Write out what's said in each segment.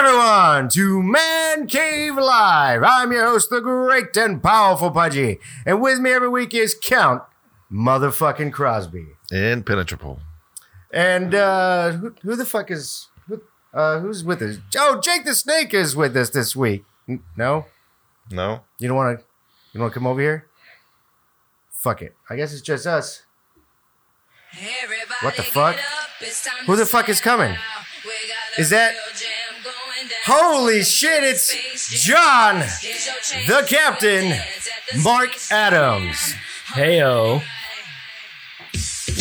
everyone, to Man Cave Live. I'm your host, the great and powerful Pudgy. And with me every week is Count Motherfucking Crosby. Impenetrable. And uh, who, who the fuck is. who- Uh, who's with us? Oh, Jake the Snake is with us this week. N- No? No? You don't want to. You want to come over here? Fuck it. I guess it's just us. What the fuck? Who the fuck is coming? Is that- Holy shit, it's John, the captain, Mark Adams. Heyo.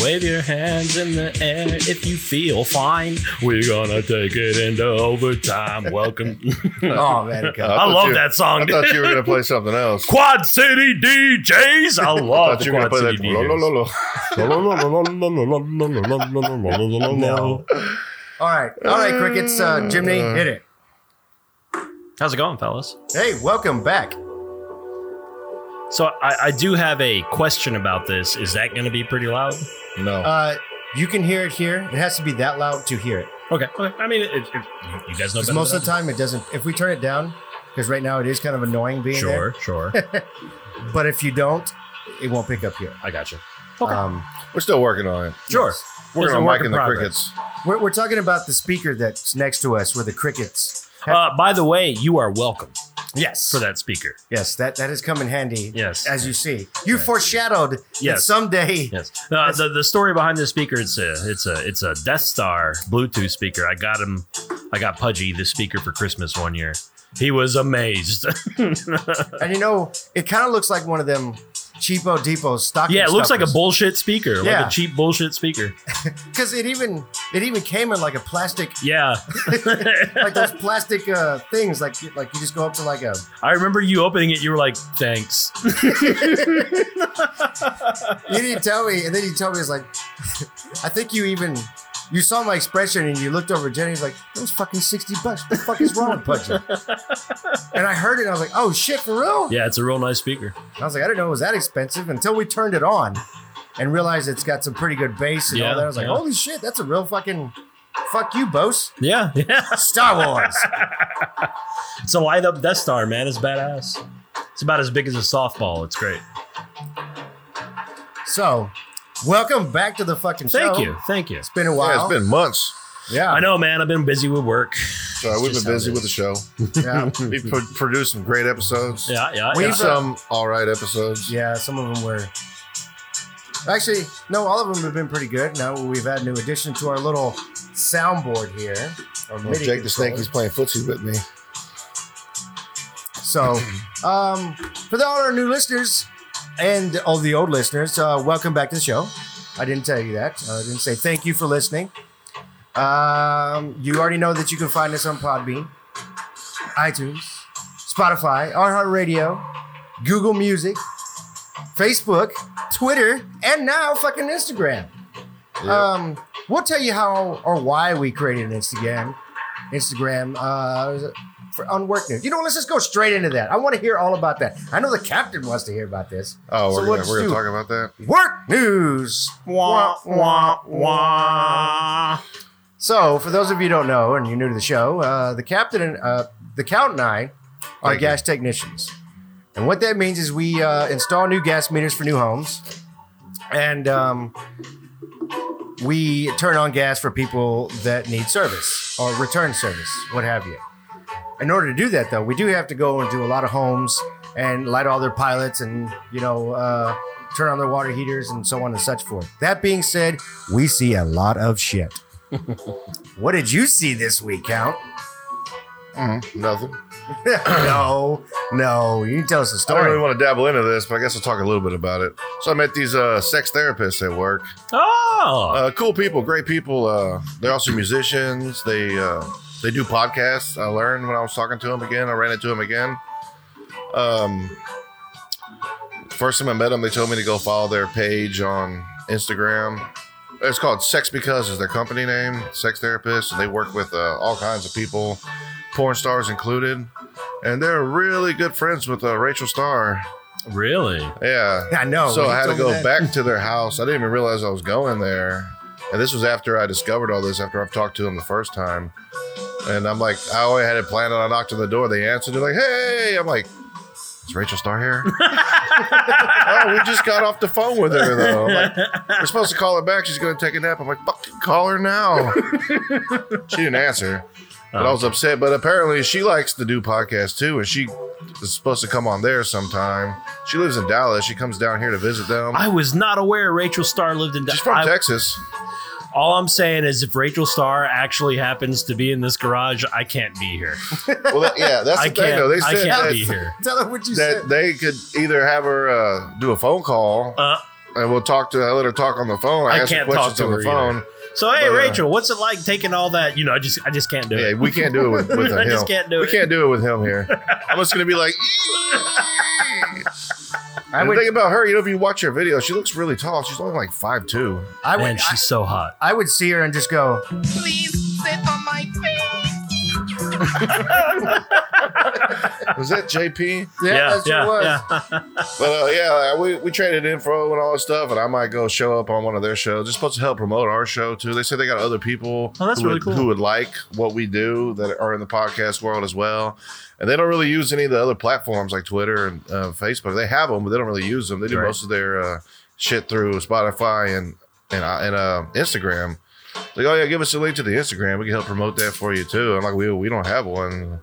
Wave your hands in the air if you feel fine. We're gonna take it into overtime. Welcome. Oh, man. it I comes. I thought love you- that song. I thought you were going to play something else. Quad City DJs. I I love thought the you were going to Quad play City that. Lo, lo, lo, DJs. lo. No. All right. All right, Crickets. Uh, Jimmy, hit it. How's it going, fellas? Hey, welcome back. So I, I do have a question about this. Is that gonna be pretty loud? No. Uh, you can hear it here. It has to be that loud to hear it. Okay. okay. I mean, it, it, you guys know Because better most than of the time it doesn't. If we turn it down, because right now it is kind of annoying I do. being Sure, sure. there. But if you don't, it won't pick up here. I got you. Um, we're still working on it. Sure. We're It's going a to work mic in in the progress. crickets. we're, we're talking about the speaker that's next to us, where the crickets. Uh, by the way, you are welcome Yes. for that speaker. Yes, that that has come in handy. Yes. As you see, you foreshadowed that Yes. someday. Yes. Uh, the the story behind this speaker it's a it's a it's a Death Star Bluetooth speaker. I got him. I got Pudgy this speaker for Christmas one year. He was amazed. And you know, it kind of looks like one of them cheapo depot stocking. yeah, it looks like a stuffers. bullshit speaker, like Yeah. a cheap bullshit speaker. Because it even it even came in like a plastic, Yeah. like those plastic uh, things. Like you- like you just go up to like a I remember you opening it. You were like, "Thanks." you didn't tell me, and then you told me it's like, I think you even you saw my expression and you looked over at Jenny. He's like, that was fucking sixty bucks. What the fuck is wrong with Pudgy? and I heard it. and I was like, oh shit, for real? Yeah, it's a real nice speaker. I was like, I didn't know it was that expensive until we turned it on and realized it's got some pretty good bass and Yeah, all that. I was like, yeah. holy shit, that's a real fucking fuck you, Bose. Yeah, yeah. Star Wars. It's a light up Death Star, man. It's badass. It's about as big as a softball. It's great. so, welcome back to the fucking show. Thank you, thank you. It's been a while. Yeah, it's been months. Yeah, I know, man. I've been busy with work. So we've just been how it busy is. with the show. Yeah, We pro- produced some great episodes. Yeah, uh, yeah. We've, yeah. And some all right episodes. yeah. Some of them were actually no. All of them have been pretty good. Now we've had new addition to our little soundboard here. Or Well, MIDI Jake the Snake controller. is playing footsie with me. So, um, for all our new listeners and all the old listeners, uh, welcome back to the show. I didn't tell you that. Uh, I didn't say thank you for listening. Um, you already know that you can find us on Podbean, iTunes, Spotify, iHeartRadio, Google Music, Facebook, Twitter, and now fucking Instagram. Yep. Um, we'll tell you how or why we created an Instagram. Instagram uh, for, on work news. You know, what, let's just go straight into that. I want to hear all about that. I know the captain wants to hear about this. oh, so we're let's gonna we're going do- to talk about that? Work news. Wah, wah, wah. So, for those of you who don't know and you're new to the show, uh, the captain and uh, the count and I are Thank you. gas technicians, and what that means is we uh, install new gas meters for new homes, and um, we turn on gas for people that need service or return service, what have you. In order to do that, though, we do have to go and do a lot of homes and light all their pilots and you know uh, turn on their water heaters and so on and such forth. That being said, we see a lot of shit. what did you see this week, Count? Mm-hmm. Mhm, Nothing. no, no, you can tell us a I don't story. really want to dabble into this, but I guess I'll talk a little bit about it. So I met these uh, sex therapists at work. Oh, Uh, cool people, great people. Uh, they're also musicians. They uh, they do podcasts. I learned when I was talking to them again. I ran into them again. Um, first time I met them, they told me to go follow their page on Instagram. It's called Sex Because is their company name. Sex therapists. And they work with uh, all kinds of people, porn stars included. And they're really good friends with uh, Rachel Starr. really? Yeah, I know. so when I you had told to me go that- back to their house. I didn't even realize I was going there. And this was after I discovered all this, after I've talked to them the first time. And I'm like, I already had it planned and I knocked on the door. They answered. They're like, hey. I'm like, is Rachel Star here? oh, we just got off the phone with her, though. I'm like, We're supposed to call her back. She's going to take a nap. I'm like, fucking call her now. she didn't answer. But I was upset. But apparently, she likes to do podcasts too, and she is supposed to come on there sometime. She lives in Dallas. She comes down here to visit them. I was not aware Rachel Starr lived in. She's from I- Texas. All I'm saying is, if Rachel Starr actually happens to be in this garage, I can't be here. Well, that, yeah, that's I the thing, though. can't. They I said can't that, be here. Tell her what you that said. they could either have her uh, do a phone call, Uh, and we'll talk to. I let her talk on the phone. I, I ask her can't talk questions to on her the phone. so hey, But, uh, Rachel, what's it like taking all that? You know, I just I just can't do Yeah, it. we can't do it with, with I him. just can't do we it. can't do it with him here. I'm just gonna be like. I I and would, the thing about her, you know, if you watch her video, she looks really tall. She's only like five two. I Man, would, I, she's so hot. I would see her and just go, Please sit on my face. Was that JP? yeah, that's what it was. yeah. But uh, yeah, like, we, we traded info and all that stuff, and I might go show up on one of their shows. It's supposed to help promote our show too. They said they got other people Oh, that's who, really would, cool. who would like what we do that are in the podcast world as well. And they don't really use any of the other platforms like Twitter and uh, Facebook. They have them, but they don't really use them. They do Right. most of their uh, shit through Spotify and and uh, and uh, Instagram. Like, oh yeah, give us a link to the Instagram. We can help promote that for you too. I'm like, we we don't have one.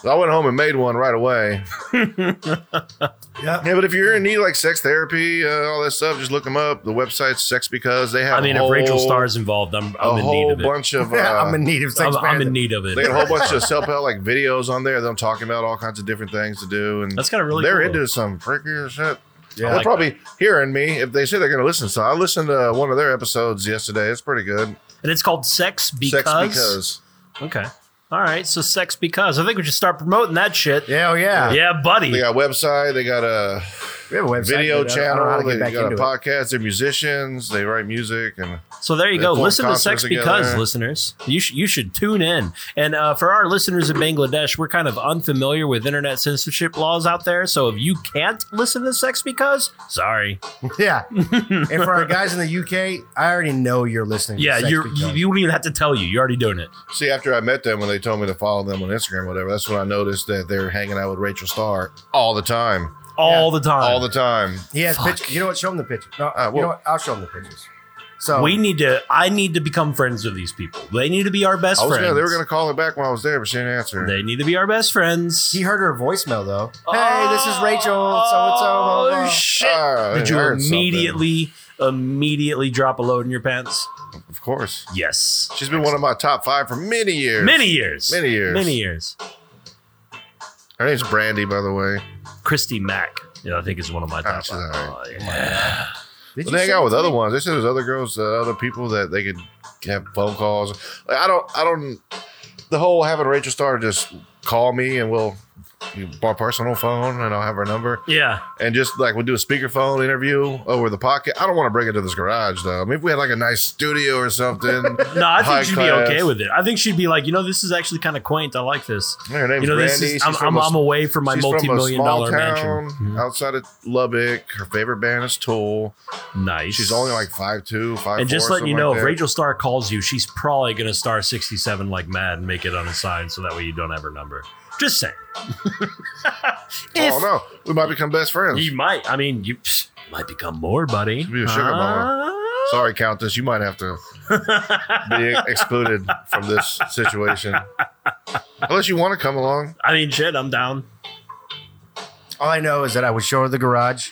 So I went home and made one right away. Yeah, but if you're in need like sex therapy, uh, all that stuff, just look them up. The website's Sex Because they have. I mean, a whole, if Rachel Starr's involved, I'm a I'm in need whole of it. bunch of. Uh, I'm in need of sex. I'm, I'm Panther. in need of they got a it. whole bunch of self help like videos on there. Them talking about all kinds of different things to do, and That's kind of really. they're cool. into some freaky shit. Yeah. they're like probably hearing me if they say they're going to listen. So I listened to one of their episodes yesterday. It's pretty good. and it's called Sex Because. Sex Because. Okay. All right. So Sex Because. I think we should start promoting that shit. Yeah, oh, yeah. Yeah, buddy. They got a website. They got a We have a website. video but I don't- I channel. don't know how to They get back got a into it. podcast. They're musicians. They write music and. So there you They go. form Listen to concerts Sex together. Because, listeners. You sh- you should tune in. And uh, for our listeners in Bangladesh, we're kind of unfamiliar with internet censorship laws out there. So if you can't listen to Sex Because, sorry. Yeah. and for our guys in the UK, I already know you're listening. Yeah, to sex you're, you Because. you don't even have to tell you. You're already doing it. See, after I met them, when they told me to follow them on Instagram, or whatever, that's when I noticed that they're hanging out with Rachel Starr all the time, All the time. all the time. He has Fuck. pictures. You know what? Show him the pictures. No, Uh, you know well- what? I'll show him the pictures. So we need to I need to become friends with these people. They need to be our best I was friends. gonna, they were gonna call her back when I was there, but she didn't answer. They need to be our best friends. he heard her voicemail though. Hey, this is Rachel. So and so. blah, blah. Oh shit. Ah, Did I you heard something. immediately immediately drop a load in your pants? Of course, Yes. she's been one of my top five for many years. Many years. Many years. Many years. Her name's Brandy, by the way. Christy Mack. Yeah, I think is one of my Ah, top. she's all five. right. Oh, yeah. Did But you they hang say out with that to other me? ones. They said there's other girls, uh, other people that they could have phone calls. Like, I don't, I don't. The whole having Rachel Starr just call me and we'll. You my personal phone, and I'll have her number. yeah. and just like we'll do a speakerphone interview over the pocket. I don't want to bring it to this garage though. I mean, if we had like a nice studio or something. No, I think High she'd class. be okay with it. I think she'd be like, you know, this is actually kind of quaint. I like this. Her name's You know, Brandy. this is She's I'm, from I'm, a- I'm away from my she's from a multi-million small dollar town mansion. Mm-hmm. outside of Lubbock. Her favorite band is Tool. Nice. She's only like five two, five. And just letting you know, if Rachel Starr calls you, she's probably going to star 67 like mad and make it unassigned so that way you don't have her number. Just saying. oh no, we might become best friends. You might. I mean, you psh, might become more, buddy. be a sugar mama. Ah. Sorry, Countess, you might have to be excluded from this situation. Unless you want to come along. I mean, shit, I'm down. All I know is that I would show her the garage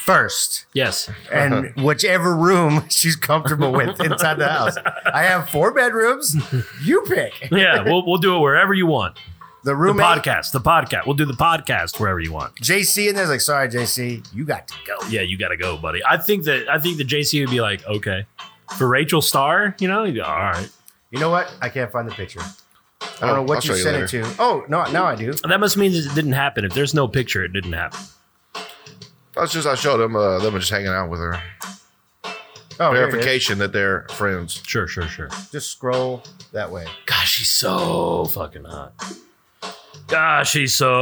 first, Yes. and whichever room she's comfortable with inside the house. I have four bedrooms. You pick Yeah, we'll, we'll do it wherever you want. the The roommate. podcast, the podcast. We'll do the podcast wherever you want. JC and there's like, sorry, JC, you got to go. Yeah, you gotta go, buddy. I think that I think that JC would be like, okay. For Rachel Starr, you know, he'd be, all right. You know what? I can't find the picture. I Oh, don't know I'll what show you you sent it to. Oh no, now I do. And that must mean that it didn't happen. If there's no picture, it didn't happen. That's just I showed them uh, them just hanging out with her. Oh, here it is. verification that they're friends. Sure, sure, sure. Just scroll that way. Gosh, she's so fucking hot. Gosh, she's so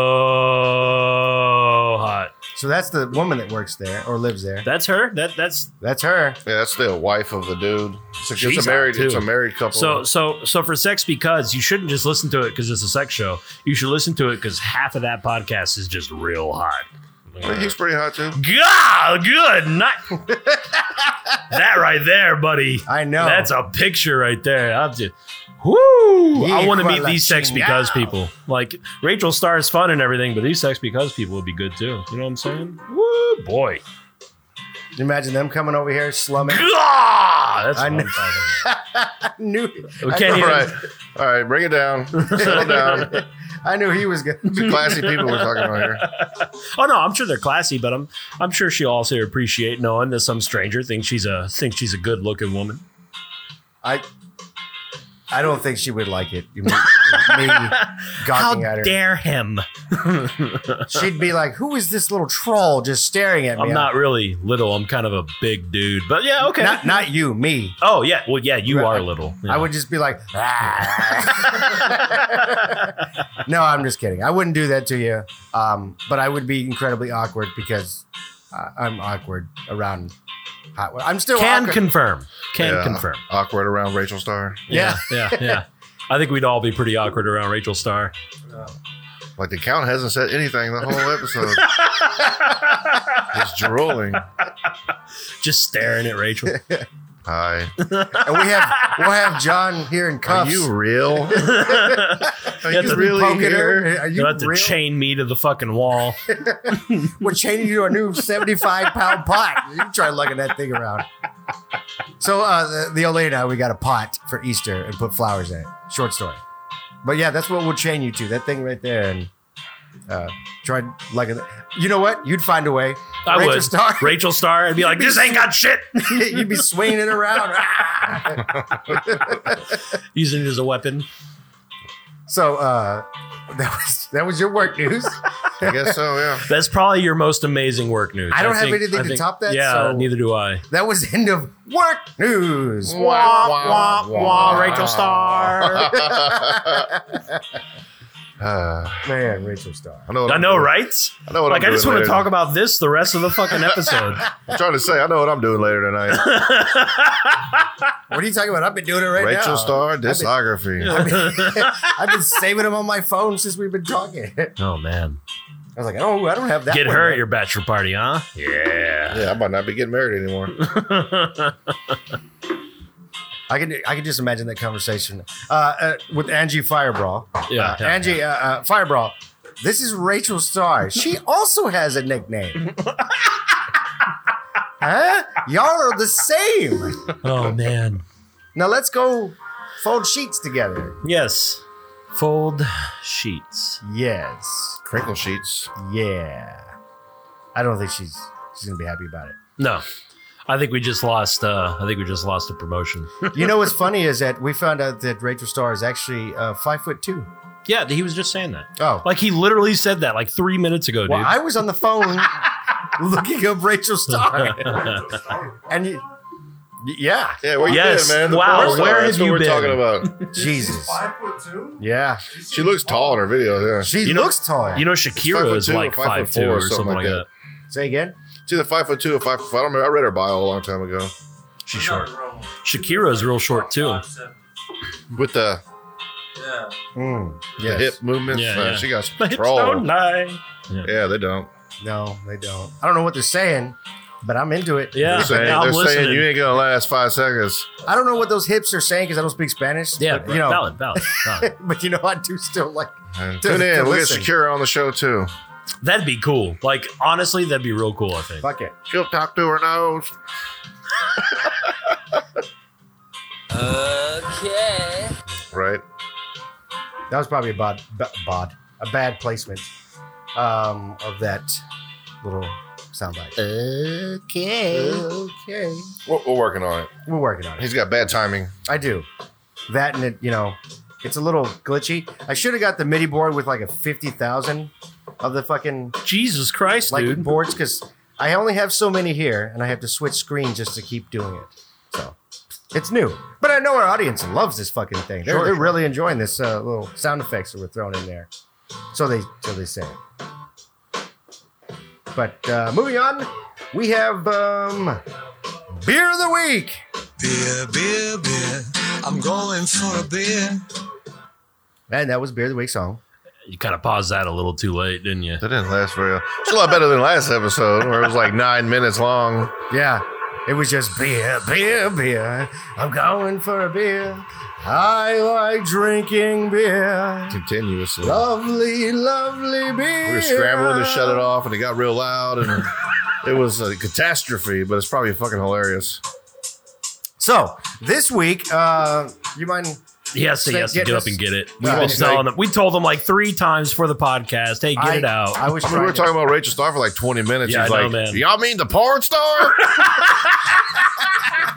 hot. So that's the woman that works there or lives there. That's her. That that's That's her. Yeah, that's the wife of the dude. It's a, She's it's a married, hot, too. it's a married couple. so so so for sex because you shouldn't just listen to it because it's a sex show. You should listen to it because half of that podcast is just real hot. But he's pretty hot too. God, good night. that right there, buddy. I know. That's a picture right there. I'm just, whoo! I Yeah, want to meet quite these sex like- because yeah. people. Like Rachel Starr is fun and everything, but these sex because people would be good too. You know what I'm saying? Woo, boy. Imagine them coming over here slumming. Gah! That's I what I'm know. talking I knew. about. We All can't even. right, all right, bring it down, settle down. I knew he was good. It's classy people we're talking about here. Oh no, I'm sure they're classy, but I'm I'm sure she'll also appreciate knowing that some stranger thinks she's a thinks she's a good looking woman. I. I don't think she would like it. Me, me gawking How at her. dare him? She'd be like, "Who is this little troll just staring at me?" I'm not really little. I'm kind of a big dude, but yeah, okay. Not, not you, me. oh yeah, well yeah, you Right. are little. Yeah. I would just be like, "Ah." no, I'm just kidding. I wouldn't do that to you. Um, but I would be incredibly awkward because uh, I'm awkward around hot. I'm still can awkward. confirm. Can Yeah. confirm. Awkward around Rachel Starr, Yeah. yeah, yeah. yeah. I think we'd all be pretty awkward around Rachel Starr. like the count hasn't said anything the whole episode. Just drooling. Just staring at Rachel. Hi, and we have we'll have John here in are cuffs. you real? Are That's you a- really Poking here? her. Are you You'll have to real? chain me to the fucking wall. We're chaining you to a new 75 pound pot. You try lugging that thing around. So uh, the, the old lady and I, we got a pot for Easter and put flowers in it. Short story. But yeah, that's what we'll chain you to. That thing right there. And uh, try lugging it. You know what? You'd find a way. I Rachel would. Starr. Rachel Starr and be like, this ain't got shit. You'd be swinging it around. Ah! Using it as a weapon. so uh, that was that was your work news. I guess so. Yeah. That's probably your most amazing work news. I don't have anything to top that, Yeah, so- neither do I. That was the end of work news. Wah, wah, wah, Rachel Starr. Uh, Man, Rachel Starr. I know. What I I'm know, doing. right? I know what Like, I'm I just doing want to later. talk about this the rest of the fucking episode. I'm trying to say. I know what I'm doing later tonight. What are you talking about? I've been doing it right now. Rachel Starr discography. I've been saving them on my phone since we've been talking. I oh, man. was like, oh, I don't have that. Get one her at yet. your bachelor party, huh? Yeah. Yeah, I might not be getting married anymore. I can I can just imagine that conversation uh, uh, with Angie Fireball. Yeah. Uh, Angie uh, uh, Fireball. This is Rachel Starr. She also has a nickname. huh? Y'all are the same. Oh, man. Now let's go fold sheets together. Yes. Fold sheets. Yes. Crinkle sheets. Yeah. I don't think she's she's gonna be happy about it. No. I think we just lost uh I think we just lost a promotion. You know what's funny is that we found out that Rachel Starr is actually uh, five foot two. yeah, he was just saying that. Oh, Like he literally said that like 3 minutes ago, dude. Well, I was on the phone looking up Rachel Starr, and you, yeah, Yeah, where you Yes. been, man? The Wow, porn star, where that's have what you We're talking about. Jesus, Five foot two? yeah, She looks tall in her video. Yeah, she You know- looks tall. you know five Shakira foot is two or like five five foot two or something like that. Say again. she's either five foot two or five. I don't remember. I read her bio a long time ago. She's short. Shakira is real short too. With the, Yeah. Hmm. Mm, the yes. hip movements, Yeah, uh, yeah. she got My some hips control. don't lie. Yeah, they don't. No, they don't. I don't know what they're saying, but I'm into it. Yeah. They're saying, yeah, they're I'm saying listening. you ain't gonna last five seconds. I don't know what those hips are saying because I don't speak Spanish. yeah, but, you know, valid, valid, valid. but you know, I do still like. And To- tune to in. We'll get listen. Shakira on the show too. That'd be cool. Like honestly, that'd be real cool, I think. Fuck it. She'll talk to her nose. Okay. Right. That was probably a bod, b- bod, a bad placement um, of that little soundbite. Okay. Okay. We're, we're working on it. We're working on it. He's got bad timing. I do. That and it, you know, it's a little glitchy. I should have got the MIDI board with like a fifty thousand of the fucking Jesus Christ, like dude. boards because I only have so many here, and I have to switch screens just to keep doing it. So it's new, but I know our audience loves this fucking thing. They're, Sure. they're really enjoying this uh, little sound effects that we're throwing in there. So they so they say. But uh, moving on, we have um, beer of the week. Beer, beer, beer. I'm going for a beer. And that was beer of the week song. You kind of paused that a little too late, didn't you? That didn't last very long. It's a lot better than last episode where it was like nine minutes long. Yeah, it was just beer, beer, beer. I'm going for a beer. I like drinking beer. Continuously. Lovely, lovely beer. We were scrambling to shut it off and it got real loud and it was a catastrophe, but it's probably fucking hilarious. So this week, uh, you mind? Yes, he Snake, has to get get this- up and get it. We've Alright, been Snake. telling him. We told him like three times for the podcast. Hey, get I, it out. I was I mean, we trying were to- talking about Rachel Star for like 20 minutes. Yeah, He's I know, like, man. y'all mean the porn star?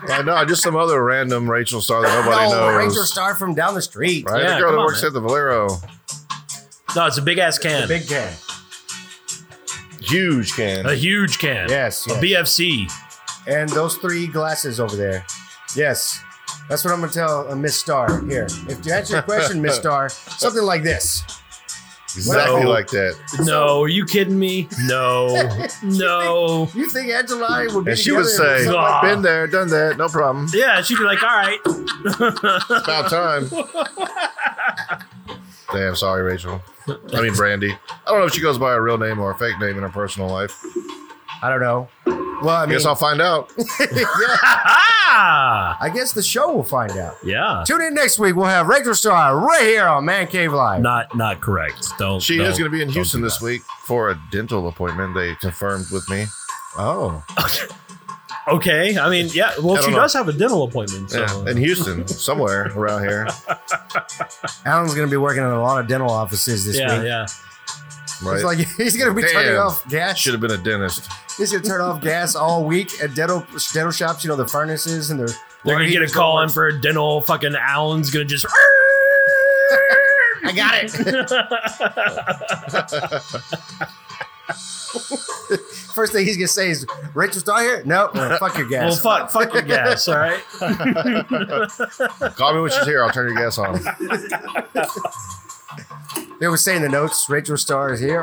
like, no, just some other random Rachel Star that nobody no, knows. Ranger Star from down the street. Right? Yeah, the girl come that on, works man. at the Valero. no, it's a big ass The can, big can. Huge can. a huge can. Yes, a yes. BFC. And those three glasses over there. Yes. That's what I'm going to tell uh, Miss Star here. If to answer your question, Miss Star, something like this. Exactly No. like that. No, are you kidding me? No, no. You think Angela and I would be And she would together? say, Aw. been there, done that, no problem. Yeah, she'd be like, all right. About time. Damn, sorry, Rachel. I mean, Brandy. I don't know if she goes by her real name or a fake name in her personal life. I don't know. Well, I I mean, guess I'll find out. yeah, Ah, I guess the show will find out. yeah. Tune in next week. We'll have Ranger Star right here on Man Cave Live. Not not correct. Don't. She don't- is going to be in don't Houston do this that. week for a dental appointment. They confirmed with me. Oh. Okay, I mean, yeah. I Well, don't she know. does have a dental appointment. So. Yeah, in Houston, somewhere around here. Alan's going to be working in a lot of dental offices this yeah, week. yeah. Right? It's like he's going to be turning Damn. off gas. Should have been a dentist. He's gonna turn off gas all week at dental dental shops. You know the furnaces and their They're gonna get a call in for a dental. Fucking Alan's gonna just. I got it. First thing he's gonna say is, "Rachel Star here?" Nope. Well, fuck your Well, gas. fuck, fuck your gas. All right. Call me when she's here. I'll turn your gas on. They were saying the notes. Rachel Star is here.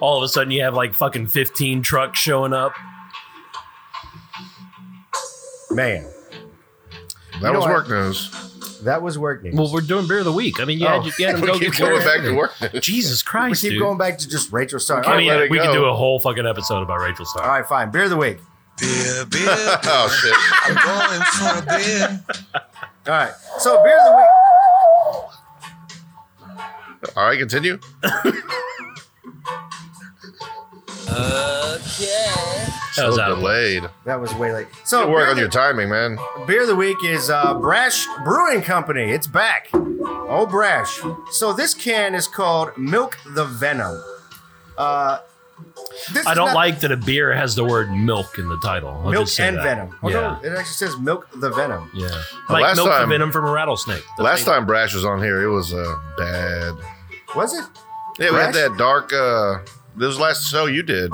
All of a sudden, you have like fucking fifteen trucks showing up. Man, know That was what? work news. that was work news. Well, we're doing beer of the week. I mean, you Oh. had, you had him We go keep get going beer. back to work news. Jesus we Christ, keep dude. going back to just Rachel Star. I All right, let mean, it we go. could do a whole fucking episode about Rachel all Star. right, fine. Beer of the week. Beer, beer. Oh, shit. I'm going for a beer. All right. So beer of the week. All right, continue. Okay. That was So out of line. delayed. That was way late. Good So beer work of on the- your timing, man. Beer of the week is uh, Brash Brewing Company. It's back. Oh, Brash. So this can is called Milk the Venom. Uh, this I is don't not like that a beer has the word milk in the title. I'll milk just say and that. venom. Oh, no, Yeah. it actually says Milk the Venom. Yeah. Like last milk time- the venom from a rattlesnake. The Last thing- time Brash was on here, it was uh, bad. Was it? Yeah, we had Brash? that dark. Uh, this was the last show you did.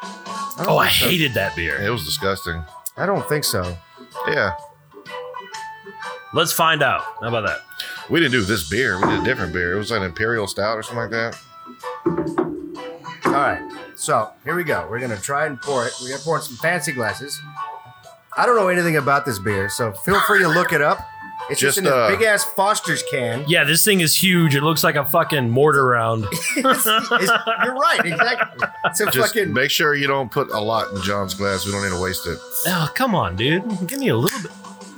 I don't Oh, I think so. hated that beer. It was disgusting. I don't think so. Yeah, Let's find out. How about that? we didn't do this beer. We did a different beer. It was an imperial stout or something like that. All right. So here we go. We're gonna try and pour it. We're gonna pour in some fancy glasses. I don't know anything about this beer, so feel free to look it up. It's just, Just, in this uh, big ass Foster's can. Yeah, this thing is huge. It looks like a fucking mortar round. It's- you're right, exactly. It's a Just fucking make sure you don't put a lot in John's glass. We don't need to waste it. oh, come on, dude. Give me a little bit.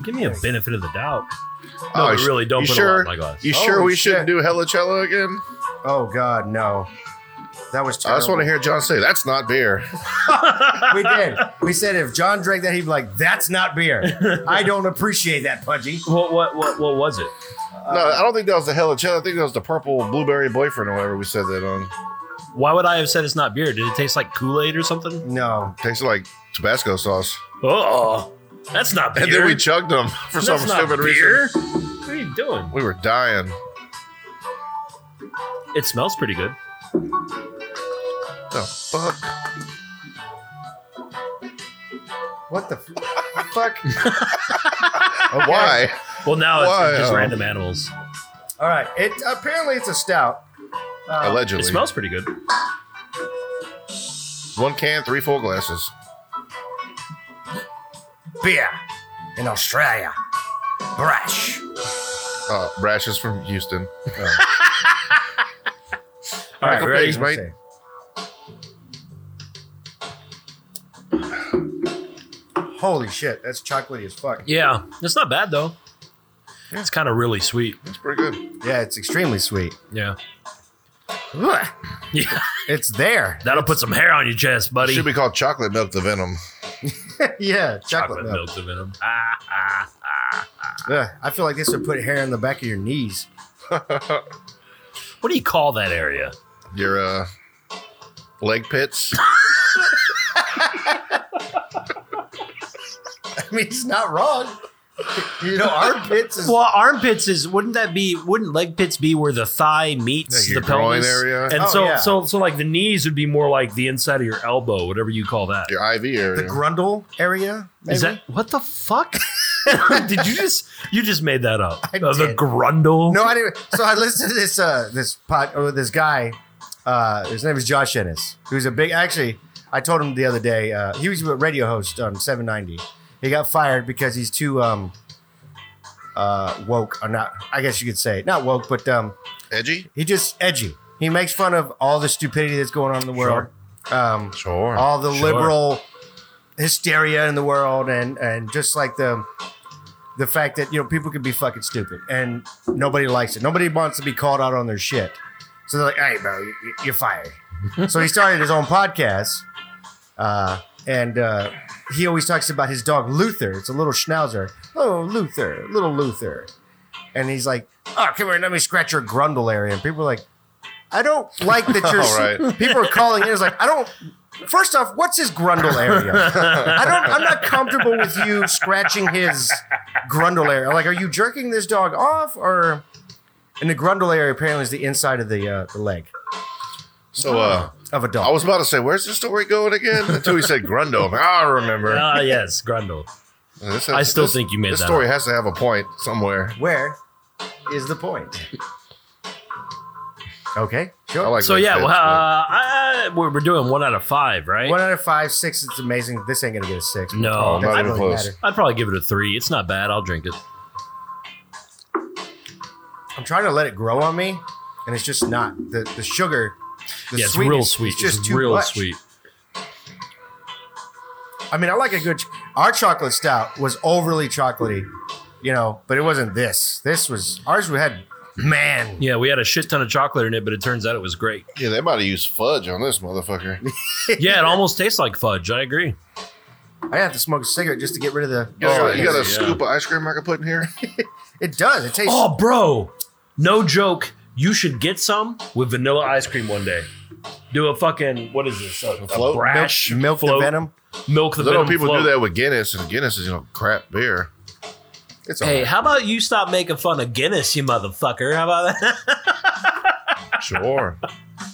Give me a benefit of the doubt. No, Oh, we really don't you put sure? a lot in my glass. You sure Oh, we shit. shouldn't do Helichella again? Oh God, no. That was terrible. I just want to hear John say that's not beer. We did. We said if John drank that, he'd be like, "That's not beer. I don't appreciate that, Pudgy." What what what what was it? no, Uh, I don't think that was the Helichella. I think that was the purple blueberry boyfriend or whatever we said that on. Why would I have said it's not beer? Did it taste like Kool Aid or something? No, Tasted like Tabasco sauce. Oh, that's not beer. And then we chugged them for some That's not stupid beer. reason. What are you doing? We were dying. It smells pretty good. The fuck? what the f- fuck? Why? uh, Well, now it's, it's just Wow. random animals. All right. It apparently it's a stout. Uh, Allegedly. It smells pretty good. One can, three full glasses. Beer in Australia. Brash. Uh, Brash is from Houston. All right, Michael ready? Pigs, mate. Okay. Holy shit, that's chocolatey as fuck. Yeah, it's not bad though. It's kind of really sweet. It's pretty good. Yeah, it's extremely sweet. Yeah, Ugh, yeah, It's there. that'll put some hair on your chest, buddy. Should be called chocolate milk the venom. yeah, chocolate, chocolate milk. milk venom. Ah, ah, ah. Ugh, I feel like this would put hair on the back of your knees. What do you call that area? Your uh, leg pits. I mean, it's not wrong. You know, armpits is. Well, armpits is wouldn't that be? Wouldn't leg pits be where the thigh meets Yeah, your the groin pelvis area. And Oh, so, yeah. so, so like the knees would be more like the inside of your elbow, whatever you call that. Is Your IV the area. grundle area? Maybe? that what the fuck? did you just you just made that up? I Uh, The did. grundle. No, I didn't. So I listened to this uh, this pot or this guy. Uh, his name is Josh Ennis, who's a big. Actually, I told him the other day. Uh, he was a radio host on 790. He got fired because he's too um, uh, woke, or not? I guess you could say not woke, but um, Edgy? he just edgy. He makes fun of all the stupidity that's going on in the world. Um, Sure. all the Sure. liberal hysteria in the world and and just like the the fact that you know people can be fucking stupid and nobody likes it nobody wants to be called out on their shit so they're like hey bro you- you- you're fired so he started his own podcast uh, and uh, he always talks about his dog luther it's a little schnauzer oh luther little luther and he's like oh come here let me scratch your grundle area and people are like i don't like that you're All right. people are calling in it's like i don't First off, what's his grundle area? I don't. I'm not comfortable with you scratching his grundle area. Like, are you jerking this dog off or? And the grundle area apparently is the inside of the uh, the leg So Oh. uh, of a dog. I was about to say, where's the story going again? Until he said Grundo. I'm like, I remember. Ah, yes, grundle. This I has- still this- think you made This that story has to have a point somewhere. Where is the point? Okay, sure. I like So leg yeah, pits, well, uh, but- I, I- we're, we're doing one out of five, right? One out of five, six. It's amazing. This ain't gonna get a six. Oh, No, That not doesn't even close. I'd probably give it a three. It's not bad. I'll drink it. I'm trying to let it grow on me, and it's just not the the sugar. The yeah, it's sweetness real is sweet. It's, just too real much. sweet. I mean, I like a good. Ch- our chocolate stout was overly chocolatey, you know, but it wasn't this. This was ours. We had man. Yeah, we had a shit ton of chocolate in it, but it turns out it was great. yeah, they might have used fudge on this motherfucker. Yeah, it almost tastes like fudge. I agree. I have to smoke a cigarette just to get rid of the. You Oh, got, you got a yeah. scoop of ice cream I can put in here? It does. It tastes. Oh, bro, no joke. You should get some with vanilla ice cream one day. Do a fucking what is this? A, a float? brash milk the float? venom. Milk the Little venom. people float. do that with Guinness, and Guinness is, you know, crap beer. It's all Hey, right. how about you stop making fun of Guinness, you motherfucker? How about that? Sure.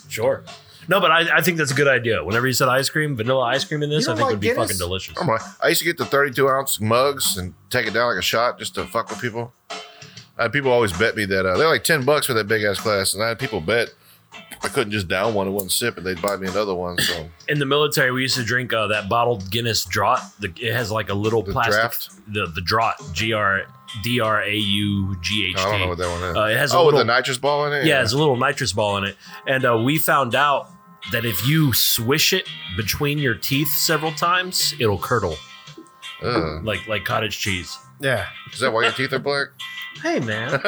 Sure. No, but I, I think that's a good idea. Whenever you said ice cream, vanilla ice cream in this, You I don't think like would be Guinness? fucking delicious. I'm like, I used to get the 32 ounce mugs and take it down like a shot just to fuck with people. I had people always bet me that uh, they're like 10 bucks for that big ass class, and I had people bet I couldn't just down one and wouldn't sip, and they'd buy me another one. So In the military, we used to drink uh, that bottled Guinness draught. The, it has like a little The plastic. draft? The the draught. G R D R A U G H T. I don't know what that one is. Uh, it has a oh, little- with the nitrous ball in it? Yeah, it's a little nitrous ball in it. And uh, we found out that if you swish it between your teeth several times, it'll curdle Ugh. like like cottage cheese. yeah. Is that why your teeth are black? Hey man,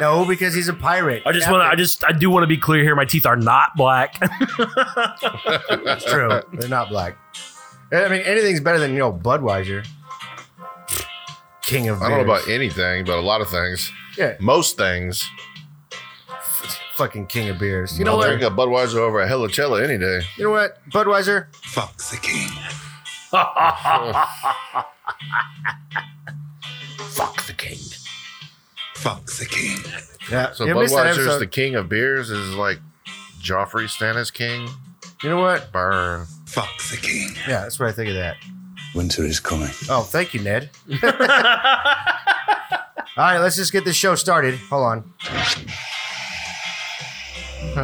No, because he's a pirate. I just want to. I just. I do want to be clear here. My teeth are not black. It's true. They're not black. I mean, anything's better than you know Budweiser. King of. I don't know beers. about anything, but a lot of things. Yeah. Most things. Fucking king of beers. You know I'll what? drink a Budweiser over a Helicella any day. You know what? Budweiser. Fuck the king. Fuck the king. Fuck the king. Yeah. So you missed that Budweiser's episode. the king of beers is like Joffrey Stannis king. You know what? Burn. Fuck the king. Yeah, that's what I think of that. Winter is coming. Oh, thank you, Ned. All right, let's just get this show started. Hold on. Uh,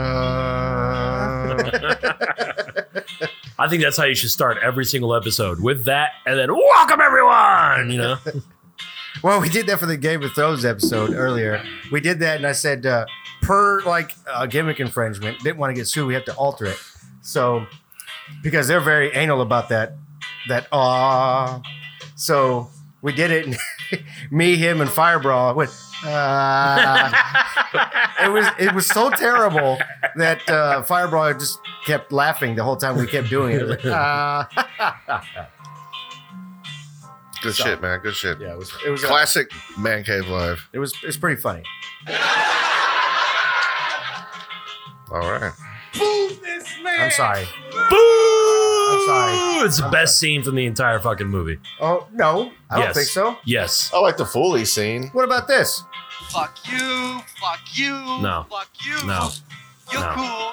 I think that's how you should start every single episode with that, and then welcome everyone. You know, Well, we did that for the Game of Thrones episode earlier. We did that, and I said, uh, per like uh, gimmick infringement, didn't want to get sued. We have to alter it. So, because they're very anal about that, that ah. So we did it. And me, him, and Firebrawl went. Ah. it was it was so terrible that uh, Firebrawl just kept laughing the whole time we kept doing it. It was like, ah. good shit, man. Good shit. Yeah, it was it was uh, Classic man cave live. it was it's pretty funny. All right. Move this man. I'm sorry. boo! sorry. It's the best scene from the entire fucking movie. Oh no, I Yes. don't think so. Yes. I like the Foley scene. What about this? Fuck you. Fuck you. No. Fuck you. No. You're No. cool.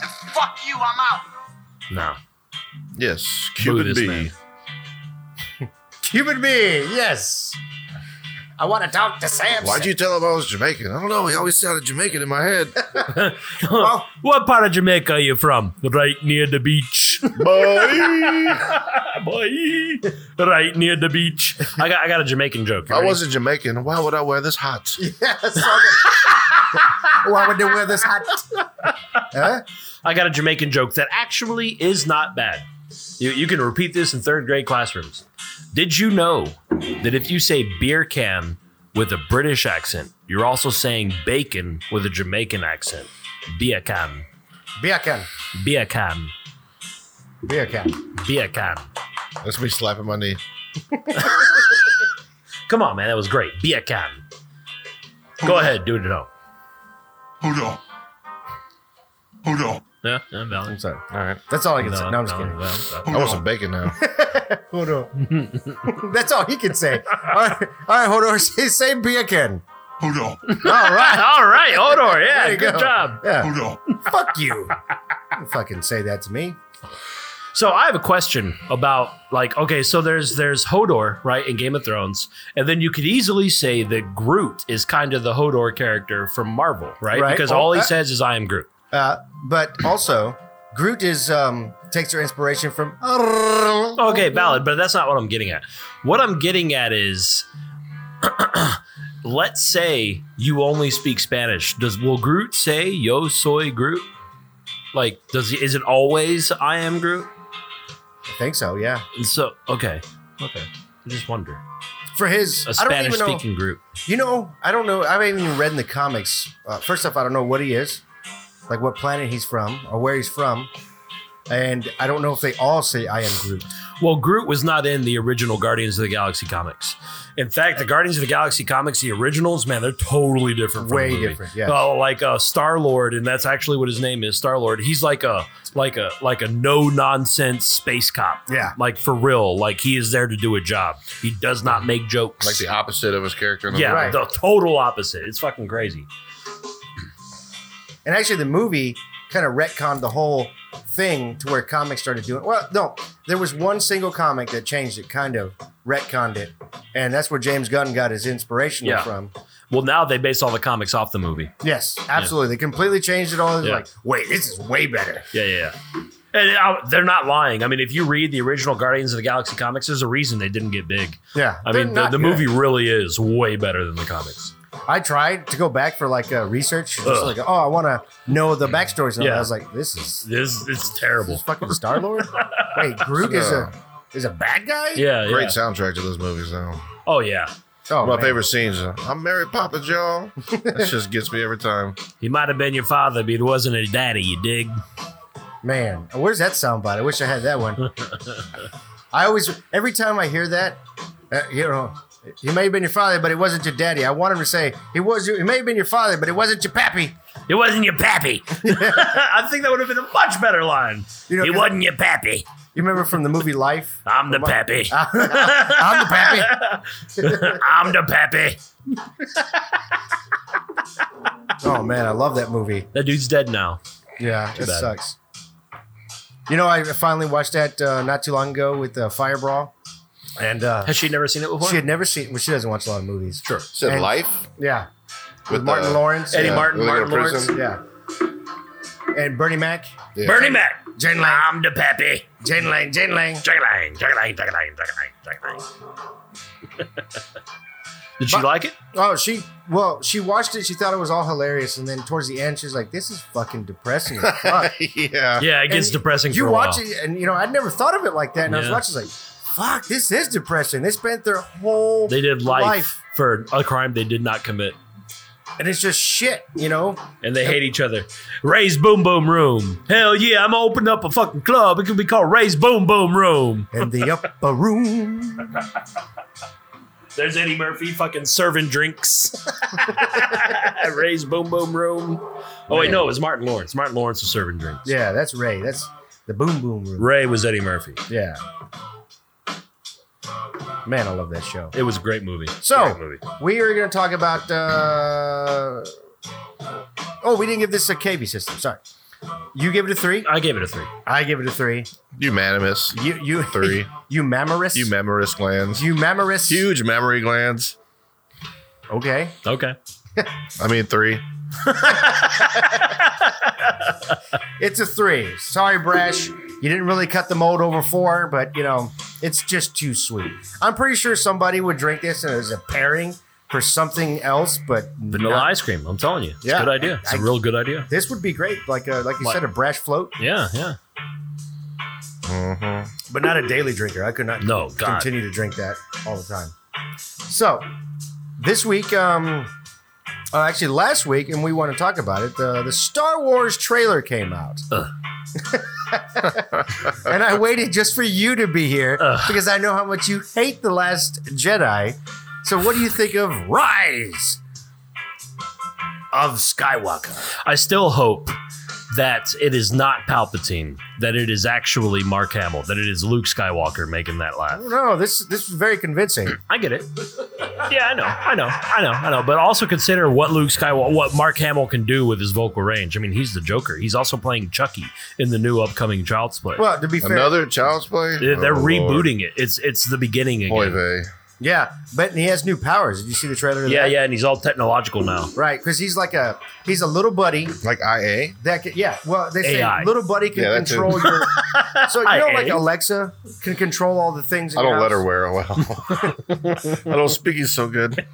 And fuck you. I'm out. No. Yes, Boo Cupid this B. man. Cuban me, yes. I want to talk to Samson. Why'd you tell him I was Jamaican? I don't know. He always sounded Jamaican in my head. Well- what part of Jamaica are you from? Right near the beach. Boy. Boy, right near the beach. I got, I got a Jamaican joke. You I ready? wasn't Jamaican. Why would I wear this hat? Yes. Why would they wear this hat? Huh? I got a Jamaican joke that actually is not bad. You, you can repeat this in third grade classrooms. Did you know that if you say beer can with a British accent, you're also saying bacon with a Jamaican accent? Beer can, Beer can. beer can, Beer can. beer can. That's me slapping my knee. Come on, man, that was great. Beer can. Go ahead, do it at home. Hold on. Hold on. Yeah, yeah, valid. I'm sorry. All right. That's all I can say. No, I'm just kidding. valid, valid. I want some bacon now. Hodor. That's all he can say. All right, all right Hodor, say, say beer can. Hold on. All right. All right, Odor. Yeah, There you good go. job. Yeah. Hold on. Fuck you. Don't fucking say that to me. So I have a question about like okay, so there's there's Hodor right in Game of Thrones, and then you could easily say that Groot is kind of the Hodor character from Marvel, right? Right. Because Oh, all he uh, says is "I am Groot." Uh, but also, Groot is um, takes her inspiration from. Okay, oh, valid, but that's not what I'm getting at. What I'm getting at is, let's say you only speak Spanish. Does will Groot say "Yo soy Groot"? Like, does he, is it always "I am Groot"? I think so. Yeah. And so okay, okay, I just wonder For his, a I don't even Spanish know. speaking Groot. You know, I don't know. I haven't even read in the comics. Uh, first off, I don't know what he is, like what planet he's from or where he's from. And I don't know if they all say I am Groot. Well, Groot was not in the original Guardians of the Galaxy comics. In fact, the Guardians of the Galaxy comics, the originals, man, they're totally different. From Way the movie. different, yes. Oh, like uh, Star Lord, and that's actually what his name is, Star Lord. He's like a like a like a no nonsense space cop. Yeah. like for real. Like he is there to do a job. He does not make jokes. Like the opposite of his character. In the yeah, movie. Right. the total opposite. It's fucking crazy. And actually, the movie kind of retconned the whole thing to where comics started doing. Well, no, there was one single comic that changed it, kind of retconned it, and that's where James Gunn got his inspiration Yeah. from. Well, now they base all the comics off the movie. Yes, absolutely. They completely changed it all. It's Yeah. Like, wait, this is way better. Yeah, yeah, yeah. And uh, they're not lying. I mean, if you read the original Guardians of the Galaxy comics, there's a reason they didn't get big. Yeah, I they're mean, the, not the good. movie really is way better than the comics. I tried to go back for like uh, research. Just Ugh. like, oh, I want to know the backstories. And Yeah. I was like, this is This it's terrible. fucking Star Lord. Wait, Groot is a is a bad guy. Yeah, Great yeah. soundtrack to those movies, though. Oh yeah. Oh, My man. favorite scenes. Are, I'm Mary Poppins, y'all. that just gets me every time. He might have been your father, but he wasn't his daddy. You dig? man. Where's that soundbite? I wish I had that one. I always, every time I hear that, uh, you know, he may have been your father, but it wasn't your daddy. I want him to say he was. Your, he may have been your father, but it wasn't your pappy. It wasn't your pappy. I think that would have been a much better line. You know, it 'cause- wasn't your pappy. You remember from the movie Life? I'm the pappy. I'm the pappy. I'm the pappy. Oh man, I love that movie. That dude's dead now. Yeah, it bad. sucks. You know, I finally watched that uh, not too long ago with uh, Fire Brawl, and uh, Has she never seen it before? she had never seen. Well, she doesn't watch a lot of movies. sure. Said And- life Yeah, with, With, Martin uh, Lawrence. Eddie yeah. Martin, where they go Martin to Lawrence. prison. Yeah, and Bernie Mac. Yeah. Bernie Mac. Jane Lang. I'm the pappy. Jane Lang, Jane Lang. Jane Lang. Jane Lang. Jane Lang. Jane Lang. Jane Lang. Did she like it? Oh, she well, she watched it. She thought it was all hilarious, and then towards the end, she's like, "This is fucking depressing." as fuck." yeah. Yeah, it And gets depressing. You for a watch while. it, and you know, I'd never thought of it like that. And I was Yeah. watching, like, "Fuck, this is depressing." They spent their whole They did life, for a crime they did not commit, and it's just shit, you know. and they hate each other. Ray's Boom Boom Room. Hell yeah, I'm gonna open up a fucking club. It could be called Ray's Boom Boom Room. In the upper room, There's Eddie Murphy fucking serving drinks. Ray's Boom Boom Room. Oh wait, no, it was Martin Lawrence. Martin Lawrence was serving drinks. yeah, that's Ray. That's the boom boom room. Ray was Eddie Murphy. Yeah, man, I love that show. It was a great movie. So- Great movie. We are going to talk about. Uh, oh, we didn't give this a KV system. Sorry, you give it a three. I gave it a three. I give it a three. Unanimous. You you Three. You mammarist. You memorous glands. You mammarist. Huge memory glands. Okay. Okay. I mean, three. It's a three. Sorry, Brash. You didn't really cut the mold over four, but you know, it's just too sweet. I'm pretty sure somebody would drink this as a pairing for something else, but Vanilla not- ice cream. I'm telling you, it's Yeah. a good idea. It's a I- real good idea. This would be great, like a, like you What? said, a brash float, Yeah, yeah. Mm-hmm. but not a daily drinker. I could not No, God. continue to drink that all the time. So this week, um, uh, actually last week, and we want to talk about it. The, the Star Wars trailer came out, Ugh. and I waited just for you to be here Ugh. because I know how much you hate the Last Jedi. So what do you think of Rise of Skywalker? I still hope that it is not Palpatine, that it is actually Mark Hamill, that it is Luke Skywalker making that laugh. No, this this was very convincing. I get it. Yeah, I know, I know, I know, I know. But also consider what Luke Skywalker, what Mark Hamill can do with his vocal range. I mean, he's the Joker. He's also playing Chucky in the new upcoming Child's Play. Well, to be fair, Another child's play? they're they're Oh, Lord. rebooting it. It's it's the beginning Boy, again. they. yeah, but he has new powers. Did you see the trailer? of Yeah, that? yeah, and he's all technological now. Right, because he's like a he's a little buddy Like IA? that can, yeah. Well, they say AI. little buddy can Yeah, that too. control your. So you know, like IA. Alexa can control all the things. In I your don't let house? her wear it well. I don't speak he's so good.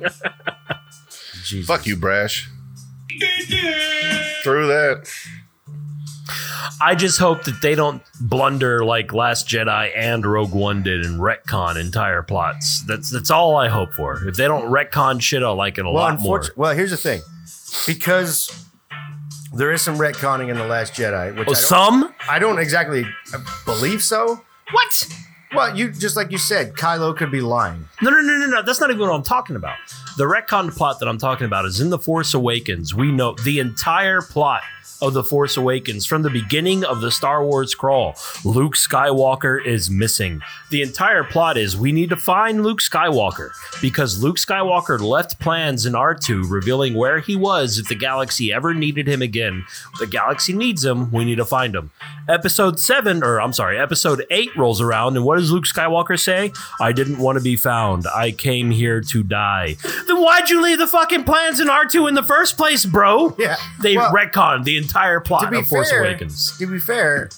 Fuck you, Brash. Through that. I just hope that they don't blunder like Last Jedi and Rogue One did and retcon entire plots. That's that's all I hope for. If they don't retcon shit, I like it a Well, lot more. unfortunately, well, here's the thing, because there is some retconning in the Last Jedi, which Oh, I, don't, some? I don't exactly believe so. What? Well, you just like you said, Kylo could be lying. No, no, no, no, no. That's not even what I'm talking about. The retcon plot that I'm talking about is in The Force Awakens. We know the entire plot of The Force Awakens from the beginning of the Star Wars crawl. Luke Skywalker is missing. The entire plot is we need to find Luke Skywalker because Luke Skywalker left plans in R2 revealing where he was if the galaxy ever needed him again. The galaxy needs him. We need to find him. Episode 7, or I'm sorry, episode 8 rolls around, and what does Luke Skywalker say? I didn't want to be found. I came here to die. Then why'd you leave the fucking plans in R2 in the first place, bro? Yeah, They well, retconned the entire to plot be of Force fair, Awakens. To be fair,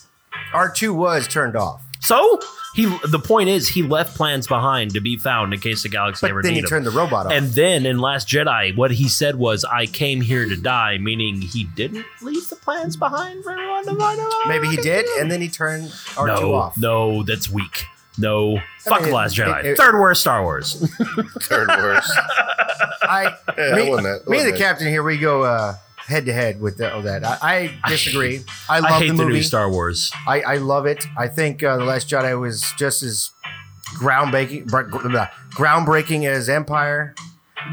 R two was turned off, So he, the point is, he left plans behind to be found in case the galaxy but ever then he needed him. turned the robot off. And then in Last Jedi, what he said was, "I came here to die," meaning he didn't leave the plans behind for everyone to find out. Maybe he did, and then he turned R two no, off. No, that's weak. No, fuck mean, Last it- Jedi. it- Third worst Star Wars. Third worst. I Yeah, me, wasn't it? me and Wasn't the it? captain here we go uh, head to head with all that. I, I disagree. I, I, love hate the the, movie. new Star Wars. I, I love it. I think uh, the Last Jedi was just as groundbreaking, br- gr- blah, groundbreaking as Empire.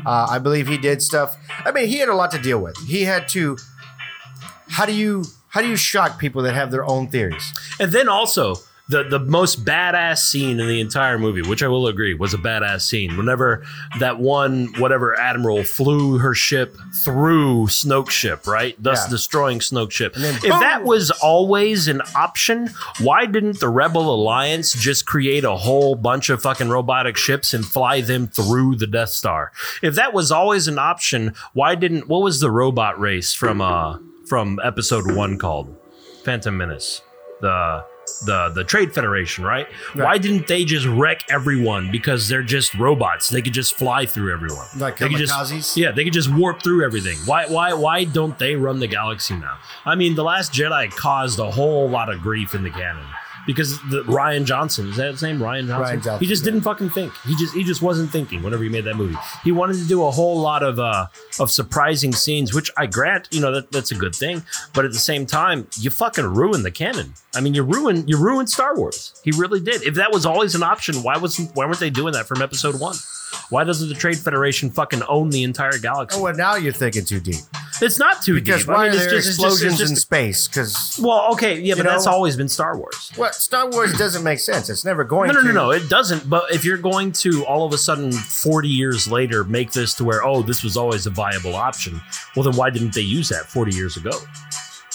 Uh, I believe he did stuff. I mean, he had a lot to deal with. He had to. How do you how do you shock people that have their own theories? And then also the the most badass scene in the entire movie, which I will agree was a badass scene. Whenever that one whatever admiral flew her ship through Snoke's ship, right, thus Yeah. destroying Snoke's ship. then if boom. that was always an option, why didn't the Rebel Alliance just create a whole bunch of fucking robotic ships and fly them through the Death Star? If that was always an option, why didn't what was the robot race from uh from episode one called Phantom Menace. The the the Trade Federation, right? Why didn't they just wreck everyone? Because they're just robots. They could just fly through everyone. Like they could kamikazes? just yeah, they could just warp through everything. Why why why don't they run the galaxy now? I mean, the Last Jedi caused a whole lot of grief in the canon. Because the, Ryan Johnson is that his name? Ryan Johnson. Ryan Johnson, He just yeah. didn't fucking think. He just he just wasn't thinking. Whenever he made that movie, he wanted to do a whole lot of uh of surprising scenes, which I grant, you know, that, that's a good thing. But at the same time, you fucking ruined the canon. I mean, you ruined you ruined Star Wars. He really did. If that was always an option, why was why weren't they doing that from Episode One? Why doesn't the Trade Federation fucking own the entire galaxy? Oh, well, now you're thinking too deep. It's not too Because deep. why I mean, are it's there just- it's just- it's explosions just- in space? Because well, okay, yeah, You but that's know? always been Star Wars. what Star Wars doesn't make sense. It's never going. No, no, to. no, no. It doesn't. But if you're going to all of a sudden, 40 years later, make this to where, oh, this was always a viable option, well, then why didn't they use that 40 years ago?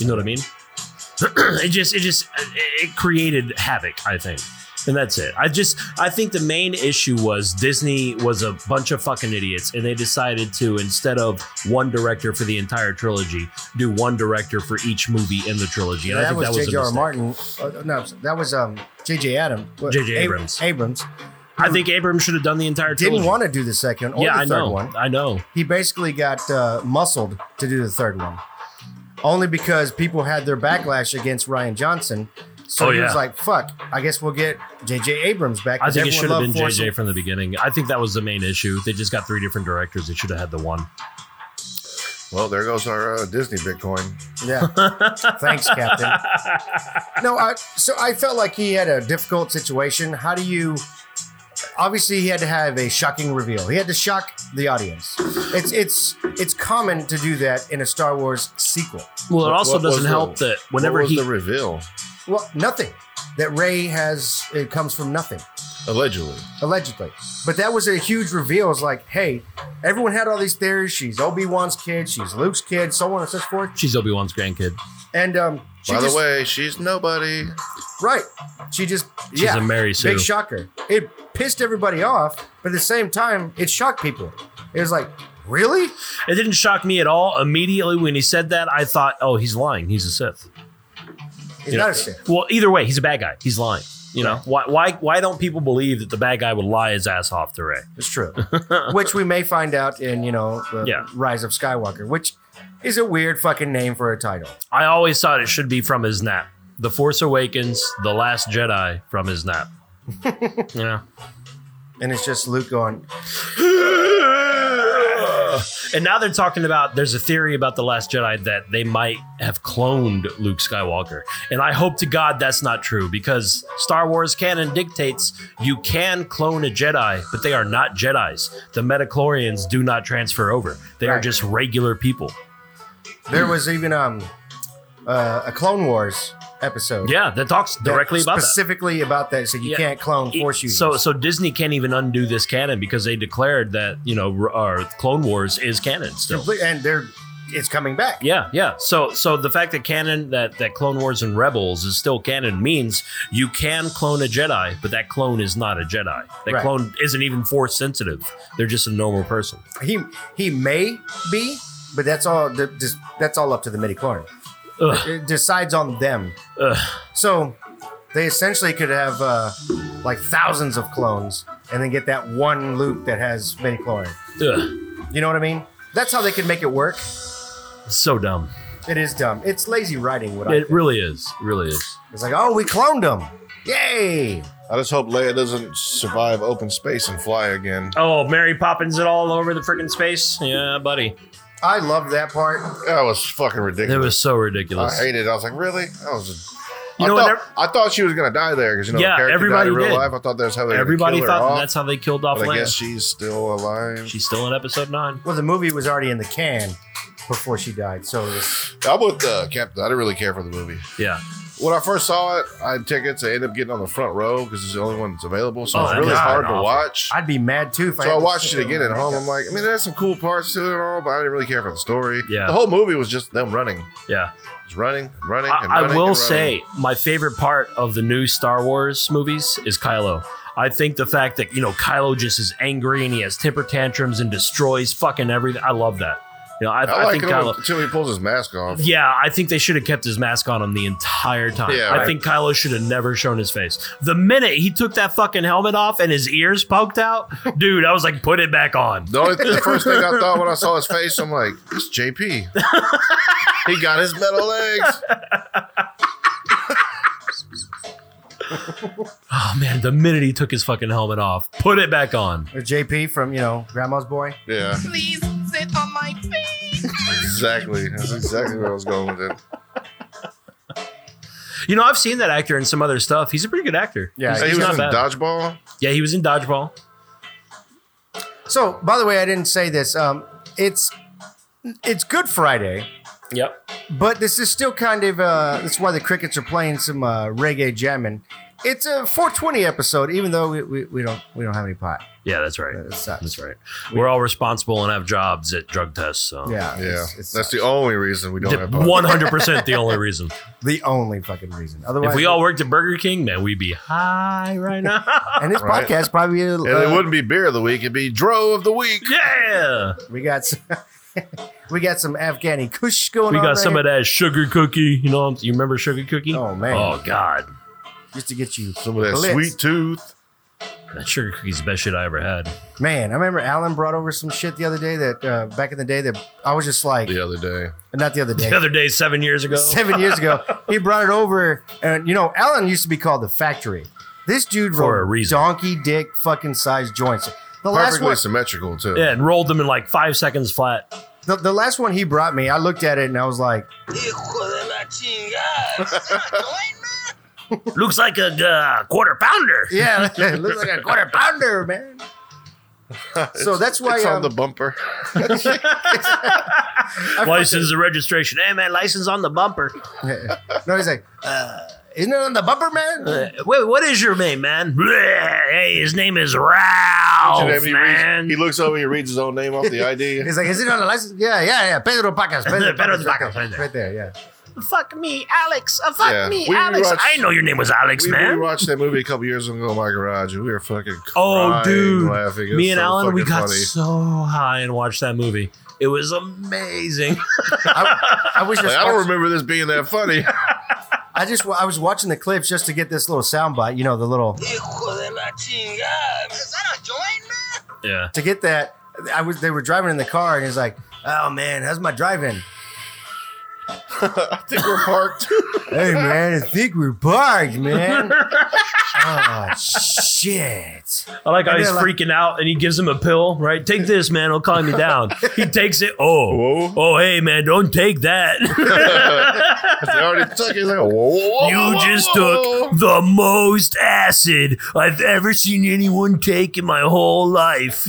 You know what I mean? it just, it just, it created havoc, I think. And that's it. I just, I think the main issue was Disney was a bunch of fucking idiots and they decided to, instead of one director for the entire trilogy, do one director for each movie in the trilogy. And I that think was that was a J.J.R. mistake. Martin. Uh, no, that was um J.J. Adam. what, J.J. Ab- Abrams. Abrams I think Abrams should have done the entire trilogy. didn't want to do the second or yeah, the I third know. one. I know. He basically got uh, muscled to do the third one, only because people had their backlash against Ryan Johnson. So Oh, he was yeah. like, "Fuck, I guess we'll get J.J. Abrams back." I 'cause think it should have everyone been loved Force JJ from the beginning. I think that was the main issue. They just got three different directors. They should have had the one. Well, there goes our uh, Disney Bitcoin. Yeah. Thanks, Captain. No, I so I felt like he had a difficult situation. How do you obviously he had to have a shocking reveal. He had to shock the audience. It's it's it's common to do that in a Star Wars sequel. Well, it What- also what was doesn't the- help that whenever what was he the reveal Well, nothing. That Ray has it comes from nothing, allegedly. allegedly. But that was a huge reveal. It's like, hey, everyone had all these theories. She's Obi-Wan's kid, she's Luke's kid, so on and so forth. she's Obi Wan's grandkid. And um she By the just- way, she's nobody. Right. She just She's yeah, a Mary Sue. Big shocker. It pissed everybody off, but at the same time, it shocked people. It was like, really? It didn't shock me at all. Immediately when he said that, I thought, oh, he's lying. He's a Sith. It's You not know? a shit. Well, either way, he's a bad guy. He's lying. You know why? Why? Why don't people believe that the bad guy would lie his ass off to Ray? It's true. which we may find out in, you know, the Yeah. Rise of Skywalker, which is a weird fucking name for a title. I always thought it should be from his nap. The Force Awakens, The Last Jedi from his nap. you know. And it's just Luke going, And now they're talking about there's a theory about the Last Jedi that they might have cloned Luke Skywalker. And I hope to God that's not true because Star Wars canon dictates you can clone a Jedi, but they are not Jedis. The Metachlorians do not transfer over, they are Right. just regular people. there was even um uh, a Clone Wars episode. Yeah, that talks that- directly about that. specifically about that. So you Yeah. can't clone force users. So, so Disney can't even undo this canon because they declared that you know r- our Clone Wars is canon still. Comple- and they're it's coming back. Yeah, yeah. So so the fact that canon that that Clone Wars and Rebels is still canon means you can clone a Jedi, but that clone is not a Jedi. That Right. clone isn't even force sensitive. They're just a normal person. He he may be, but that's all. the- Just, that's all up to the midi chlorian. Ugh. It decides on them. Ugh. So they essentially could have uh, like thousands of clones, and then get that one Luke that has midi chlorian. Ugh. You know what I mean? That's how they could make it work. So dumb. It is dumb. It's lazy writing. What I It think. really is. It really is. it's like, oh, we cloned him. Yay! I just hope Leia doesn't survive open space and fly again. Oh, Mary Poppins it all over the freaking space. Yeah, buddy. I love that part. That was fucking It ridiculous. was so I ridiculous. hated it. I was like, really? That was. You I, know what, thought, ev- I thought she was gonna die there because you know Yeah, the character everybody died in real did. life. I thought that's how they Everybody kill her thought off, that's how they killed off but I guess Leia. she's still alive. She's still in episode nine. Well, the movie was already in the can before she died, so it was, I'm with uh, Captain. I didn't really care for the movie. Yeah. When I first saw it, I had tickets. I ended up getting on the front row because it's the only one that's available. So Oh, it's that really was hard god to awful. watch. I'd be mad too if I. so had I to watched sit it again there at and home. make I'm like, I mean, there's some cool parts to it and all, but I didn't really care for the story. Yeah. The whole movie was just them running. Yeah. It's running, running, and I, I running and will running. say my favorite part of the new Star Wars movies is Kylo. I think the fact that you know Kylo just is angry and he has temper tantrums and destroys fucking everything. I love that. You know, I, I, I, like think it Kylo, Kylo. until he pulls his mask off. Yeah, I think they should have kept his mask on him the entire time. Yeah, I right. think Kylo should have never shown his face. The minute he took that fucking helmet off and his ears poked out, dude, I was like, put it back on. The, only, the first thing I thought when I saw his face, I'm like, it's JP. he got his metal legs. Oh man, the minute he took his fucking helmet off, put it back on. Or JP from, you know, Grandma's Boy. Yeah, Please sit on my face. exactly. That's exactly where I was going with it. You know, I've seen that actor in some other stuff. He's a pretty good actor. Yeah, he's, He he's was not in bad. dodgeball. yeah, he was in Dodgeball. So, by the way, I didn't say this. Um, it's it's Good Friday, Yep. but this is still kind of uh, that's why the crickets are playing some uh, reggae jamming. It's a 420 episode, even though we, we, we don't we don't have any pot. Yeah, that's right. It sucks. That's right. We're all responsible and have jobs at drug tests. So Yeah, Yeah, it's- uh, it's that's the only reason we don't have podcasts. One hundred percent the only reason. the only fucking reason. Otherwise, If we all worked at Burger King, man, we'd be high right now. and this Right. podcast probably uh, And it wouldn't be beer of the week; it'd be Dro of the week. yeah, we got some, we got some Afghani kush going we on. got right some here. of that sugar cookie. You know, you remember sugar cookie? Oh, man. Oh god, just to get you Some of that blitzed. sweet tooth. that sugar cookie's the best shit I ever had. Man, I remember Alan brought over some shit the other day that uh, back in the day that I was just like, The other day, not the other day, The other day, seven years ago. seven years ago, he brought it over, and you know, Alan used to be called the factory. This dude For wrote a reason. donkey dick fucking sized joints. The last perfectly one, symmetrical too. Yeah, and rolled them in like five seconds flat. the, the last one he brought me, I looked at it and I was like, Hijo de la chingada. Looks like a uh, quarter pounder. yeah, it looks like a quarter pounder, man. So that's why it's on um, the bumper. License and registration. Hey man, license on the bumper. no, he's like, uh, isn't it on the bumper, man? Uh, wait, what is your name, man? Bleh, Hey, his name is Ralph, And he, Oh, man. reads, he looks over, he reads his own name off the ID. He's like, is it on the license? Yeah, yeah, yeah. Pedro Pacas. Pedro, Pedro Pacas, Pacas, right, there. right there, yeah. fuck me, Alex. Uh, fuck Yeah, me, we Alex. watched- I know your name was Alex, we, we man. watched that movie a couple years ago in my garage, and we were fucking Oh, crying, dude. laughing. It was me and so Alan, we fucking got funny. so high and watched that movie. It was amazing. I, I was just Like, I don't watching- remember this being that funny. I just I was watching the clips just to get this little sound bite, you know, the little Hijo de la chingada. Is that a joint, man? yeah. to get that. I was they were driving in the car and he's like, "Oh man, how's my driving?" I think we're parked. Hey man, I think we're parked, man. oh shit! I like how And he's they're like- freaking out and he gives him a pill, right? Take this, man. It'll calm you down. he takes it. Oh. Whoa. Oh, hey, man. Don't take that. they already took it. It's like, whoa, whoa, whoa, you whoa, just whoa. took the most acid I've ever seen anyone take in my whole life.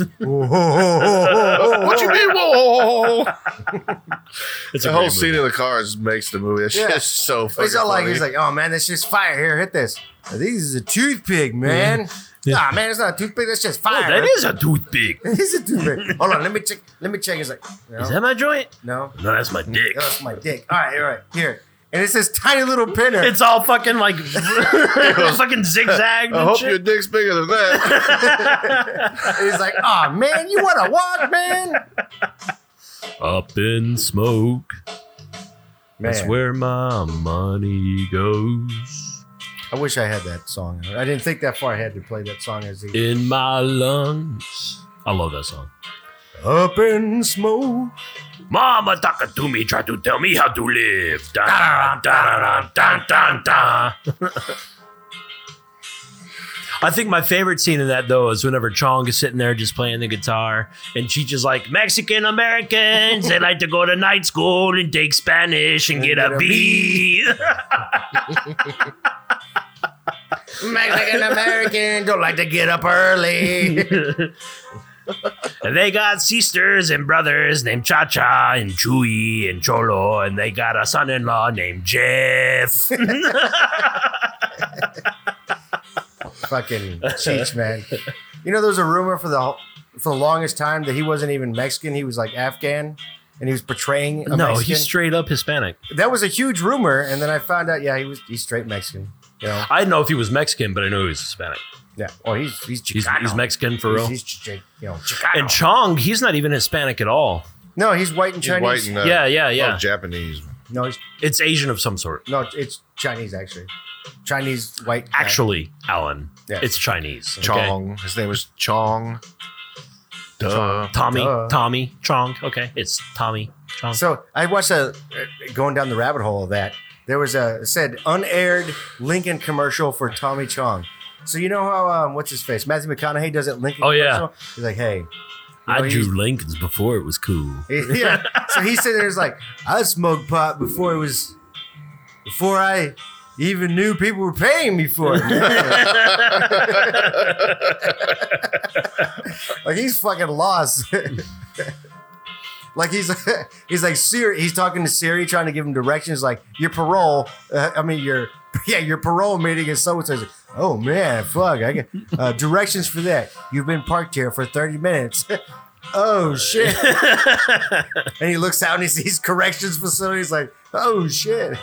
What you mean? Whoa, whoa, whoa, whoa. It's The whole scene in the car just makes the movie. That shit Yeah. is so fucking He's all like, funny. he's like, "Oh man, that's just fire. Here, hit this. This is a toothpick, man. Nah, man, it's not a toothpick. That's just fire. Oh, that is a toothpick. It is a toothpick. Hold on, let me check. Let me check. He's like, Is no, that my joint? no, No, that's my dick. that's my dick. All right, all right, here." And it's this tiny little pinner. It's all fucking like fucking zigzag. I hope your dick's bigger than that. And he's like, "Oh man, you want to walk, man?" Up in smoke. Man, That's where my money goes. I wish I had that song. I didn't think that far ahead to play that song as the In my lungs. I love that song. up in smoke. Mama talking to me, try to tell me how to live. Dun, dun, dun, dun, dun, dun, dun. I think my favorite scene in that though is whenever Chong is sitting there just playing the guitar and Cheech is like, Mexican Americans, they like to go to night school and take Spanish and, get, a B. Mexican American don't like to get up early. And they got sisters and brothers named Cha Cha and Chewy and Cholo, and they got a son in law named Jeff. Fucking Cheech, man. You know, there was a rumor for the for the longest time that he wasn't even Mexican. He was like Afghan, and he was portraying. A no, Mexican. he's straight up Hispanic. that was a huge rumor, and then I found out. Yeah, he was he's straight Mexican. You know, I didn't know if he was Mexican, but I know he was Hispanic. yeah. Oh, he's he's He's, Chicano. he's Mexican for real. He's, he's Chi- you know Chicano. and Chong, he's not even Hispanic at all. No, he's white and He's Chinese. white and uh, yeah, yeah, yeah. oh, Japanese. no, he's, It's Asian of some sort. no, it's Chinese actually. Chinese white. guy. Actually, Alan, Yeah. it's Chinese. okay? Chong. His name is Chong. Duh. Tommy, Duh. Tommy, Chong. Okay, it's Tommy Chong. So I watched a uh, going down the rabbit hole of that. There was a it said unaired Lincoln commercial for Tommy Chong. So you know how um, what's his face Matthew McConaughey does it Lincoln. Oh, yeah. commercial? He's like, hey, I know, he's- drew Lincolns before it was cool. He- yeah. so he's sitting there, he's like, I smoked pot before it was, before I even knew people were paying me for it. like he's fucking lost. like he's he's like Siri. He's talking to Siri, trying to give him directions. Like your parole, uh, I mean your yeah your parole meeting is so and so. Oh man, fuck! I get uh, directions for that. You've been parked here for thirty minutes. oh shit! and he looks out and he sees corrections facility. He's like, oh shit.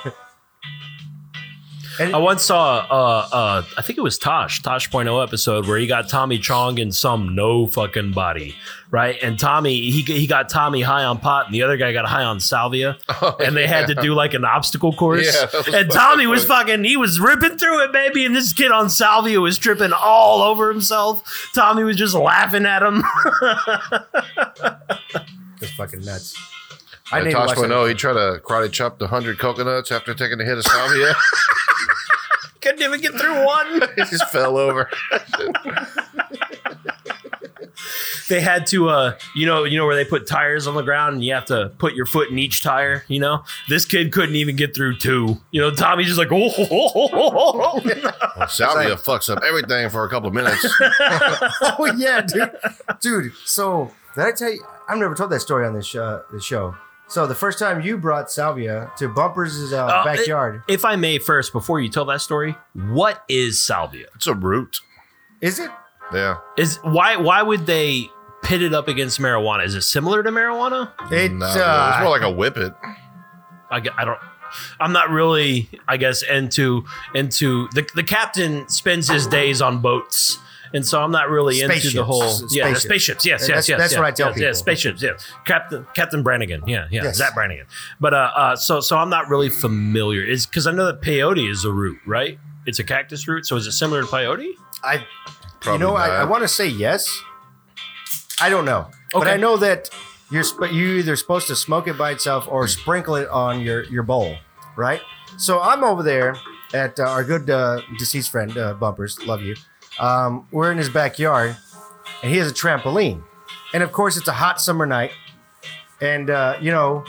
I once saw, uh, uh, I think it was Tosh, Tosh.0 episode where he got Tommy Chong in some no fucking body, right? And Tommy, he, he got Tommy high on pot and the other guy got high on salvia. and they had to do like an obstacle course. Oh, Yeah, that was and fucking Tommy was funny. fucking, he was ripping through it, baby. And this kid on salvia was tripping all over himself. Tommy was just laughing at him. It's fucking nuts. I didn't even Tosh watch that. no, he tried to karate chop the hundred coconuts after taking a hit of salvia. Couldn't even get through one. he just fell over. they had to uh you know you know where they put tires on the ground and you have to put your foot in each tire you know this kid couldn't even get through two you know tommy's just like oh, ho, ho, ho, ho, ho." Well, salvia Oh, fucks up everything for a couple of minutes. oh yeah, dude. Dude, so did I tell you? I've never told that story on this uh, this show. So the first time you brought Salvia to Bumper's uh, Uh, backyard, if i may first before you tell that story what is salvia it's a root. is it? Yeah. is why why would they pit it up against marijuana is it similar to marijuana It, No, uh, it's more like a whippet. I, gu- I don't. I'm not really, I guess, into into the the captain spends his days on boats, and so I'm not really into the Spaceships. whole yeah the Spaceships. spaceships. Yes, yes, That's- yes. that's yes, what I tell yes, people. Yes, spaceships. Yes, Captain Captain Brannigan. Yeah, yeah, Yes. Zach Brannigan. But uh, uh, so so I'm not really familiar. Is because I know that peyote is a root, right? It's a cactus root. So is it similar to peyote? I Probably you know, I, I not. want to say yes. I don't know, but Okay. I know that you're sp- you either supposed to smoke it by itself Hmm. or sprinkle it on your your bowl, right? So I'm over there at uh, our good uh, deceased friend uh, Bumpers, love you. Um, we're in his backyard, and he has a trampoline, and of course it's a hot summer night, and uh, you know.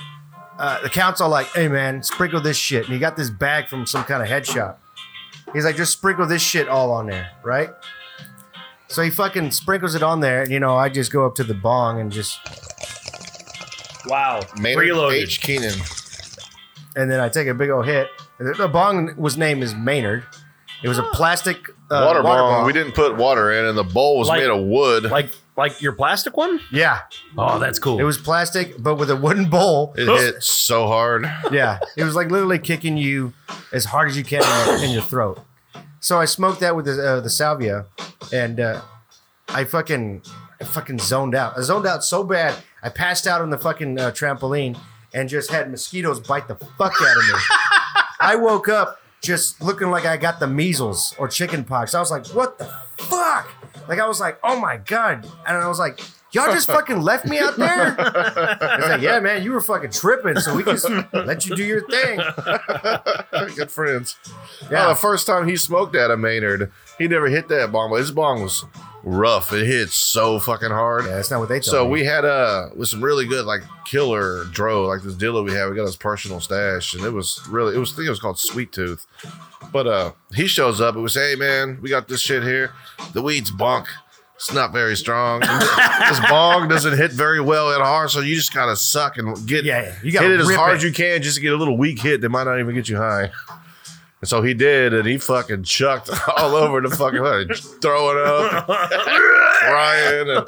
Uh, the count's all like, "Hey man, sprinkle this shit," and he got this bag from some kind of head shop. He's like, "Just sprinkle this shit all on there, right?" So he fucking sprinkles it on there, and you know, I just go up to the bong and just, Wow. Maynard Preloaded. H. Keenan. and then I take a big old hit. And the- The bong was named as Maynard. It was a plastic uh, water, bomb. We didn't put water in, and the bowl was Like- made of wood. Like like your plastic one? Yeah, Oh, that's cool. it was plastic, but with a wooden bowl. it hit so hard. Yeah, it was like literally kicking you as hard as you can in your, in your throat. So I smoked that with the, uh, the salvia, and uh, I fucking I fucking zoned out. I zoned out so bad I passed out on the fucking uh, trampoline and just had mosquitoes bite the fuck out of me. I woke up just looking like I got the measles or chicken pox. I was like, what the fuck? Like I was like, oh my god, and I was like. Y'all just fucking left me out there. It's like, yeah, man, you were fucking tripping, so we just let you do your thing. Good friends. Yeah. Yeah, the first time he smoked at a Maynard, he never hit that bomb. His bomb was rough. It hit so fucking hard. yeah, that's not what they told So me. we had uh with some really good like killer dro like this dealer we had we got his personal stash and it was really it was I think it was called Sweet Tooth, but uh he shows up and was hey man we got this shit here the weed's bunk it's not very strong this bong doesn't hit very well at hard so you just gotta suck and get Yeah, yeah. You gotta you gotta hit it as rip hard it. as you can just to get a little weak hit that might not even get you high. And so he did, and he fucking chucked all over the fucking hood, throwing up, crying. And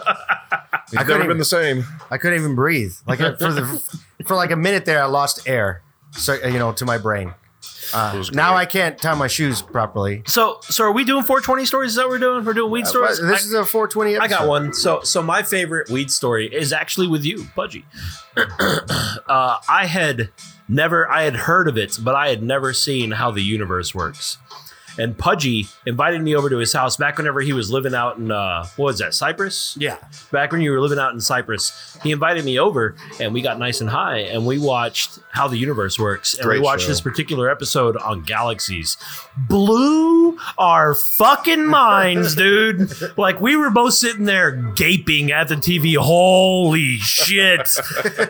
he's couldn't never even- been the same. I couldn't even uh, breathe. Like for the for like a minute there, I lost air. So you know, uh, to my brain. It Uh, was now great. I can't tie my shoes properly. So, so are we doing 420 stories? Is that what we're doing? We're doing weed Uh, stories. this is a 420 I, episode. I got one. So, so my favorite weed story is actually with you, Pudgy. uh, I had never, I had heard of it, but I had never seen how the universe works. And Pudgy invited me over to his house back whenever he was living out in uh, what was that Cyprus? Yeah. back when you were living out in Cyprus, he invited me over and we got nice and high and we watched How the Universe Works. And Great we watched show. this particular episode on galaxies. Blew our fucking minds, dude. Like we were both sitting there gaping at the TV. Holy shit.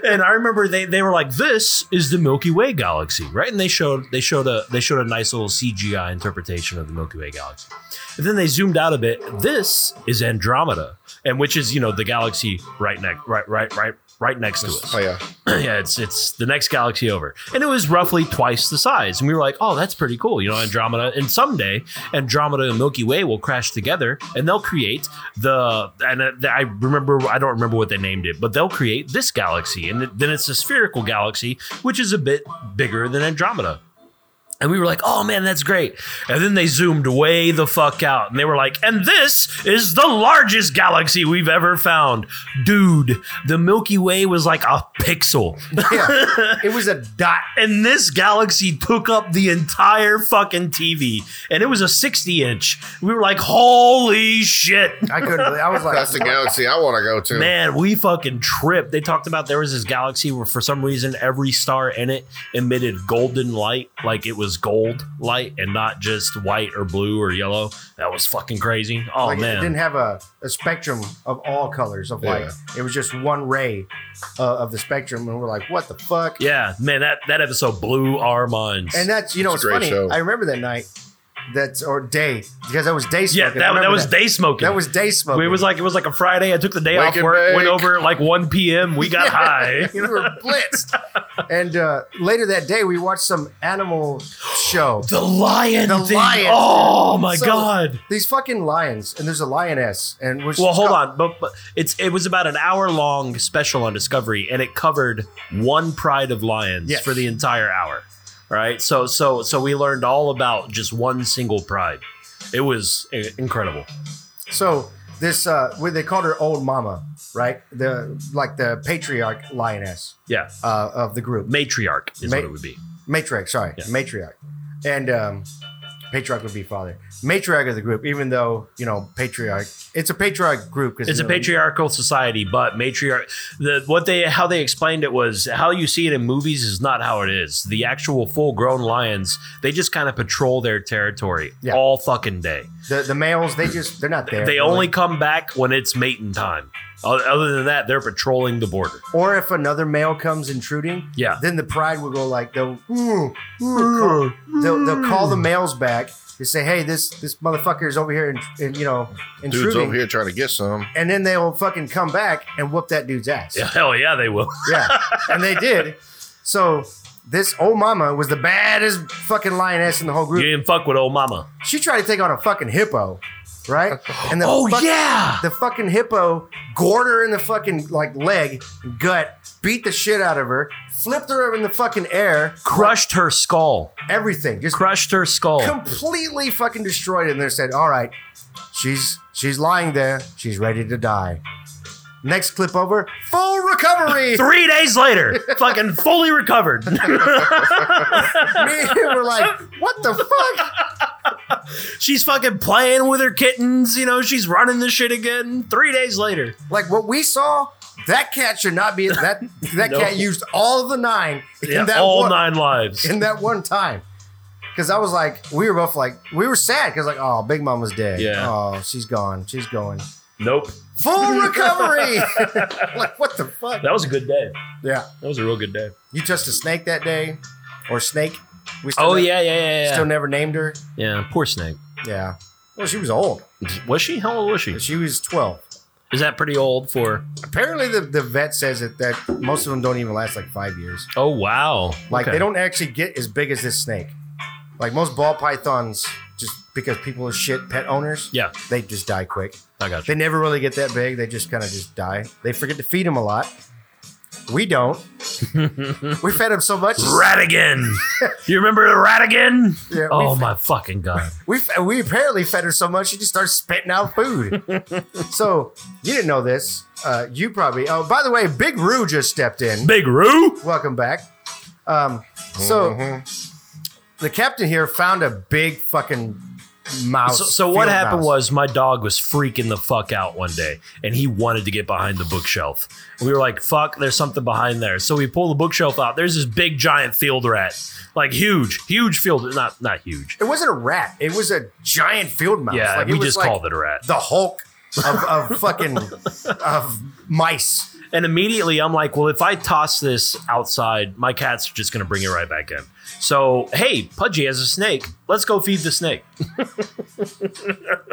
and I remember they, they were like, This is the Milky Way galaxy, right? And they showed they showed a they showed a nice little CGI interpretation of the Milky Way galaxy. And then they zoomed out a bit. This is Andromeda, and which is you know the galaxy right next, right, right, right, right next to us. Oh yeah, yeah, it's it's the next galaxy over, and it was roughly twice the size. And we were like, oh, that's pretty cool, you know, Andromeda. And someday Andromeda and Milky Way will crash together, and they'll create the. And uh, I remember, I don't remember what they named it, but they'll create this galaxy, and then it's a spherical galaxy, which is a bit bigger than Andromeda. And we were like, oh man, that's great. And then they zoomed way the fuck out. And they were like, and this is the largest galaxy we've ever found. Dude, the Milky Way was like a pixel. Yeah. It was a dot. and this galaxy took up the entire fucking TV. And it was a 60 inch. We were like, holy shit. I couldn't believe I was like, that's the galaxy I want to go to. Man, we fucking tripped. They talked about there was this galaxy where, for some reason, every star in it emitted golden light, like it was gold light and not just white or blue or yellow. That was fucking crazy. Oh like, it didn't man, have a, a spectrum of all colors of light. It was just one ray uh, of the spectrum, and we're like, what the fuck? yeah, man, that that episode blew our minds. And that's you know, it's, It's a great funny. show. I remember that night. That's or day because that was day yeah, smoking. I that, that remember was day smoking. That was day smoking. It was like it was like a Friday. I took the day Wake off and work, went bake. over at like 1 p.m. We got high. we were blitzed. and uh, later that day, we watched some animal show. The lion, The thing. lion. Oh my So- god. These fucking lions, and there's a lioness, and which Well, hold on, but, but it's it was about an hour long special on Discovery, and it covered one Pride of Lions Yes. for the entire hour. All right, so so so we learned all about just one single Pride. It was i- incredible. So this, uh, what they called her old mama, right? The like the patriarch lioness Yeah, uh, of the group. matriarch is Ma- what it would be. matriarch. Sorry, Yeah. matriarch, and um, patriarch would be father. Matriarch of the group, even though you know patriarch, it's a patriarch group because It's a patriarchal society, but matriarch. The what they how they explained it was how you see it in movies is not how it is. The actual full grown lions, they just kind of patrol their territory Yeah. all fucking day. The, the males, they just they're not there. They really. only come back when it's mating time. O- Other than that, they're patrolling the border. or if another male comes intruding, Yeah. then the pride will go like they'll "Ooh, ooh," call- they'll, they'll call the males back. They say, "Hey, this this motherfucker is over here and, and you know intruding." Dude's over here trying to get some. And then they'll fucking come back and whoop that dude's ass. Yeah, hell yeah, they will. Yeah. And they did. So this old mama was the baddest fucking lioness in the whole You group. didn't fuck with old mama. She tried to take on a fucking hippo, right? And the fuck- Oh, yeah. the fucking hippo gored her in the fucking like leg, gut, beat the shit out of her, flipped her in the fucking air, Crushed her skull. everything, just Crushed her skull. completely fucking destroyed it. And they said, "All right, she's she's lying there, she's ready to die." Next clip over, full recovery. Three days later, fucking fully recovered. Me and him were like, "What the fuck?" she's fucking playing with her kittens. You know, she's running the shit again. Three days later. Like what we saw. That cat should not be that. That No. cat used all of the nine in Yeah, that all one, nine lives. in that one time. Because I was like, we were both like, we were sad because like, oh, Big Mama's dead. Yeah. Oh, she's gone. She's going. Nope. Full recovery. like, what the fuck? That was a good day. Yeah. That was a real good day. You touched a snake that day, or snake? We still Oh ne- yeah, yeah, yeah, yeah. Still never named her. yeah, poor snake. Yeah. Well, she was old. Was she? How old was she? She was twelve. Is that pretty old for? Apparently, the, the vet says that that most of them don't even last like five years. Oh wow. Like Okay. they don't actually get as big as this snake. Like most ball pythons, just because people are shit pet owners, Yeah, they just die quick. I got you. They never really get that big. They just kind of just die. They forget to feed them a lot. We don't. we fed him so much. Radigan. you remember the Radigan? Yeah, oh we- my fucking god. We f- we apparently fed her so much she just started spitting out food. so you didn't know this. Uh, you probably. Oh, by the way, Big Roo just stepped in. Big Roo. Welcome back. Um, so the captain here found a big fucking mouse. So, so what field happened mouse. was my dog was freaking the fuck out one day, and he wanted to get behind the bookshelf. We were like, "Fuck, there's something behind there." So we pull the bookshelf out. There's this big giant field rat, like huge, huge field. Not not huge. it wasn't a rat. It was a giant field mouse. Yeah, Like, we was just like called it a rat. the Hulk of, of fucking of mice. And immediately I'm like, well, if I toss this outside, my cat's just going to bring it right back in. So, hey, Pudgy has a snake. Let's go feed the snake.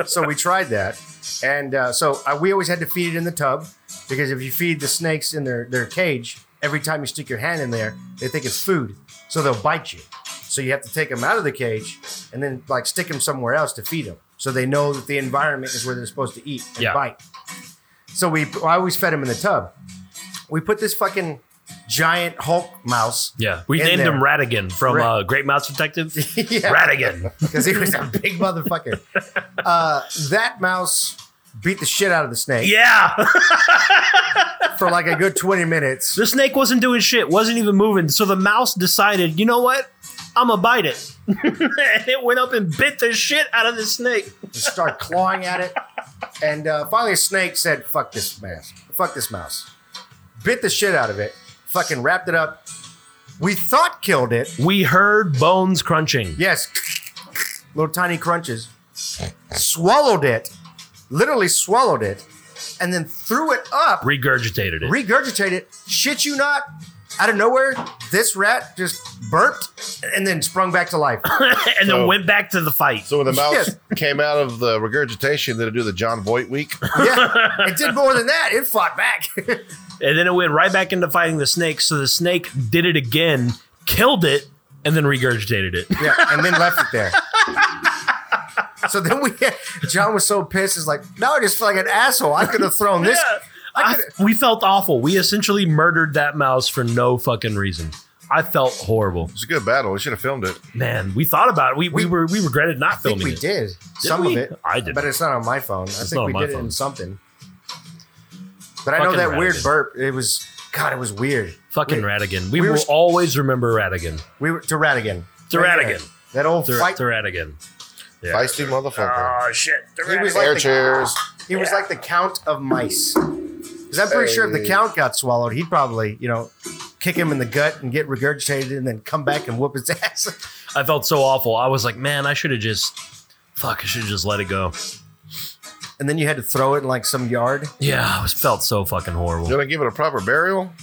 So we tried that, and uh, so uh, we always had to feed it in the tub because if you feed the snakes in their their cage, every time you stick your hand in there, they think it's food, so they'll bite you. So you have to take them out of the cage and then like stick them somewhere else to feed them, so they know that the environment is where they're supposed to eat and Yeah. bite. So we I always fed them in the tub. We put this fucking giant Hulk mouse Yeah. We In named there. him Radigan from Ra- uh, Great Mouse Detective. Yeah. Radigan. because he was a big motherfucker. Uh, that mouse beat the shit out of the snake Yeah. for like a good 20 minutes. the snake wasn't doing shit, wasn't even moving. So the mouse decided, you know what? I'm going to bite it. and it went up and bit the shit out of the snake. Just start clawing at it. And uh, finally, a snake said, fuck this mouse. Fuck this mouse. Bit the shit out of it. Fucking wrapped it up. We thought killed it. We heard bones crunching. Yes. Little tiny crunches. Swallowed it. Literally swallowed it. And then threw it up. Regurgitated it. regurgitate it. Shit you not. Out of nowhere, this rat just burped and then sprung back to life. and So- then went back to the fight. So when the mouse Yes. came out of the regurgitation, did it do the John Voight week? yeah, it did more than that. It fought back. And then it went right back into fighting the snake. So the snake did it again, killed it, and then regurgitated it. yeah, and then left it there. So then we, John was so pissed. He's like, "Now I just feel like an asshole. I could have thrown this. I I- could. we felt awful. We essentially murdered that mouse for no fucking reason. I felt horrible, It's a good battle. We should have filmed it. man. We thought about it. We we, We- were we regretted not I think filming we it. did some we? of it. I didn't. but it's not on my phone. I not think on we my did it phone. in something. But I know Fucking that weird Radigan. burp. It was God. It was weird. Fucking we- Radigan. We, we will were- always remember Radigan. We were to Radigan. To Right there. Radigan. That old To, fight. to Radigan. Yeah. Feisty motherfucker. Uh, Oh shit. To He was Radigan. like Air the- chairs. He was like the count of mice. Because I'm pretty sure if the Hey. count got swallowed, he'd probably, you know, kick him in the gut and get regurgitated and then come back and whoop his ass. I felt so awful. I was like, man, I should have just fuck. I should have just let it go. And then you had to throw it in like some yard. Yeah, I was, felt so fucking horrible. Did I give it a proper burial?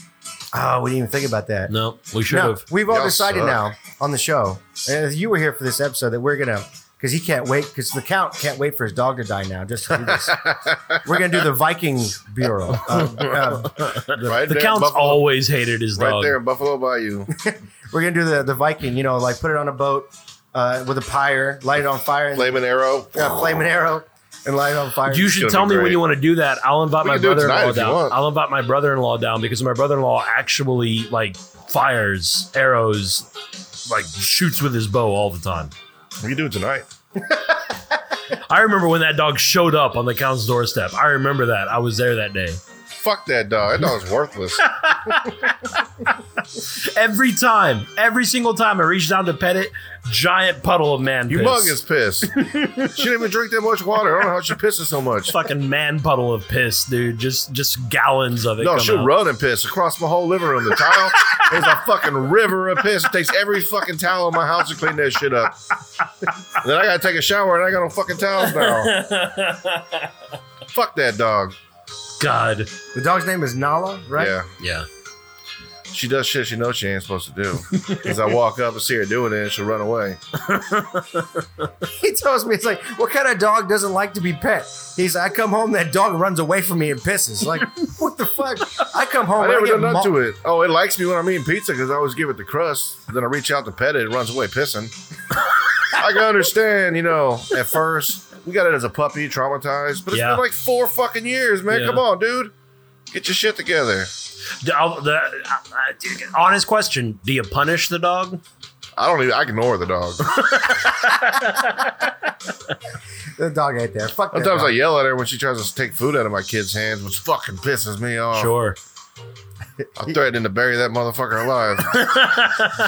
Oh, we didn't even think about that. No, we should No, have. we've all Y'all decided suck. now on the show. And you were here for this episode that we're gonna because he can't wait because the count can't wait for his dog to die now just to do this. we're gonna do the Viking Bureau. Uh, uh, right The there in count's Buffalo- always hated his Right dog. there in Buffalo Bayou. we're gonna do the the Viking. You know, like put it on a boat uh, with a pyre, light it on fire, and Flaming arrow. uh, flame an arrow and light it on fire. You gonna should be tell me when great. you want to do that. I'll invite We my can do it tonight brother-in-law if you down. want. I'll invite my brother-in-law down because my brother-in-law actually like fires arrows, like shoots with his bow all the time. We can do it tonight. I remember when that dog showed up on the count's doorstep. I remember that. I was there that day. Fuck that dog. That dog's worthless. Every time, every single time I reached down to pet it, giant puddle of man piss. Humongous piss. she didn't even drink that much water. I don't know how she pisses so much. Fucking man puddle of piss, dude. Just just gallons of it. No, come she'll out. run and piss across my whole living room. The towel is a fucking river of piss. It takes every fucking towel in my house to clean that shit up. then I gotta take a shower and I got no fucking towels now. Fuck that dog. God. the dog's name is Nala, right? Yeah. Yeah. She does shit she knows she ain't supposed to do. Because I walk up and see her doing it and she'll run away. He tells me, it's like, what kind of dog doesn't like to be pet? He's like, I come home, that dog runs away from me and pisses. Like, what the fuck? I come home, I and Oh, I never get done nothing mauled. to it. Oh, it likes me when I'm eating pizza because I always give it the crust. Then I reach out to pet it, it runs away pissing. I can understand, you know, at first we got it as a puppy, traumatized, but it's Yeah. been like four fucking years, man. Yeah. Come on, dude. Get your shit together. The, I'll- the- I- I- honest question: Do you punish the dog? I don't even. I ignore the dog. The dog ain't there. Fuck that. Sometimes I dog. yell at her when she tries to take food out of my kid's hands, which fucking pisses me off. Sure. I'm threatening to bury that motherfucker alive.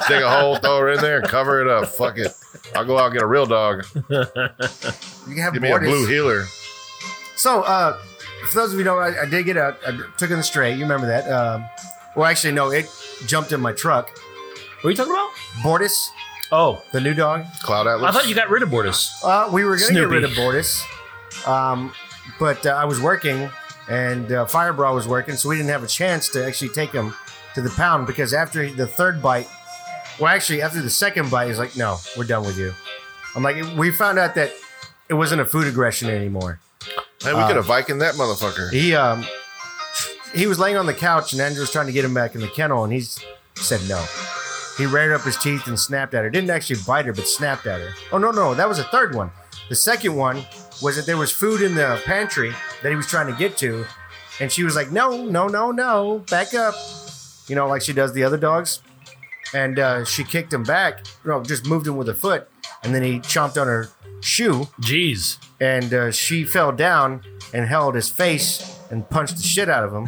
Dig a hole, throw her in there, and cover it up. Fuck it. I'll go out and get a real dog. you can have Give me a Mortis. blue healer. So, uh, for those of you who don't, I, I did get out. I took in the stray. You remember that? Um, well, actually, no. It jumped in my truck. What are you talking about? Bortis, Oh, the new dog. Cloud Atlas. I thought you got rid of Bortis. Uh, we were going to get Snoopy. rid of Bortis, um, but uh, I was working, and uh, Firebra was working, so we didn't have a chance to actually take him to the pound because after the third bite, well, actually after the second bite, he's like, "No, we're done with you." I'm like, we found out that it wasn't a food aggression anymore. Hey, we uh, could have Viking that motherfucker. He um, he was laying on the couch, and Andrew was trying to get him back in the kennel, and he said no. He reared up his teeth and snapped at her. Didn't actually bite her, but snapped at her. Oh no, no, that was a third one. The second one was that there was food in the pantry that he was trying to get to, and she was like, "No, no, no, no, back up," you know, like she does the other dogs. And uh, she kicked him back, no, just moved him with a foot, and then he chomped on her shoe Jeez. and uh, she fell down and held his face and punched the shit out of him.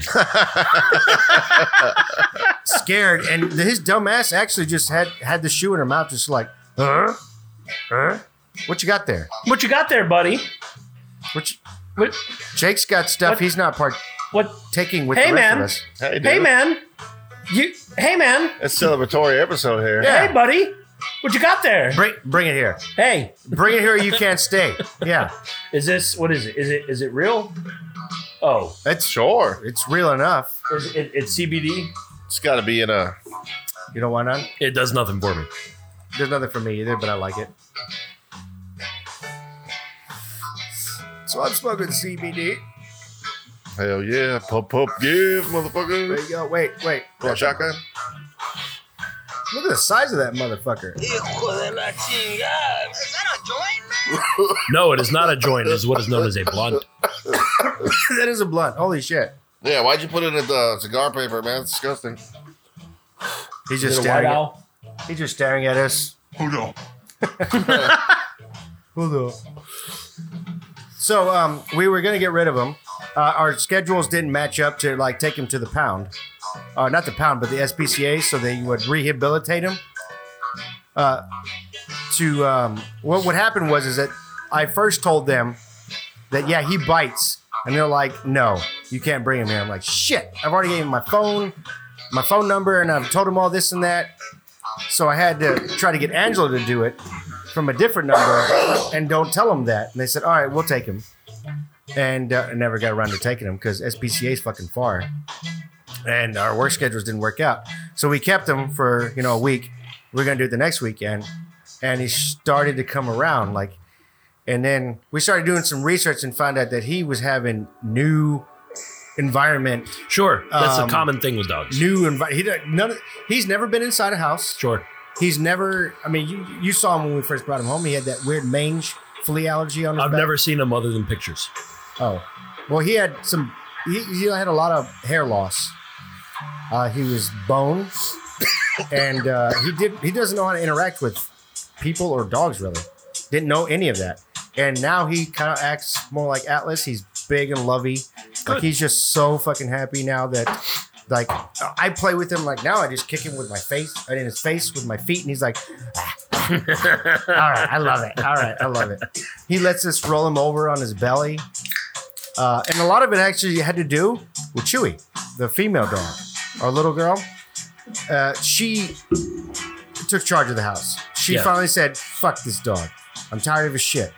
Scared, and his dumb ass actually just had had the shoe in her mouth, just like, huh, huh. What you got there? What you got there, buddy? What you, What? Jake's got stuff What? he's not What? partaking with Hey, the rest man. of us. Hey, dude. man. You. Hey, man. It's a celebratory episode here. Yeah. Hey, buddy. What you got there? Bring, bring it here. Hey, Bring it here. You can't stay. Yeah, is this what is it? Is it is it real? Oh, it's Sure. it's real enough. is it, it's CBD. It's got to be in a. You know why not? It does nothing for me. There's nothing for me either, but I like it. So I'm smoking CBD. Hell yeah. Pop, pop, give, motherfucker. There you go. Wait, wait. Pull a shotgun. Look at the size of that motherfucker. Hijo de la chingada. Is that a joint, man? No, it is not a joint. It is what is known as a blunt. that is a blunt. Holy shit. Yeah, why'd you put it in the uh, cigar paper, man? It's disgusting. He's Is just it a white staring. At, owl? he's just staring at us. Hold on. Hold on. So um, we were gonna get rid of him. Uh, our schedules didn't match up to like take him to the pound, uh, not the pound, but the SPCA, so they would rehabilitate him. Uh, to um, what what happened was is that I first told them that yeah he bites, and they're like, no, you can't bring him here. I'm like, shit, I've already gave him my phone, my phone number, and I've told him all this and that. So I had to try to get Angela to do it from a different number and don't tell them that. And they said, all right, we'll take him. And uh, I never got around to taking him because SPCA is fucking far. And our work schedules didn't work out. So we kept him for, you know, a week. We are going to do it the next weekend. And he started to come around. Like, and then we started doing some research and found out that he was having new environment, Sure, that's Um, a common thing with dogs. new environment. He, don't- none of, he's never been inside a house. Sure. He's never. I mean, you you saw him when we first brought him home. He had that weird mange flea allergy on his. I've back. never seen them other than pictures. Oh, well, he had some. He, he had a lot of hair loss. Uh, he was bone, and uh, he did. He doesn't know how to interact with people or dogs. Really, didn't know any of that. And now he kind of acts more like Atlas. He's big and lovey. Like Good. he's just so fucking happy now that, like, I play with him. Like now, I just kick him with my face and in his face with my feet, and he's like, all right, I love it. All right, I love it. He lets us roll him over on his belly. Uh, and a lot of it actually had to do with Chewy, the female dog, our little girl. Uh, she took charge of the house. She Yeah. finally said, fuck this dog. I'm tired of his shit.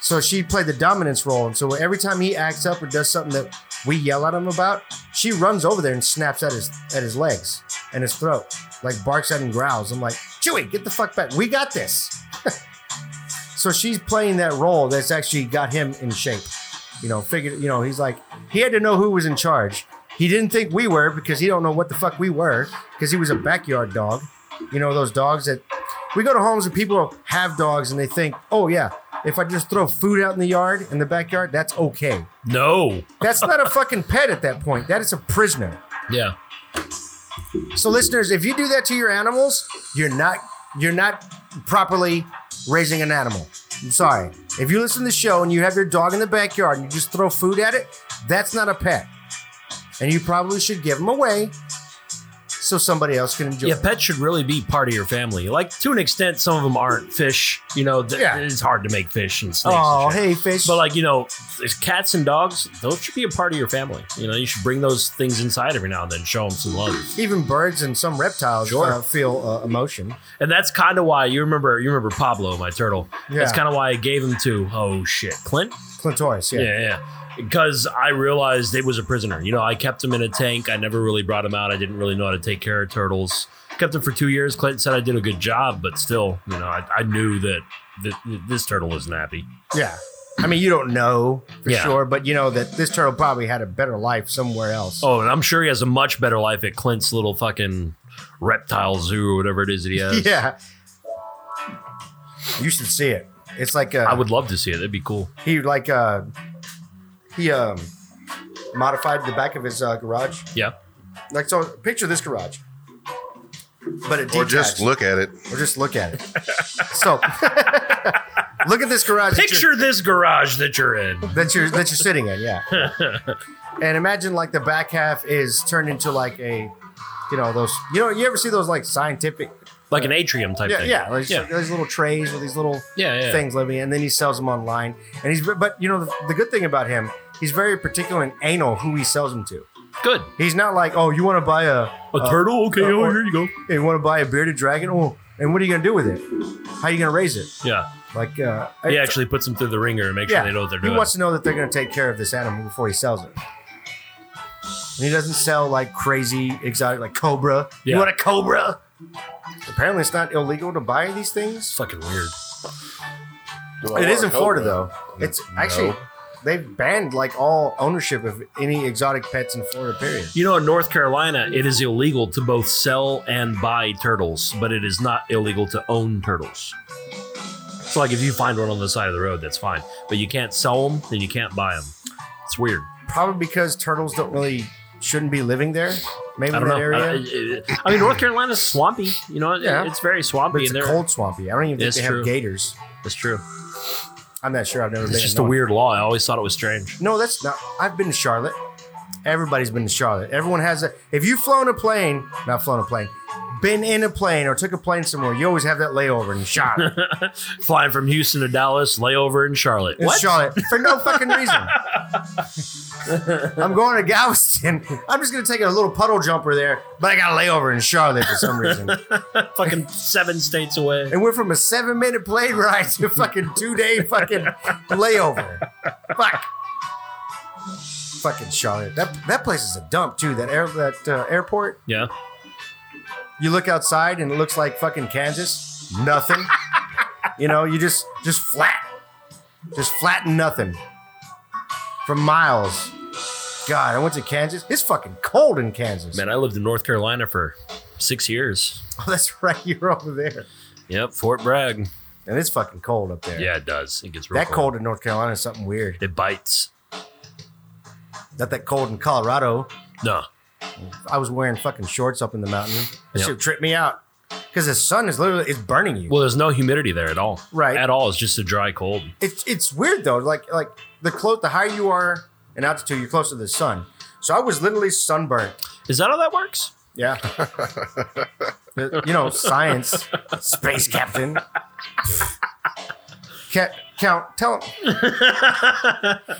So she played the dominance role. And so every time he acts up or does something that we yell at him about, she runs over there and snaps at his at his legs and his throat, like barks at him, growls. I'm like, Chewy, get the fuck back. We got this. So she's playing that role that's actually got him in shape. You know, figured, you know, he's like, he had to know who was in charge. He didn't think we were because he don't know what the fuck we were because he was a backyard dog. You know, those dogs that we go to homes and people have dogs and they think, oh, yeah, if I just throw food out in the yard, in the backyard, that's okay. No. That's not a fucking pet at that point. That is a prisoner. Yeah. So listeners, if you do that to your animals, you're not you're not properly raising an animal. I'm sorry. If you listen to the show and you have your dog in the backyard and you just throw food at it, that's not a pet. And you probably should give them away so somebody else can enjoy Yeah, it. pets should really be part of your family. Like to an extent, some of them aren't fish. You know, th- Yeah. it's hard to make fish and snakes. Oh, and shit. hey fish. But like you know, there's cats and dogs. Those should be a part of your family. You know, you should bring those things inside every now and then, show them some love. Even birds and some reptiles Sure. uh, feel uh, emotion. And that's kind of why you remember. You remember Pablo, my turtle. Yeah. That's kind of why I gave him to. Oh shit, Clint. Clitoris, yeah. Yeah, yeah. Because I realized it was a prisoner. You know, I kept him in a tank. I never really brought him out. I didn't really know how to take care of turtles. Kept him for two years. Clinton said I did a good job, but still, you know, I, I knew that th- this turtle wasn't happy. Yeah. I mean, you don't know for Yeah. sure, but you know that this turtle probably had a better life somewhere else. Oh, and I'm sure he has a much better life at Clint's little fucking reptile zoo or whatever it is that he has. yeah. You should see it. It's like uh, I would love to see it. That'd be cool. he like uh, he um, modified the back of his uh, garage. Yeah. Like so, picture this garage, but it Or just detached. look at it. or just look at it. so look at this garage. that you're- Picture this garage that you're in. that you're that you're sitting in, yeah. and imagine like the back half is turned into like a, you know those you know you ever see those like scientific Like an atrium type yeah thing. yeah, like, yeah. these little trays with these little Yeah, yeah. things living in, and then he sells them online and he's but you know the, the good thing about him he's very particular and anal who he sells them to. Good. He's not like oh you want to buy a A turtle? Okay, uh, oh, or- here you go. you want to buy a bearded dragon oh and what are you gonna do with it how are you gonna raise it Yeah. like uh, He actually puts them through the ringer and make sure they know what they're doing. He wants to know that they're going to take care of this animal before he sells it. And he doesn't sell like crazy exotic, like cobra. You Yeah. want a cobra? Apparently, it's not illegal to buy these things. fucking weird. Do I It want is a in Florida, cobra? though. It's actually they've banned like all ownership of any exotic pets in Florida. Period. You know, in North Carolina, it is illegal to both sell and buy turtles, but it is not illegal to own turtles. So, like, if you find one on the side of the road, that's fine. But you can't sell them and you can't buy them. It's weird. Probably because turtles don't really shouldn't be living there. Maybe that I don't know. I, area, I- I mean, North Carolina's swampy. You know, it- Yeah. it's very but swampy. it's and they're, cold, swampy. I don't even think It's they true. have gators. It's true. I'm not sure. I've never been. It's in just a North- weird law. I always thought it was strange. No, that's not. I've been to Charlotte. Everybody's been to Charlotte. Everyone has a. If you've flown a plane, not flown a plane, been in a plane or took a plane somewhere, you always have that layover in Charlotte. Flying from Houston to Dallas, layover in Charlotte. In What? Charlotte for no fucking reason. I'm going to Galveston. I'm just gonna take a little puddle jumper there, but I got a layover in Charlotte for some reason. fucking seven states away. and we're from a seven minute plane ride to fucking two day fucking layover. Fuck. Fucking Charlotte. That that place is a dump too. That air that uh, airport. Yeah. You look outside and it looks like fucking Kansas. Nothing. you know, you just just flat, just flat and nothing. For miles. God, I went to Kansas. It's fucking cold in Kansas. Man, I lived in North Carolina for six years. Oh, that's right. You're over there, Yep, Fort Bragg. and it's fucking cold up there. Yeah, it does. It gets real That cold in North Carolina is something weird. It bites. Not that cold in Colorado. No. I was wearing fucking shorts up in the mountain. That Yep. shit tripped me out because the sun is literally it's burning you. Well, there's no humidity there at all. Right. At all. It's just a dry cold. it's it's weird though. Like like the close the higher you are in altitude, you're closer to the sun. So I was literally sunburnt. Is that how that works? Yeah. you know, science, space captain. Ca- count, tell him,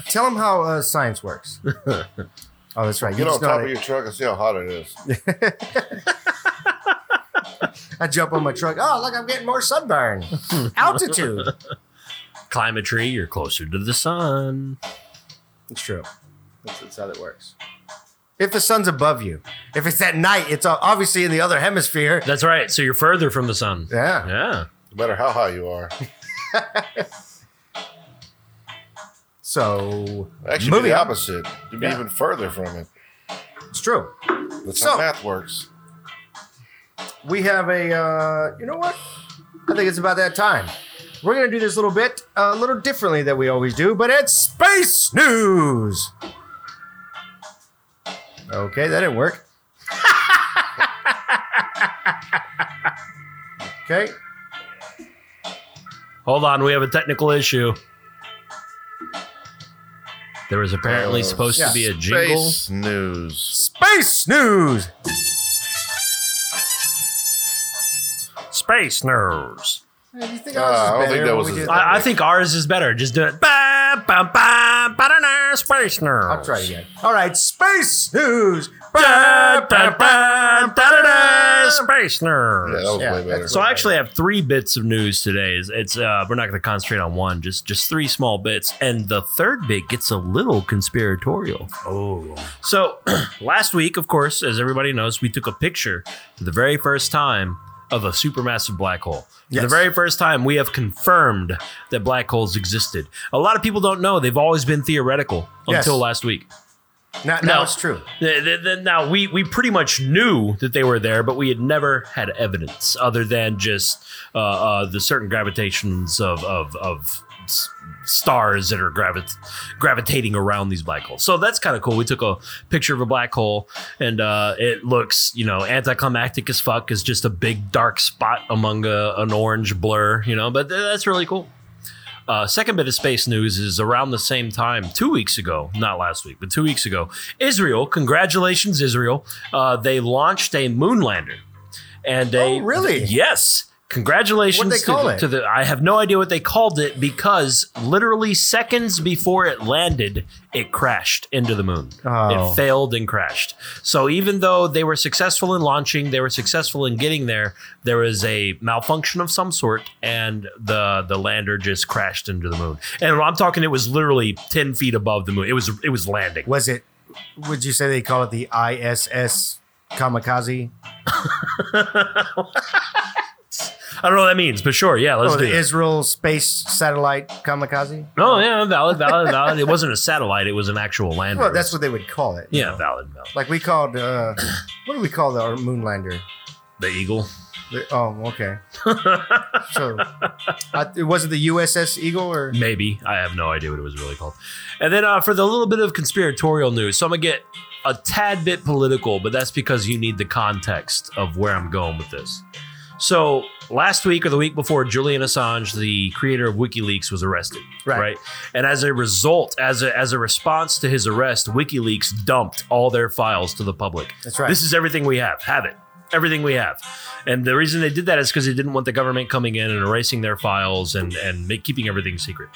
tell him how uh, science works. Oh, that's right. You Get on just know how top of to- your truck and see how hot it is. I jump on my truck. Oh, look, I'm getting more sunburn. Altitude. Climb a tree, you're closer to the sun. It's true. That's, that's how that works. If the sun's above you, if it's at night, it's o- obviously in the other hemisphere. That's right. So you're further from the sun. Yeah. Yeah. No matter how high you are. So Actually, Moving be the on. opposite. You'd be Yeah. even further from it. it's true. That's So- how math works. We have a, uh, you know what? I think it's about that time. We're going to do this little bit uh, a little differently than we always do, but it's space news. Okay, that didn't work. Okay. Hold on, we have a technical issue. There was apparently Uh, supposed yeah. to be a jingle. Space news. Space news. Space nerds. Hey, do you think Uh, ours is I don't better think that when was we his- did- I, I think ours is better. Just do it. Ba, ba, ba, ba, da, da, space nerds. I'll try it again. All right, space news. Da, da, da, da, da, da, space Yeah, nerds. that was Yeah, way better. that's- So I actually have three bits of news today. It's, it's uh, we're not going to concentrate on one, just just three small bits, and the third bit gets a little conspiratorial. Oh, So last week, of course, as everybody knows, we took a picture for the very first time of a supermassive black hole. For The Yes. very first time we have confirmed that black holes existed. A lot of people don't know; they've always been theoretical Yes. until last week. now, now No. it's true. Th- th- th- Now we we pretty much knew that they were there, but we had never had evidence other than just uh, uh, the certain gravitations of of, of s- stars that are gravit- gravitating around these black holes. So that's kind of cool. We took a picture of a black hole, and uh, it looks you know anticlimactic as fuck. It's just a big dark spot among a, an orange blur, you know. But th- that's really cool. Uh, second bit of space news is around the same time, two weeks ago, not last week, but two weeks ago, Israel, congratulations, Israel, uh, they launched a moon lander. And they. Oh, really? Yes. Congratulations What'd they to- call to, it? the. I have no idea what they called it because literally seconds before it landed, it crashed into the moon. Oh. It failed and crashed. So even though they were successful in launching, they were successful in getting there. There was a malfunction of some sort, and the the lander just crashed into the moon. And I'm talking, it was literally ten feet above the moon. It was it was landing. Was it? Would you say they call it the ISS kamikaze? I don't know what that means, but sure, yeah, let's oh, do the it. Israel space satellite kamikaze. No, yeah, valid, valid, valid. It wasn't a satellite; it was an actual lander. Well, that's what they would call it. you Yeah, know. valid, valid. Like we called. Uh, what do we call the our moon lander? The eagle. The- oh, okay. so I, it wasn't the USS Eagle or Maybe. I have no idea what it was really called. And then uh, for the little bit of conspiratorial news, so I'm going to get a tad bit political, but that's because you need the context of where I'm going with this. So last week or the week before, Julian Assange, the creator of WikiLeaks, was arrested. Right. And as a result, as a, as a response to his arrest, WikiLeaks dumped all their files to the public. That's right. This is everything we have. Have it. Everything we have. And the reason they did that is because they didn't want the government coming in and erasing their files and, and make, keeping everything secret.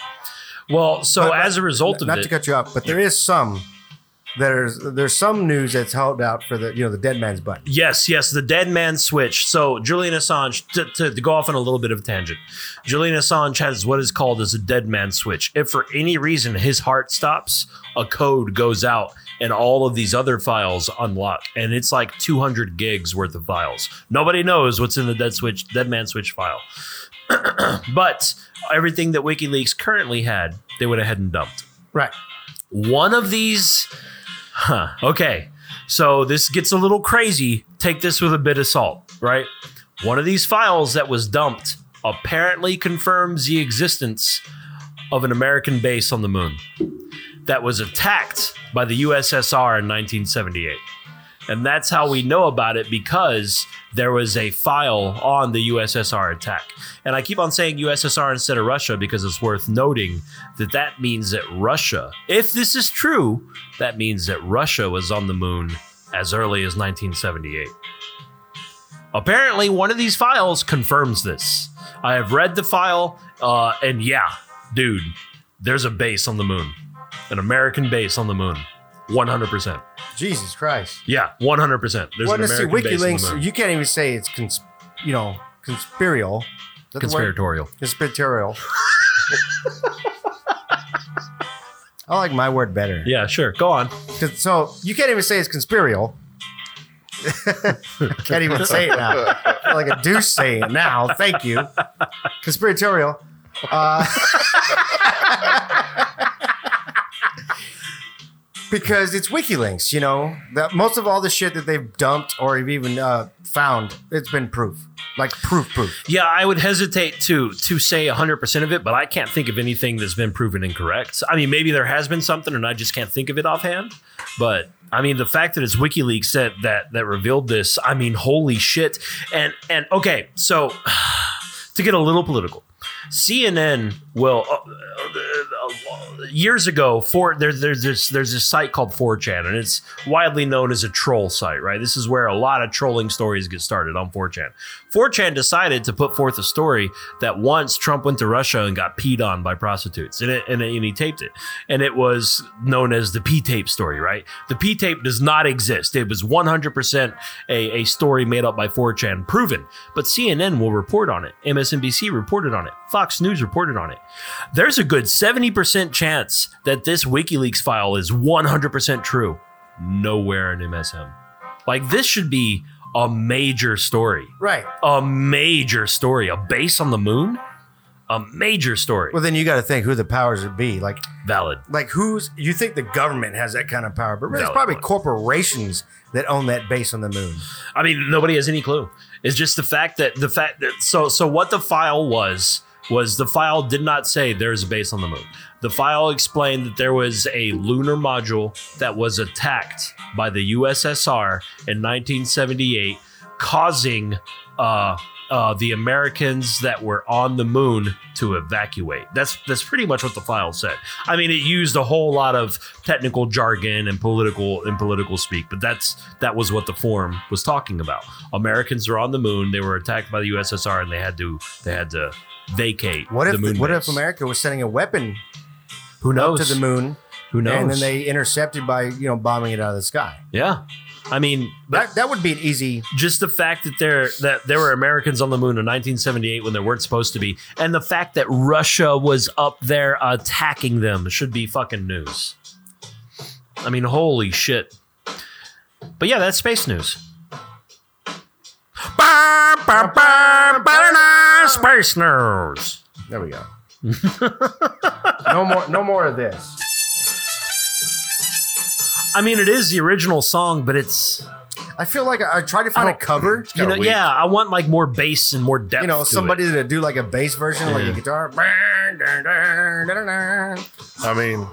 Well, so But- but- as a result of not it, to cut you off, but there is some. There's there's some news that's held out for the you know the dead man's button. Yes, yes, the dead man switch. So Julian Assange, to, to, to go off on a little bit of a tangent, Julian Assange has what is called as a dead man switch. If for any reason his heart stops, a code goes out and all of these other files unlock, and it's like 200 gigs worth of files. Nobody knows what's in the dead switch, dead man switch file. but everything that WikiLeaks currently had, they went ahead and dumped Right. one of these huh okay so this gets a little crazy take this with a bit of salt right one of these files that was dumped apparently confirms the existence of an american base on the moon that was attacked by the ussr in 1978 and that's how we know about it because there was a file on the USSR attack. And I keep on saying USSR instead of Russia because it's worth noting that that means that Russia, if this is true, that means that Russia was on the moon as early as 1978. Apparently, one of these files confirms this. I have read the file, uh, and yeah, dude, there's a base on the moon, an American base on the moon, 100%. Jesus Christ. Yeah, one hundred percent. There's Well, an let's see. American base on the WikiLeaks. moon. You can't even say it's cons- you know conspirial. Is that the word? Conspiratorial. Conspiratorial. I like my word better. Yeah, sure. Go on. 'Cause- So you can't even say it's conspiratorial. I can't even say it now. I feel like a douche saying it now. Thank you. Conspiratorial. Uh, because it's WikiLeaks, you know. That most of all the shit that they've dumped or have even uh, found. It's been proof, like proof, proof. Yeah, I would hesitate to to say 100% of it, but I can't think of anything that's been proven incorrect. So, I mean, maybe there has been something and I just can't think of it offhand, but I mean, the fact that it's WikiLeaks that that that revealed this, I mean, holy shit. And and okay, so to get a little political. CNN will uh, uh, uh, years ago for there, there's this there's this site called 4chan and it's widely known as a troll site, right? This is where a lot of trolling stories get started on 4chan. 4chan decided to put forth a story that once Trump went to Russia and got peed on by prostitutes, and it, and, it- and he taped it, and it was known as the P tape story, right? The P tape does not exist. It was 100% a, a story made up by 4chan, proven. But CNN will report on it. MSNBC reported on it. Fox News reported on it. There's a good 70% chance that this WikiLeaks file is 100% true. Nowhere in MSM. Like this should be a major story Right. a major story. A base on the moon? A major story. Well, then you got to think who the powers would be. Like, Valid. like who's? You think the government has that kind of power? But really, it's No, probably no. corporations that own that base on the moon. I mean, nobody has any clue. It's just the fact that the fact that so so what the file was was the file did not say there's a base on the moon. The file explained that there was a lunar module that was attacked by the USSR in 1978, causing uh, uh, the Americans that were on the moon to evacuate. That's that's pretty much what the file said. I mean, it used a whole lot of technical jargon and political and political speak, but that's that was what the form was talking about. Americans were on the moon. They were attacked by the USSR, and they had to they had to vacate. What if? the moon? what base. if America was sending a weapon Who up knows? to the moon, Who knows? and then they intercepted by you know bombing it out of the sky? yeah. I mean, but That that would be an easy. just the fact that there that there were Americans on the moon in 1978 when there weren't supposed to be, and the fact that Russia was up there attacking them should be fucking news. I mean, holy shit! But yeah, that's space news. Bah, bah, bah, bah, nah, Space news. There we go. no more. No more of this. I mean, it is the original song, but it's I feel like I, I tried to find a cover. you know, Kinda weak. Oh. yeah, I want like more bass and more depth. You know, to it. somebody that do like a bass version, like a Yeah. guitar. I mean,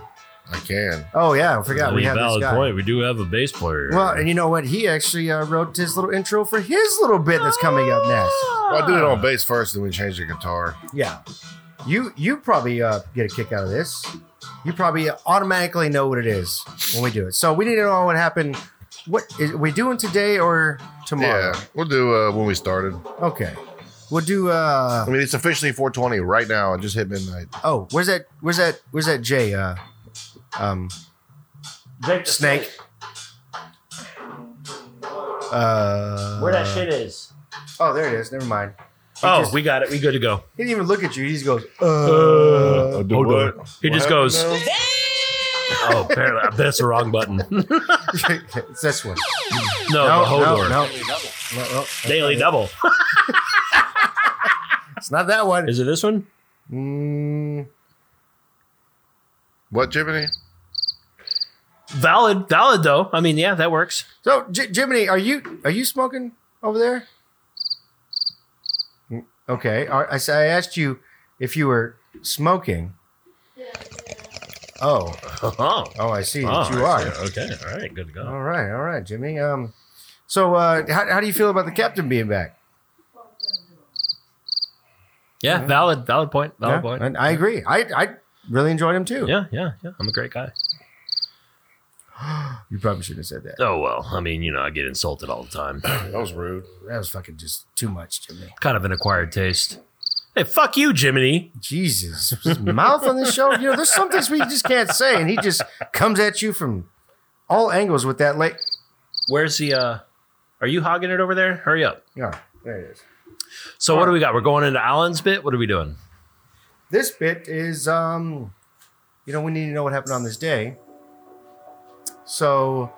I can. Oh yeah, I forgot I we mean, have this valid guy. point. We do have a bass player. Well, and you know what? He actually uh, wrote his little intro for his little bit that's coming up Ah! next. Well, I did it on bass first, then we changed the guitar. Yeah, you you probably uh, get a kick out of this. You probably automatically know what it is when we do it. So we need to know what happened. What is we doing today or tomorrow? Yeah, we'll do uh, when we started. Okay, we'll do. uh I mean, it's officially 420 right now. It just hit midnight. Oh, where's that? Where's that? Where's that Jay? Uh, um, snake. Uh, Where that shit is. Oh, there it is. Never mind. Oh, just- we got it. We good to go. He didn't even look at you. He just goes, uh, Uh, hold on. He just goes, happened oh, apparently, I bet it's the wrong button. no, it's this one. Oh, the no, no, Hodor. no, no, no. Daily Double. It's not that one. Is it this one? Mm, What, Jiminy? Valid, valid though. I mean, yeah, that works. so, J- Jiminy, are you are you smoking over there? Mm, Okay. All right, I, s- I asked you if you were smoking. Oh, Oh, oh, I see Oh, that you I are. see. Okay, all right, good to go. All right, all right, Jimmy. Um, so uh, how, how do you feel about the captain being back? Yeah, valid, valid point, valid Yeah, point. and I agree. I I really enjoyed him too. Oh, Yeah, yeah, yeah. I'm a great guy. You probably shouldn't have said that. Oh well, I mean, you know, I get insulted all the time. That was rude. That was fucking just too much, Jimmy. kind of an acquired taste. Hey, fuck you, Jiminy. Jesus, his mouth on this show. You know, there's some things we just can't say, and he just comes at you from all angles with that. Like, Where's the? uh Are you hogging it over there? Hurry up. yeah, there it is. So what do we got? We're going into Alan's bit. What are we doing? This bit is, um, you know, we need to know what happened on this day. So,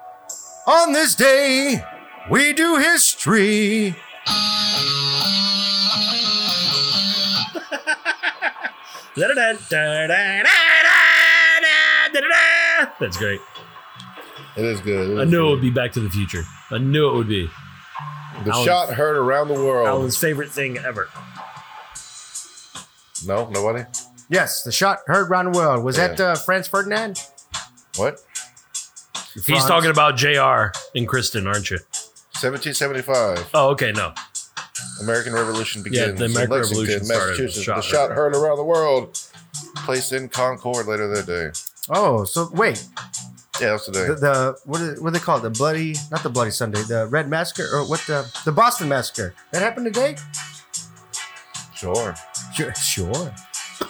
on this day, we do history. That's great. It is good. It I is knew it good. would be Back to the Future. I knew it would be. The Alan's- shot heard around the world. Alan's favorite thing ever. No, nobody. Yes, the shot heard round the world. Was that Yeah. uh, Franz Ferdinand? What? He's talking about JR and Kristen, aren't you? 1775. Oh, okay, no. American Revolution begins. Yeah, the in American Lexington, Revolution started with Massachusetts. shot the shot heard. heard around the world. Placed in Concord later that day. Oh, so wait, Yeah, that's the day. the, the what, is, what do they call it? The bloody, not the bloody Sunday, the Red Massacre or what? The the Boston Massacre that happened today? sure, Sure, sure.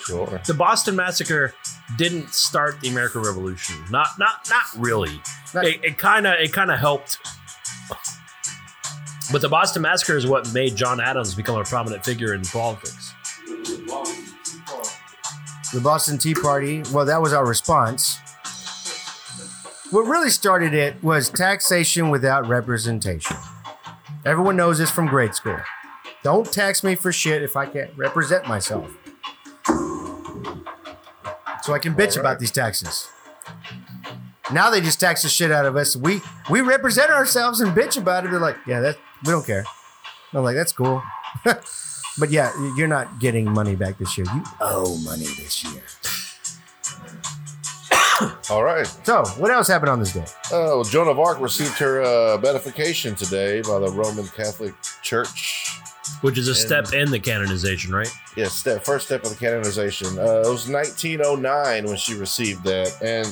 sure. The Boston Massacre didn't start the American Revolution. Not not not really. Not- it it kind of it kind of helped. But the Boston Massacre is what made John Adams become a prominent figure in politics. The Boston Tea Party. Well, that was our response. What really started it was taxation without representation. Everyone knows this from grade school. Don't tax me for shit if I can't represent myself. So I can bitch All right. about these taxes. Now they just tax the shit out of us. We we represent ourselves and bitch about it. They're like, yeah, that we don't care. I'm like, that's cool. but yeah, y- you're not getting money back this year. You owe money this year. All right. So what else happened on this day? Uh, well, Joan of Arc received her uh, beatification today by the Roman Catholic Church. Which is a step in the canonization, right? Yes, step, first step of the canonization. Uh, it was 1909 when she received that, and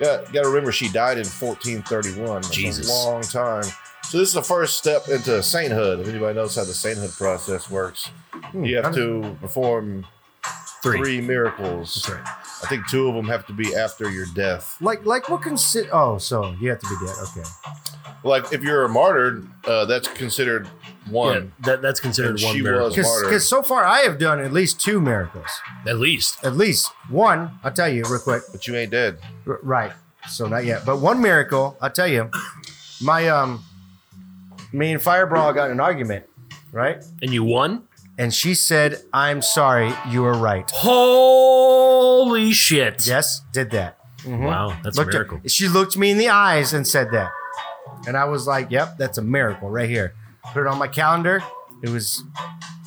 yeah, got to remember she died in 1431. That's Jesus. a long time. So this is the first step into sainthood. If anybody knows how the sainthood process works, Hmm, you have to perform Hmm. Three. three, miracles. That's right. I think two of them have to be after your death. Like like what consider? Oh, so you have to be dead. Okay. Like if you're a martyr, uh, that's considered one. Yeah, that, that's considered And one she miracle. was- Martyr. Because so far I have done at least two miracles. At least. At least one. I'll tell you real quick. But you ain't dead. R- right. So not yet, but one miracle. I'll tell you. My um, me and Fireball got in an argument, right? And you won? And she said, "I'm sorry, you were right." Holy shit. Yes, did that. Mm-hmm. Wow, that's uh, Looked a her- miracle. she looked me in the eyes and said that, and I was like, "Yep, that's a miracle right here." Put it on my calendar. It was.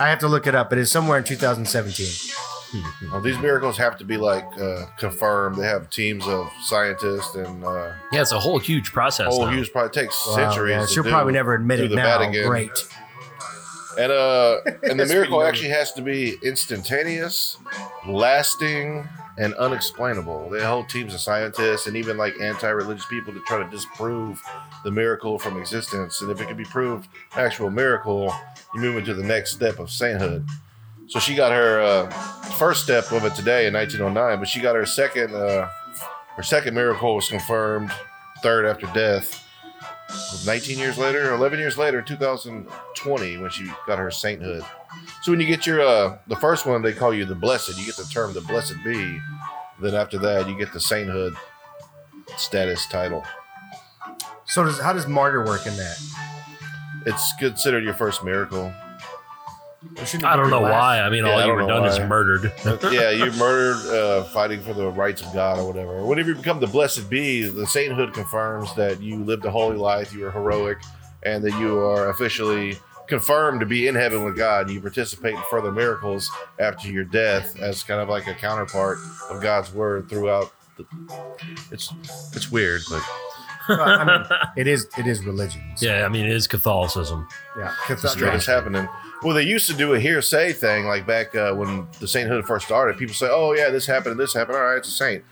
I have to look it up. It is somewhere in 2017. Now, these miracles have to be like uh, confirmed. They have teams of scientists and. Uh, Yeah, it's a whole huge process. Oh, now. he was probably takes Wow, centuries. yeah, to she'll do- probably never admit do it the now. Vatican. Great. And uh, and the That's miracle pretty actually has to be instantaneous, lasting, and unexplainable. The whole teams of scientists and even like anti-religious people to try to disprove the miracle from existence. And if it can be proved an actual miracle, you move into the next step of sainthood. So she got her uh, first step of it today in 1909, but she got her second uh, her second miracle was confirmed third after death. 19 years later, 11 years later, 2020, when she got her sainthood. So when you get your uh, the first one, they call you the blessed. You get the term the blessed be. Then after that, you get the sainthood status title. So does how does martyr work in that? It's considered your first miracle. I don't know why. I mean, Yeah, I all you don't were know done is why. murdered. yeah, you murdered uh, fighting for the rights of God or whatever. Whenever you become the blessed be, the sainthood confirms that you lived a holy life, you were heroic, and that you are officially confirmed to be in heaven with God. You participate in further miracles after your death as kind of like a counterpart of God's word throughout. The, it's it's weird, but I mean, it is it is religion. So, Yeah, I mean, it is Catholicism. yeah. That's what's happening. Well, they used to do a hearsay thing, like back uh, when the sainthood first started. People say, "Oh yeah, this happened, and this happened. All right, it's a saint."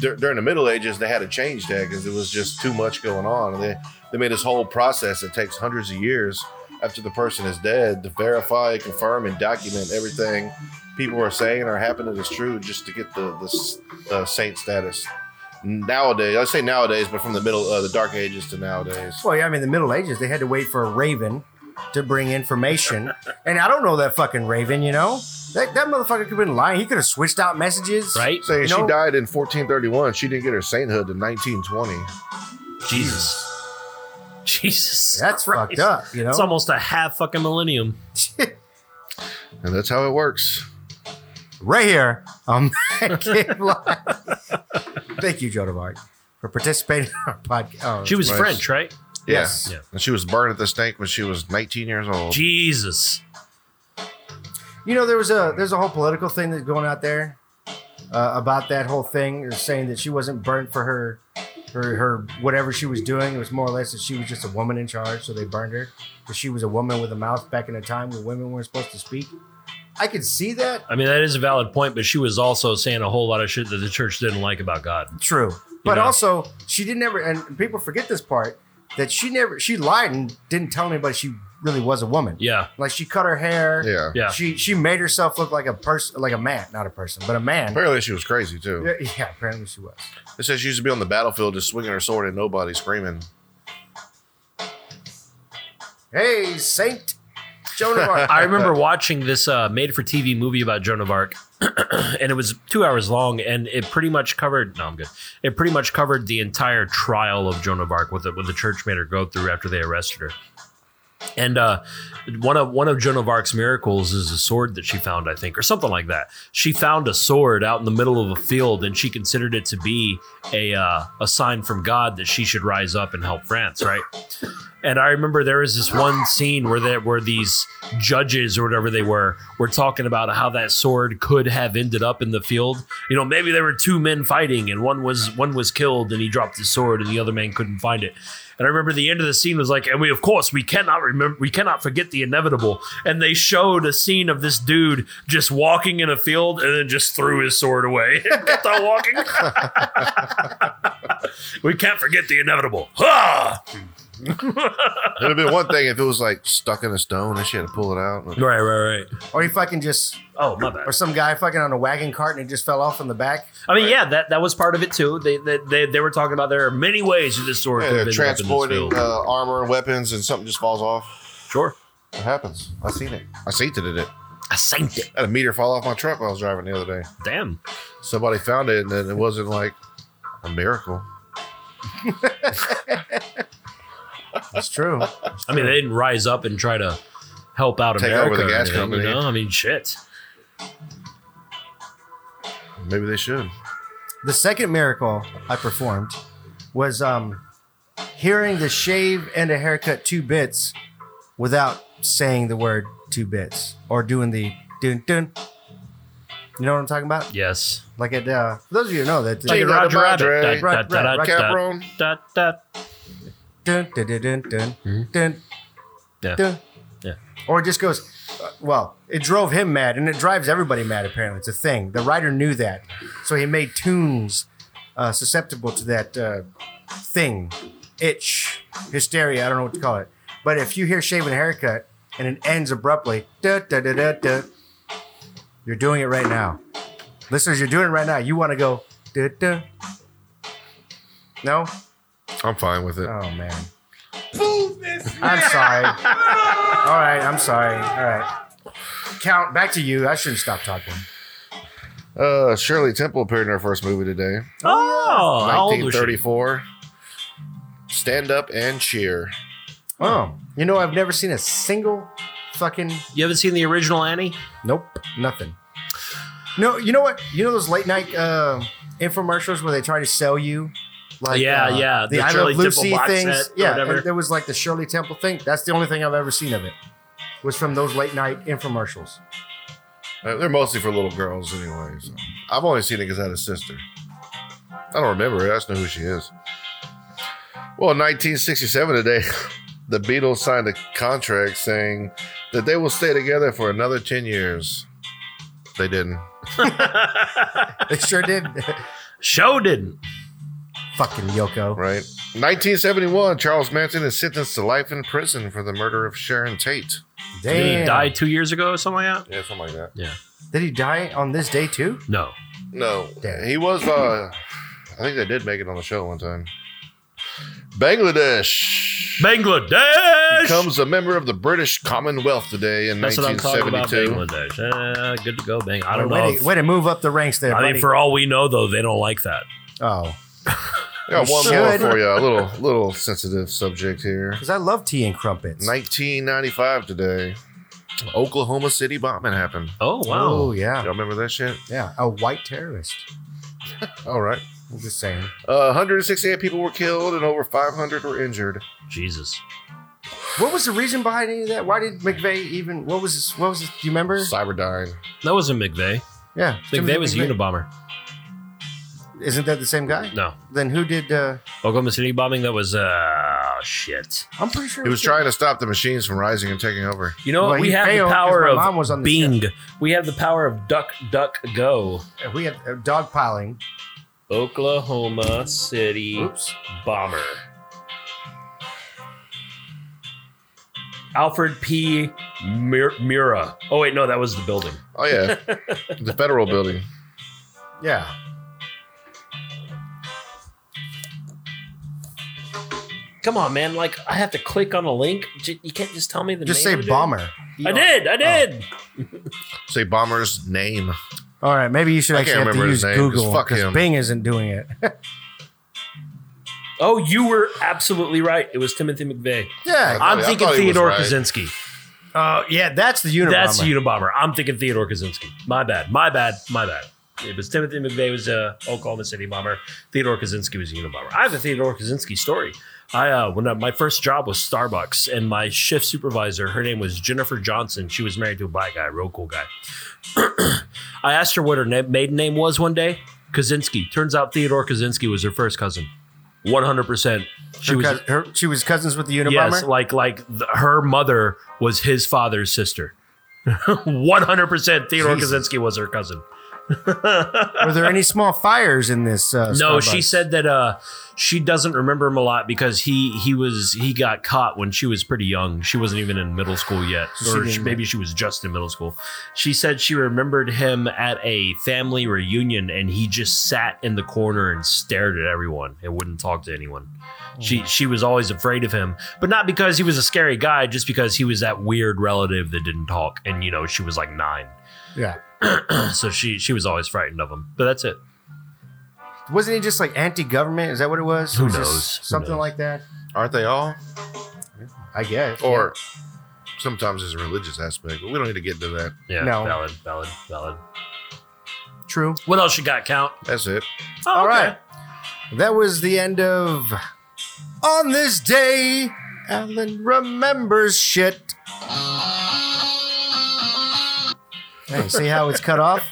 Dur- during the Middle Ages, they had to change that because it was just too much going on, and they they made this whole process that takes hundreds of years after the person is dead to verify, confirm, and document everything people are saying or happening is true, just to get the the, s- the saint status. Nowadays, I say nowadays, but from the middle, uh, the Dark Ages to nowadays. Well, yeah, I mean, the Middle Ages, they had to wait for a raven to bring information. and I don't know that fucking raven, you know? That, that motherfucker could have been lying. He could have switched out messages. Right? Say she No. died in 1431. She didn't get her sainthood in 1920. Jesus. Jesus. That's fucked up, you know? It's almost a half fucking millennium. And that's how it works. right here on Kid Live. Thank you, Joan of Arc, for participating in our podcast. Oh, She was Right. French, right? Yes. Yeah. And she was burned at the stake when she was 19 years old. Jesus. You know, there was a there's a whole political thing that's going out there uh, about that whole thing, or saying that she wasn't burnt for her, her her whatever she was doing. It was more or less that she was just a woman in charge, so they burned her because she was a woman with a mouth back in a time when women weren't supposed to speak. I could see that. I mean, that is a valid point, but she was also saying a whole lot of shit that the church didn't like about God. True, but know. also she didn't ever, and people forget this part that she never she lied and didn't tell anybody she really was a woman. Yeah. Like she cut her hair. Yeah. Yeah. She she made herself look like a person, like a man, not a person, but a man. Apparently, she was crazy too. Yeah, yeah, apparently she was. It says she used to be on the battlefield just swinging her sword and nobody screaming. Hey, Saint Joan of Arc. I remember watching this uh, made for TV movie about Joan of Arc, and it was two hours long, and it pretty much covered. No, I'm good. It pretty much covered the entire trial of Joan of Arc, what the, what the church made her go through after they arrested her. And uh, one of one of Joan of Arc's miracles is a sword that she found, I think, or something like that. She found a sword out in the middle of a field, and she considered it to be a uh, a sign from God that she should rise up and help France, right? And I remember there was this one scene where there were these judges or whatever they were were talking about how that sword could have ended up in the field. You know, maybe there were two men fighting and one was one was killed and he dropped his sword and the other man couldn't find it. And I remember the end of the scene was like, and we of course we cannot remember we cannot forget the inevitable. And they showed a scene of this dude just walking in a field and then just threw his sword away and kept on walking. we can't forget the inevitable. Ah! It'd have been one thing if it was like stuck in a stone and she had to pull it out. Right, right, right. or he fucking just, Oh, my bad. or some guy fucking on a wagon cart and it just fell off in the back. I mean, yeah, that, that was part of it too. They they, they they were talking about there are many ways that this sword could Yeah, have ended up in this transporting field. uh, armor and weapons and something just falls off. Sure, It happens. I seen it. I seen it. it. I sank it. I had a meter fall off my truck while I was driving the other day. Damn. Somebody found it and then it wasn't like a miracle. That's true. I mean, they didn't rise up and try to help out Take America. over the or gas anything, company. You know? I mean, shit. Maybe they should. the second miracle I performed was um, hearing the shave and a haircut two bits without saying the word two bits or doing the dun dun. You know what I'm talking about? Yes. Like it. Uh, for those of you who know that. Like in Jingle Roger the Madre. Rabbit. Da- da- Right, da- right, da- Capron. da- da- dun dun dun dun dun dun Yeah. dun. Yeah. Or it just goes. uh, well, it drove him mad, and it drives everybody mad. Apparently, it's a thing. The writer knew that, so he made tunes uh, susceptible to that uh, thing, itch, hysteria. I don't know what to call it. But if you hear shave and haircut and it ends abruptly, da, da, da, da, da, you're doing it right now, listeners. You're doing it right now. You want to go da, da. No, I'm fine with it. Oh man. I'm sorry. All right, I'm sorry. All right. Count back to you. I shouldn't stop talking. Uh, Shirley Temple appeared in her first movie today. Oh, how old was she? 1934. Stand up and cheer. Oh, you know I've never seen a single fucking You haven't seen the original Annie? nope, nothing. No, you know what? You know those late night uh, infomercials where they try to sell you, like Yeah, uh, yeah, the, the I Shirley Love Temple Lucy box things. set or Yeah, whatever. and there was like the Shirley Temple thing. That's the only thing I've ever seen of it. Was from those late night infomercials. Uh, They're mostly for little girls anyway. So. I've only seen it because I had a sister. I don't remember her. I just know who she is. Well, in 1967 today, the Beatles signed a contract saying that they will stay together for another 10 years. They didn't. They sure did. Show didn't. Fucking Yoko. Right. 1971, Charles Manson is sentenced to life in prison for the murder of Sharon Tate. Did he Damn. die two years ago or something like that? Yeah, something like that. Yeah. Did he die on this day too? No. No, Damn. he was. uh I think they did make it on the show one time. Bangladesh Bangladesh. becomes a member of the British Commonwealth today in That's what I'm talking about. 1972. Bangladesh. Uh, good to go, Bang. I don't way know. To, if- way to move up the ranks there, I buddy. think for all we know, though, they don't like that. oh, I got You one more should. for you. A little, little sensitive subject here. because I love tea and crumpets. 1995 today, Oklahoma City bombing happened. Oh wow. Oh Y'all yeah, remember that shit? yeah. A white terrorist. All right. I'm just saying. Uh, 168 people were killed and over 500 were injured. Jesus. What was the reason behind any of that? Why did McVeigh even? What was this? What was this? Do you remember? Cyberdyne. That wasn't McVeigh. Yeah, McVeigh Timothy was McVeigh. Unabomber. Isn't that the same guy? No. Then who did? Uh, Oklahoma City bombing, that was, uh, shit. I'm pretty sure He was it trying to stop the machines from rising and taking over. You know, what? Well, we he have the failed 'cause power my of mom was on the Bing. We have the power of Duck, Duck, Go. We had uh, dog piling. Oklahoma City Oops. bomber. Alfred P. Mur- Mura. Oh wait, no, that was the building. Oh, yeah. the federal building. Yeah. Come on, man! Like I have to click on a link. J- You can't just tell me the Just name. say of it? bomber. I did. I did. Say bomber's name. All right, maybe you should I actually can't have to remember use his name, 'cause Google fuck because him. Bing isn't doing it. Oh, you were absolutely right. It was Timothy McVeigh. yeah. thought- I'm Oh, I thinking thought he was Theodore right. Kaczynski. Oh, yeah. That's the Unabomber. That's the Unabomber. I'm thinking Theodore Kaczynski. My bad. My bad. My bad. It was Timothy McVeigh was a Oklahoma City bomber. Theodore Kaczynski was a Unabomber. I have a Theodore Kaczynski story. I uh, when I, my first job was Starbucks, and my shift supervisor, her name was Jennifer Johnson. She was married to a black guy, real cool guy. I asked her what her na- maiden name was one day. Kaczynski. Turns out Theodore Kaczynski was her first cousin. One hundred percent. She Her was cous- her, she was cousins with the Unabomber. Yes, like like th- her mother was his father's sister. One hundred percent, Theodore Jesus. Kaczynski was her cousin. Were there any small fires in this? Uh, No, she Starbucks? said that uh, she doesn't remember him a lot because he he was he got caught when she was pretty young. She wasn't even in middle school yet, So she or didn't she- know. maybe she was just in middle school. She said she remembered him at a family reunion, and he just sat in the corner and stared at everyone and wouldn't talk to anyone. Hmm. She she was always afraid of him, but not because he was a scary guy, just because he was that weird relative that didn't talk, and you know she was like nine, Yeah. so she she was always frightened of him. But that's it. Wasn't he just like anti-government? Is that what it was? It Who was just knows? Who Something knows? like that. Aren't they all? I guess. Or sometimes there's a religious aspect, but we don't need to get into that. Yeah, No. valid, valid, valid. True. What else you got, Count? Oh, That's it. All right. That was the end of. On this day, Alan remembers shit. Hey, see how it's cut off?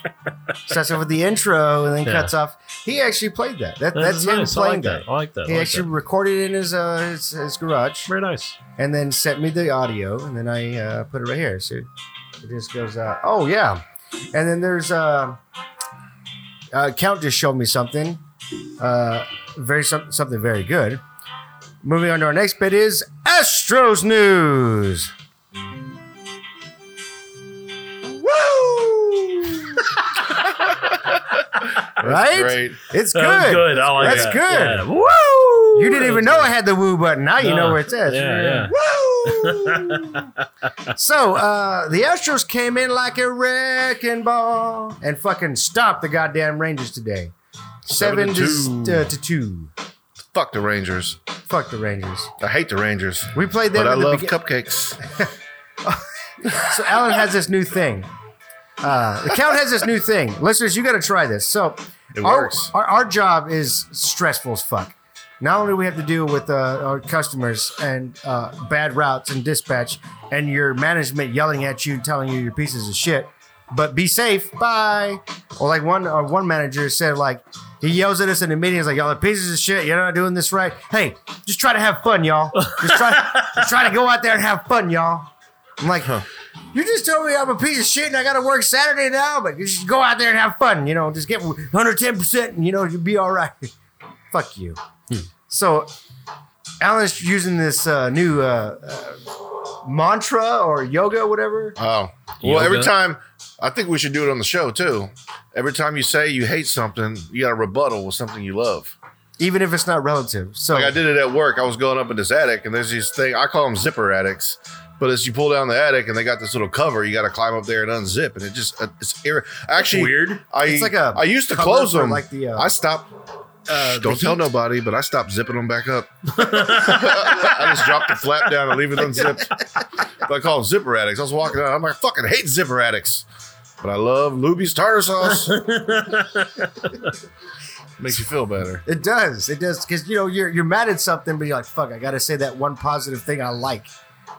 Starts off with the intro and then Yeah. cuts off. He actually played that. that This that's is him nice. I playing like that. I like that. He I like actually that. recorded it in his, uh, his his garage very nice. and then sent me the audio and then I uh, put it right here. So it just goes. Uh, oh yeah, and then there's uh, uh, Count just showed me something, uh, very some, something very good. Moving on to our next bit is Astros news. Woo! right? Great. It's good. That was good. I like That's that. good. Yeah. Woo! You didn't even know I had the woo button. Now you No. know where it's at. Yeah, yeah. Woo! so uh, the Astros came in like a wrecking ball and fucking stopped the goddamn Rangers today. Seven Seven, to, uh, to two. to two. Fuck the Rangers. Fuck the Rangers. I hate the Rangers. We played them. But I in the love begin- cupcakes. so Alan has this new thing. Uh, the count has this new thing. Listeners, you got to try this. So It our, works. Our, our job is stressful as fuck. Not only do we have to deal with uh, our customers and uh, bad routes and dispatch and your management yelling at you, telling you your pieces of shit, but be safe. Bye. Or like one uh, one manager said, like he yells at us in the meeting. He's like, "Y'all are pieces of shit. You're not doing this right. Hey, just try to have fun, y'all. Just try, just try to go out there and have fun, y'all." I'm like, you just told me I'm a piece of shit and I got to work Saturday now, but you should go out there and have fun. You know, just get 110% and, you know, you'll be all right. Fuck you. Hmm. So, Alan's using this uh, new uh, uh, mantra or yoga, whatever. Oh. Well, every Yoga. time, I think we should do it on the show too. Every time you say you hate something, you got a rebuttal with something you love. Even if it's not relative. So, Like I did it at work. I was going up in this attic, and there's these thing I call them zipper attics. But as you pull down the attic, and they got this little cover, you got to climb up there and unzip, and it just uh, it's ir- actually Weird. I It's like a I used to cover close for them. like the, uh, I stopped. Shh, the don't tell heat. nobody, but I stopped zipping them back up. I just dropped the flap down and leave it unzipped. But I call them zipper addicts. I was walking out. I'm like, I fucking hate zipper addicts. But I love Luby's tartar sauce. Makes you feel better. It does. It does because you know you're you're mad at something, but you're like, "Fuck, I got to say that one positive thing I like."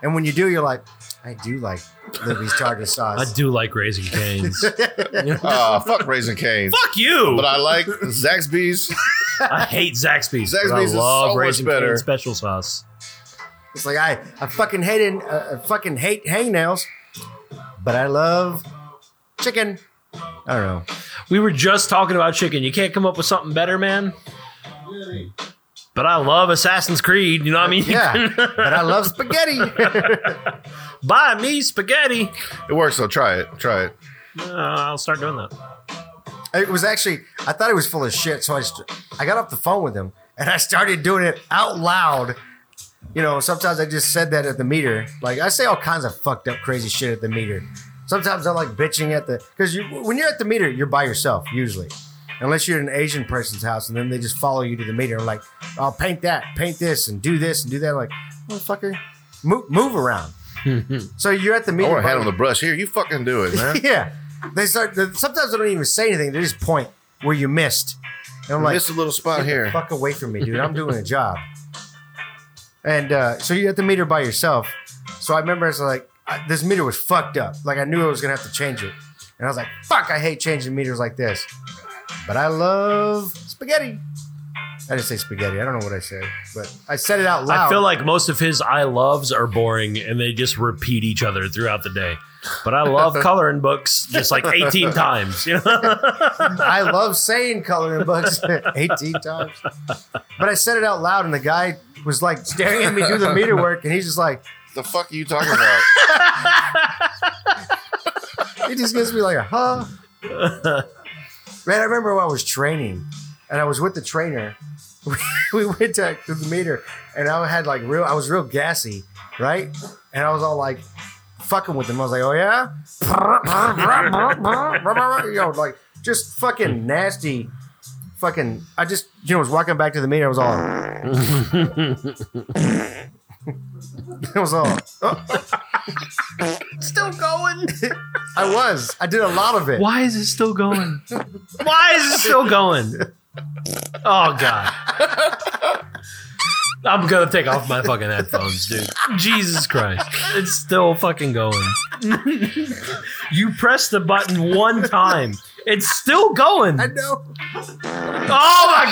And when you do, you're like, "I do like Libby's tartar I sauce." do like raising canes. Uh, fuck Raising Cane's. Fuck you. But I like Zaxby's. I hate Zaxby's. but Zaxby's I is love so much Raising better. Cane's special sauce. It's like I I fucking hate uh, I fucking hate hangnails, but I love chicken. I don't know. We were just talking about chicken. You can't come up with something better, man. But I love Assassin's Creed. You know what I mean? Yeah, but I love spaghetti. Buy me spaghetti. It works though. Try it. Try it. Uh, I'll start doing that. it was actually I thought it was full of shit, so I just, I got off the phone with him and I started doing it out loud. You know, sometimes I just said that at the meter. Like I say all kinds of fucked up, crazy shit at the meter. Sometimes I like bitching at the because you when you're at the meter, you're by yourself usually, unless you're in an Asian person's house and then they just follow you to the meter. I'm like, I'll paint that, paint this, and do this and do that. like, motherfucker, move move around. so you're at the I meter. want to by hand him the brush. Here, you fucking do it, man. yeah. They start. They, sometimes they don't even say anything. They just point where you missed. And I'm like, Missed a little spot get the here. fuck away from me, dude. I'm doing a job. And uh, so you have to meet her by yourself. So I remember I was like, I, this meter was fucked up. Like I knew I was gonna have to change it. And I was like, fuck, I hate changing meters like this. But I love spaghetti. I didn't say spaghetti. I don't know what I said, but I said it out loud. I feel like most of his I loves are boring and they just repeat each other throughout the day. But I love coloring books just like 18 times. You know? I love saying coloring books 18 times. But I said it out loud, and the guy was like staring at me do the meter work, and he's just like, The fuck are you talking about? he just gives me like a huh. Man, I remember when I was training, and I was with the trainer. We went to, to the meter, and I had like real, I was real gassy, right? And I was all like fucking with him. I was like, oh yeah, you know, like just fucking nasty. Fucking, I just you know was walking back to the meter. I was all, I was all, still going. I was, I did a lot of it. Why is it still going? Why is it still going? Oh god. I'm gonna take off my fucking headphones, dude. Jesus Christ. It's still fucking going. you press the button one time. It's still going. I know. Oh my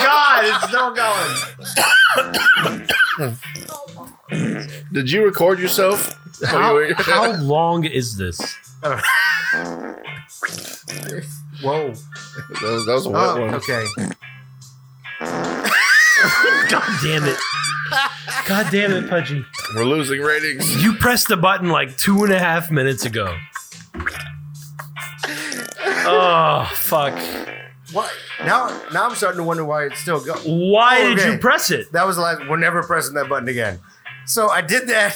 god, it's still going. Did you record yourself? Oh, How, how long is this? Whoa. that, was, that was a wet Oh, one. okay. God damn it. God damn it, Pudgy. We're losing ratings. You pressed the button like two and a half minutes ago. Oh fuck! What? Now, now I'm starting to wonder why it's still go. Why did Okay. you press it? That was the last. We're never pressing that button again. So I did that,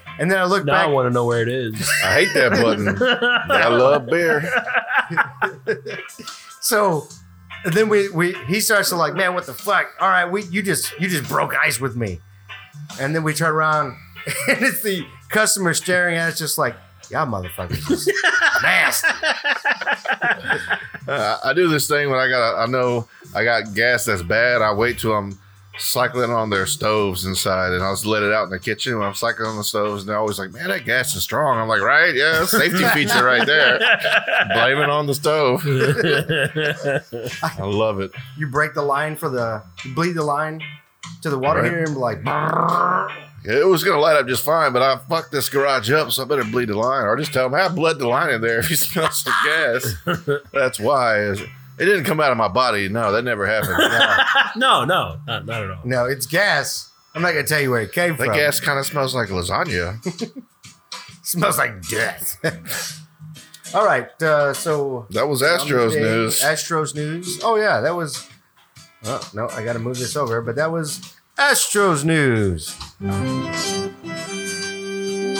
and then I looked Now I back. want to know where it is. I hate that button. But I love beer. So and then we we he starts to like, man, what the fuck? All right, we you just you just broke ice with me, and then we turn around, and it's the customer staring at us, just like. Y'all motherfuckers, just nasty. Uh, I I do this thing when I got. I know I got gas that's bad. I wait till I'm cycling on their stoves inside, and I'll just let it out in the kitchen when I'm cycling on the stoves. And they're always like, "Man, that gas is strong." I'm like, "Right, yeah, that's a safety feature right there." Blame it on the stove. I love it. You break the line for the, you bleed the line to the water Right. here, and be like, It was gonna light up just fine, but I fucked this garage up, so I better bleed the line, or just tell them I bled the line in there if you smell some gas. That's why it didn't come out of my body. No, that never happened. no, no, not, not at all. no, it's gas. I'm not gonna tell you where it came That from. gas kind of smells like lasagna. Smells like death. All right, uh, so That was Astros Monday, news. Astros news. Oh yeah, that was. Oh, no, I got to move this over, but that was Astros news.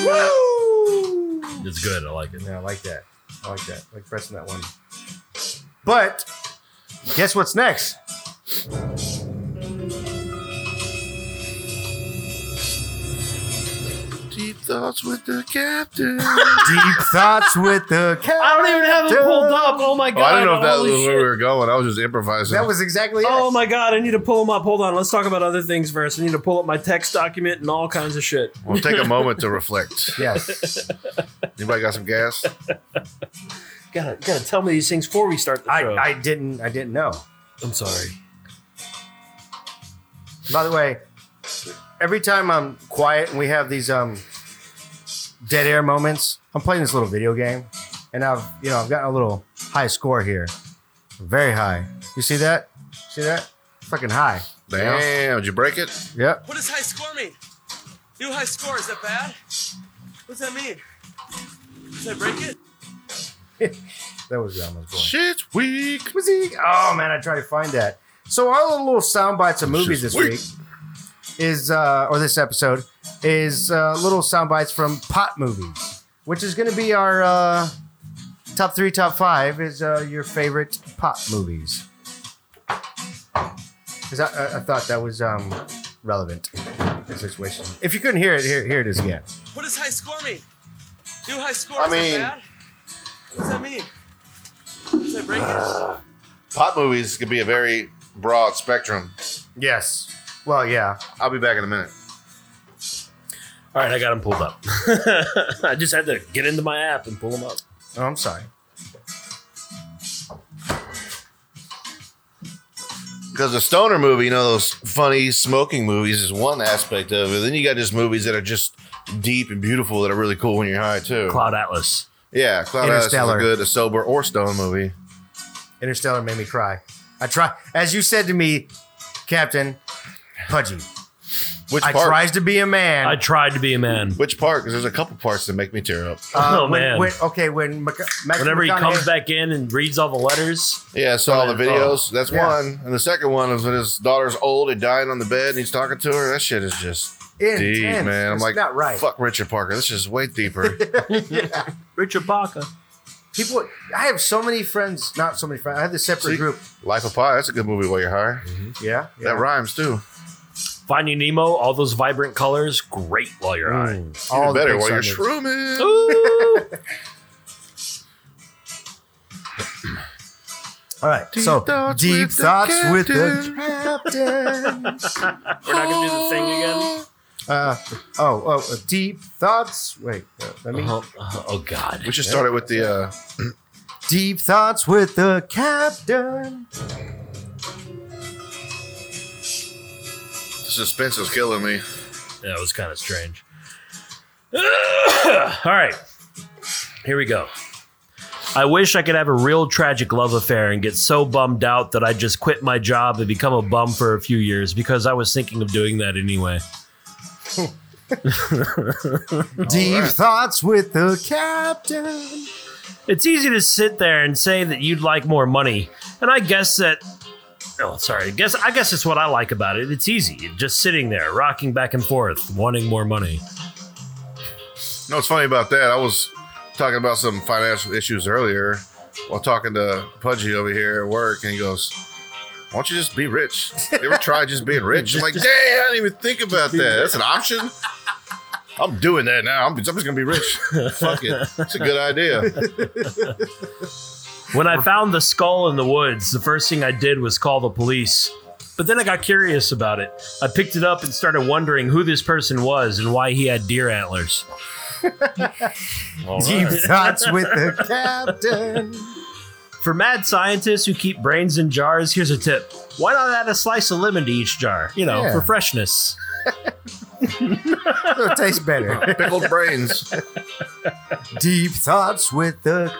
Woo! It's good. I like it. Yeah, I like that. I like that. I like pressing that one. But guess what's next? Deep thoughts with the captain. Oh, Deep thoughts with the captain. I don't even have it pulled up. Oh my god. Oh, I don't know if that was Holy where shit. we were going. I was just improvising. That was exactly it. Oh my god, I need to pull them up. Hold on, let's talk about other things first. I need to pull up my text document and all kinds of shit. We'll take a moment to reflect. Yes. Anybody got some gas? Gotta gotta tell me these things before we start the I, show. I didn't I didn't know. am sorry. By the way, every time I'm quiet and we have these um, dead air moments, I'm playing this little video game, and I've you know I've gotten a little high score here, very high. You see that? See that? Fucking high. Damn, did you break it? Yep. What does high score mean? New high score, is that bad? What's that mean? Did I break it? That was Yama's boy. Shit's weak. Was he? Oh man, I tried to find that. So all the little sound bites of movies this Sweet. week is, uh, or this episode is uh, little sound bites from pot movies, which is going to be our uh, top three, top five is uh, your favorite pot movies. 'Cause I, I, I thought that was um, relevant to the situation. If you couldn't hear it, here, here it is again. What does high score mean? New high score, I is mean- that bad? What's that mean? Did I break it? Pop movies could be a very broad spectrum. Yes. Well, yeah. I'll be back in a minute. All right, I got them pulled up. I just had to get into my app and pull them up. Oh, I'm sorry. Because the stoner movie, you know, those funny smoking movies is one aspect of it. Then you got just movies that are just deep and beautiful that are really cool when you're high too. Cloud Atlas. Yeah, Cloud Atlas is a Interstellar. good a sober or stone movie. Interstellar made me cry. I try, as you said to me, Captain Pudgy. Which I part? tries to be a man. I tried to be a man. Which part? Because there's a couple parts that make me tear up. Uh, oh when- man. when- okay, when Mac- Matthew Whenever he comes McConaughey- back in and reads all the letters, Yeah, I saw all the Oh. videos. That's Yeah. one. And the second one is when his daughter's old and dying on the bed and he's talking to her. That shit is just Intense. deep, man. I'm It's like, not right. fuck Richard Parker. This is way deeper. yeah. Richard Baca. People, I have so many friends. Not so many friends. I have this separate See? group. Life of Pi. That's a good movie while you're high. Yeah, yeah. That rhymes too. Finding Nemo, all those vibrant colors, great while you're high. All the Even better Pixar while you're movies. shrooming. Ooh. All right. Deep so thoughts deep with the thoughts with the captain. We're not gonna do the thing again. uh, oh, oh, uh, deep thoughts. Wait, uh, let me. Uh-huh. Oh, oh, oh, God. We should start it with the uh, Deep thoughts with the captain. the suspense is killing me. That was kind of strange. all right. Here we go. I wish I could have a real tragic love affair and get so bummed out that I just quit my job and become a bum for a few years because I was thinking of doing that anyway. Deep thoughts with the captain. It's easy to sit there and say that you'd like more money, and I guess that. Oh, sorry. I guess I guess it's what I like about it. It's easy, just sitting there, rocking back and forth, wanting more money. No, it's funny about that. I was talking about some financial issues earlier while talking to Pudgy over here at work, and he goes, "Why don't you just be rich? You ever try just being rich?" I'm like, "Damn, I didn't even think about that. That's an option." I'm doing that now. I'm, I'm just gonna be rich. Fuck it. It's a good idea. When I found the skull in the woods, the first thing I did was call the police. But then I got curious about it. I picked it up and started wondering who this person was and why he had deer antlers. Deep thoughts with the captain. For mad scientists who keep brains in jars, here's a tip. Why not add a slice of lemon to each jar? You know, Yeah. for freshness. It'll taste better. Pickled brains. Deep thoughts with the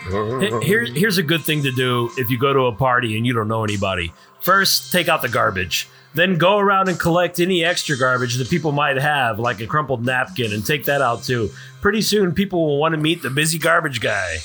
captain. Here- Here, here's a good thing to do if you go to a party and you don't know anybody. First, take out the garbage. Then go around and collect any extra garbage that people might have, like a crumpled napkin, and take that out too. Pretty soon, people will want to meet the busy garbage guy.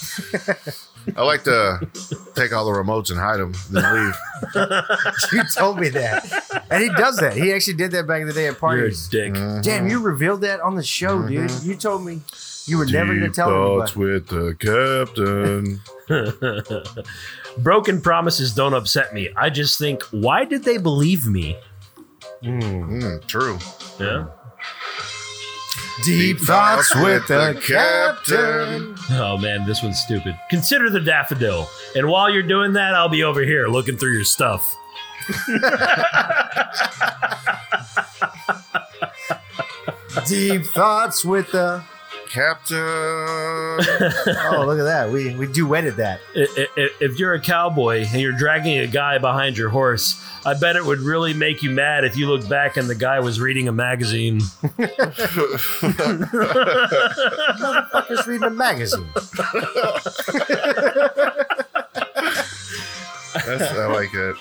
I like to take all the remotes and hide them, then leave. You told me that, and he does that. He actually did that back in the day at You're a parties. dick. Uh-huh. Damn, you revealed that on the show, dude. You told me you were never going to Mm-hmm. Deep tell thoughts anybody. with the captain. Broken promises don't upset me. I just think, why did Hmm, they believe me? Mm, true. Yeah. Deep thoughts with the captain. Oh man, this one's stupid. Consider the daffodil. And while you're doing that, I'll be over here looking through your stuff. Deep thoughts with the. Captain. Oh, look at that. We we duetted that. I- I- I- If you're a cowboy and you're dragging a guy behind your horse, I bet it would really make you mad if you looked back and the guy was reading a magazine. Just reading a magazine. That's, I like it.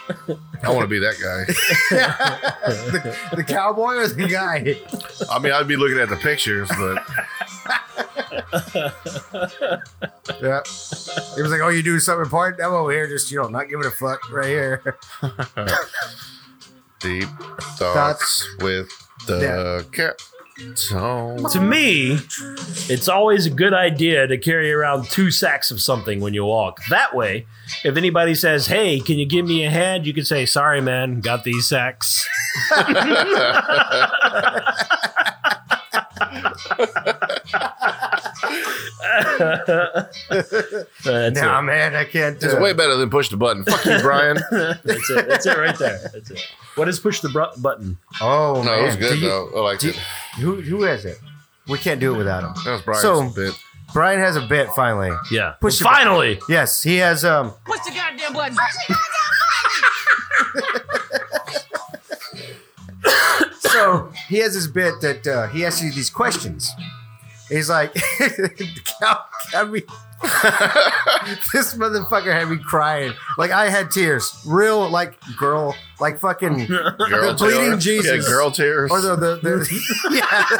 I want to be that guy. the, the cowboy or the guy? I mean, I'd be looking at the pictures, but Yeah. It was like, oh, you do something important? I'm over here just, you know, not giving a fuck right here. deep Oh, thoughts with the captain. To me, it's always a good idea to carry around two sacks of something when you walk. That way, if anybody says, Hey, can you give me a hand? You can say, Sorry, man, got these sacks. Uh, that's, Nah, it. man, I can't do It's way better than push the button. Fuck you, Brian. that's it. That's it right there. That's it. What is push the bru- button? Oh, No, man. it was Do good you- though. I liked do it. Who, who has it? We can't do it without him. That was Brian's So- bit. Brian has a bit finally. Yeah. Push the button. Finally. Yes, he has. Um, Push the goddamn button. so he has this bit that uh, he asks you these questions. He's like, "Cow- I mean, this motherfucker had me crying. Like I had tears, real like girl, like fucking Girl The bleeding tears. Jesus. Yeah, girl tears. or the the, the yeah.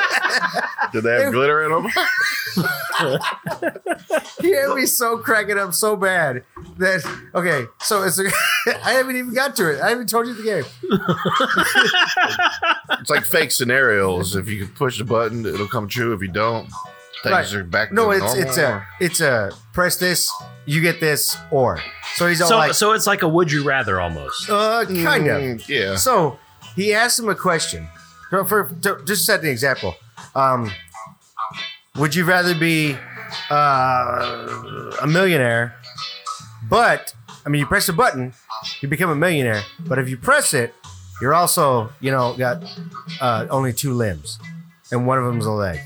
Did they have glitter in them? He had me so cracking up so bad that okay. So it's I I haven't even got to it. I haven't told you the game. It's like fake scenarios. If you can push the button, it'll come true. If you don't, Right. things are back. No, to it's normal. it's uh, a it's a press this, you get this, or so he's all So, like, so it's like a would you rather almost. uh, kind of. Mm, yeah. So he asked him a question. For, for- to- just set the example, um, would you rather be uh, a millionaire? But I mean, you press a button, you become a millionaire. But if you press it, you're also, you know, got uh, only two limbs, and one of them's a leg.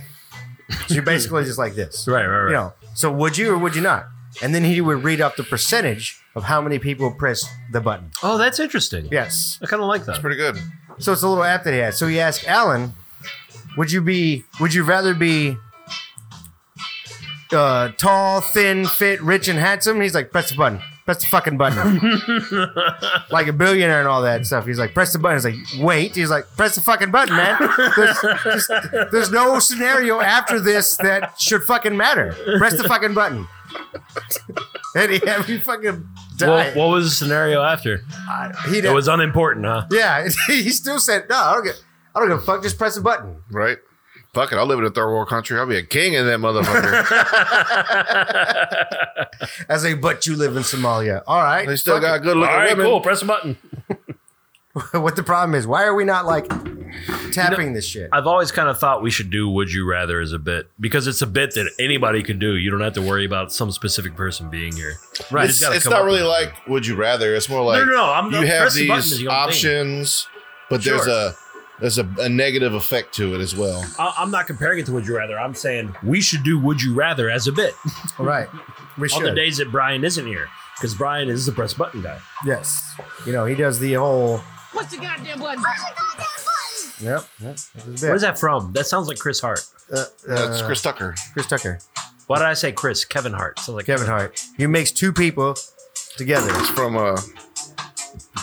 So you're basically just like this, Right, right, right. You know. So would you or would you not? And then he would read off the percentage of how many people pressed the button. Oh, that's interesting. Yes. I kind of like that. Pretty good. So it's a little app that he has. So he asked Alan, "Would you be? Would you rather be uh, tall, thin, fit, rich, and handsome?" And he's like, "Press the button. Press the fucking button." like a billionaire and all that stuff. He's like, "Press the button." He's like, "Wait." He's like, "Press the fucking button, man." There's, there's, there's no scenario after this that should fucking matter. Press the fucking button. and he had me fucking die. Well, what was the scenario after? he It was unimportant, huh? yeah, he still said, "No, I don't get, I don't give a fuck. Just press a button." Right? Fuck it. I live in a third world country. I'll be a king in that motherfucker. I say, "But you live in Somalia, all right?" they still got fuck good looking women. Press a button. it." what the problem is? Why are we not like tapping this shit? I've always kind of thought we should do "Would You Rather" as a bit because it's a bit that anybody can do. You don't have to worry about some specific person being here. Right? It's, it's not really like would you rather. It's more like no, no. I'm you I'm have pressing buttons is these your own thing. options, but there's Sure. a there's a, a negative effect to it as well. I- I'm not comparing it to "Would You Rather." I'm saying we should do "Would You Rather" as a bit All right, we on the should. days that Brian isn't here because Brian is the press button guy. Yes, you know he does the whole. Push the goddamn button. Yep. yep this is Where's it. that from? That sounds like Chris Hart. Uh, uh, That's Chris Tucker. Chris Tucker, Why did I say Chris? Kevin Hart. Sounds like Kevin Hart. He makes two people together. It's from a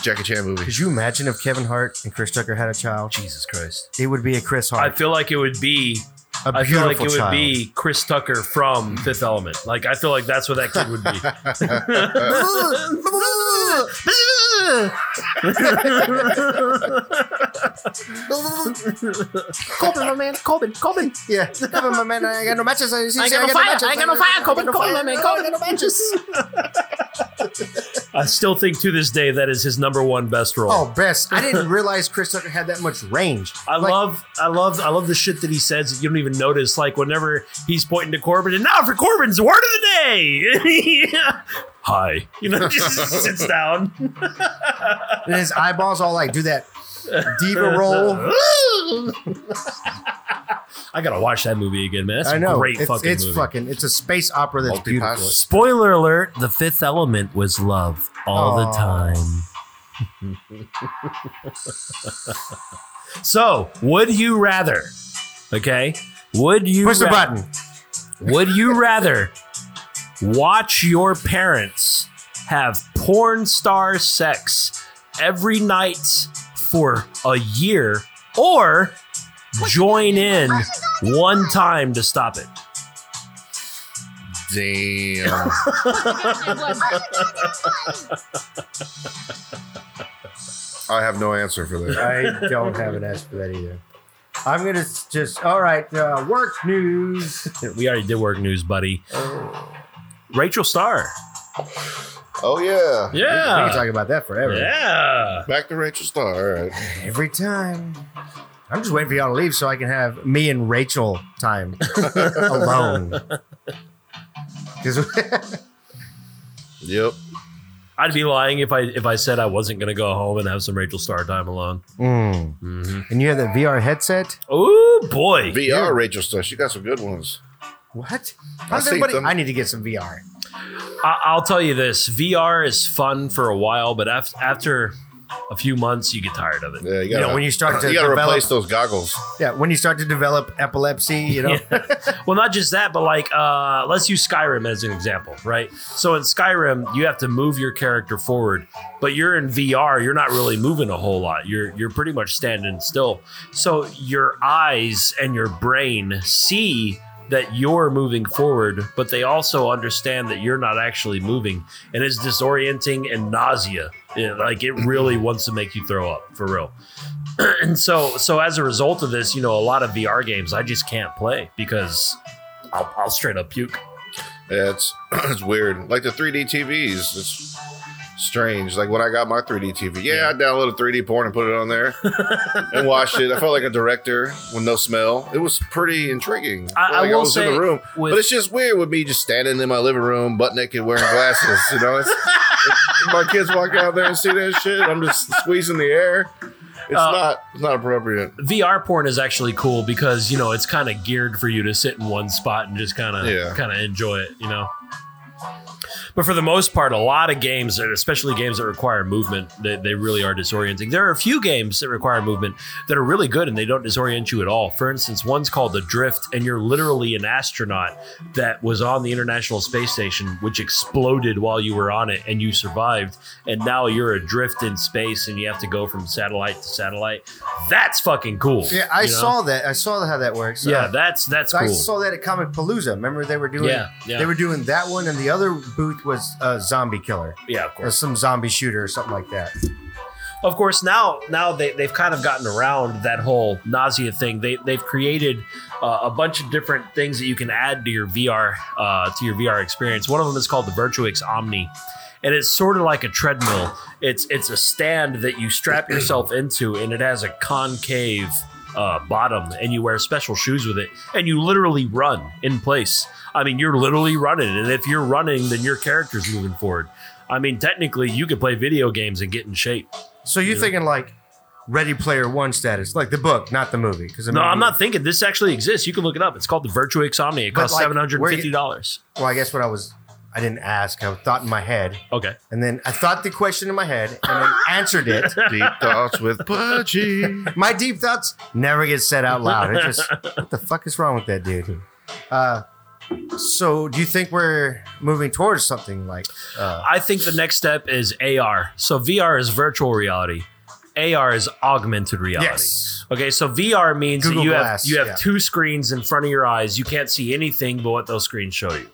Jackie Chan movie. Could you imagine if Kevin Hart and Chris Tucker had a child? Jesus Christ. It would be a Chris I Hart, feel like it would be a I feel beautiful like it would child. be Chris Tucker from Fifth Element. Like I feel like that's what that kid would be. Corbin, my man, Corbin, Corbin. Yeah, Corbin, my man. I ain't got no matches. I, I, I got no fire. I ain't got no fire. Corbin, Corbin, my man. Corbin, I ain't got no matches. I still think to this day that is his number one best role. Oh, best. I didn't realize Chris Tucker had that much range. I Like, love, I love, I love the shit that he says that you don't even notice. Like whenever he's pointing to Corbin, and now for Corbin's word of the day. Hi, you know, just sits down. and his eyeballs all like do that diva roll. I gotta watch that movie again, man. That's I know. a great it's fucking it's movie. Oh, fucking. It's a space opera that's beautiful. Multipass. Spoiler alert: The Fifth Element was love all Aw. the time. so, would you rather? Okay, would you Push the ra- button. Would you rather watch your parents have porn star sex every night for a year or join in one time to stop it? Damn. I have no answer for that. I don't have an answer for that either. I'm gonna s- just all right. Uh, work news. We already did work news, buddy. Rachel Starr. Oh yeah. We can Yeah. talk about that forever. Uh. Yeah. Back to Rachel Star. All right. Every time. I'm just waiting for y'all to leave so I can have me and Rachel time alone. Because Yep. I'd be lying if I if I said I wasn't gonna go home and have some Rachel Starr time alone. Mm. Mm-hmm. and you have that VR headset. Oh boy. VR Rachel Star. She got some good ones. What? How's seen everybody? them. I need to get some VR. I- I'll tell you this: VR is fun for a while, but af- after a few months, you get tired of it. Yeah, you You gotta, know, when you start to you gotta develop- replace those goggles. Yeah, when you start to develop epilepsy, you know. Well, not just that, but like, uh, let's use Skyrim as an example, right? So in Skyrim, you have to move your character forward, but you're in VR, you're not really moving a whole lot. You're you're pretty much standing still. So your eyes and your brain see that you're moving forward, but they also understand that you're not actually moving, and it's disorienting and nausea. Yeah, like it really wants to make you throw up for real. and so so as a result of this, you know, a lot of VR games I just can't play because I'll, I'll straight up puke. Yeah, it's it's weird. Like the 3D TVs. It's strange. Like when I got my 3D TV. Yeah, I downloaded 3D porn and put it on there and watched it. I felt like a director with no smell. It was pretty intriguing. I- Felt I like will was in say the room. with- but it's just weird with me just standing in my living room, butt naked, wearing glasses. You know, it's, if my kids walk out there and see that shit. I'm just squeezing the air. It's not it's not appropriate. VR porn is actually cool because you know it's kind of geared for you to sit in one spot and just kind of Yeah. kind of enjoy it, you know. But for the most part, a lot of games, and especially games that require movement, they, they really are disorienting. There are a few games that require movement that are really good and they don't disorient you at all. For instance, one's called The Drift, and you're literally an astronaut that was on the International Space Station, which exploded while you were on it, and you survived. And now you're adrift in space and you have to go from satellite to satellite. That's fucking cool. yeah, I you know? saw that. I saw how that works. Yeah, Uh, that's that's I cool. saw that at Comic Palooza. Remember they were doing Yeah, yeah. they were doing that one, and the other booth was a zombie killer yeah, of or course. some zombie shooter or something like that. Of course, now now they, they've kind of gotten around that whole nausea thing. They they've created uh, a bunch of different things that you can add to your VR uh, to your VR experience. One of them is called the Virtuix Omni, and it's sort of like a treadmill. It's it's a stand that you strap yourself into, and it has a concave uh, bottom, and you wear special shoes with it, and you literally run in place. I mean, you're literally running, and if you're running, then your character's moving forward. I mean, technically, you could play video games and get in shape. So you're thinking like Ready Player One status, like the book, not the movie. Because No, I'm not thinking. This actually exists. You can look it up. It's called the Virtuix Omni. It But, costs like, seven hundred and fifty dollars. Well, I guess what I was, I didn't ask. I thought in my head, Okay. and then I thought the question in my head, and then answered it. Deep thoughts with Pudgy. My deep thoughts never get said out loud. It just what the fuck is wrong with that dude? Uh, so do you think we're moving towards something like uh, I think the next step is AR. So VR is virtual reality. AR is augmented reality. yes? Okay, so VR means that Google you Glass, have you have yeah. two screens in front of your eyes. You can't see anything but what those screens show you.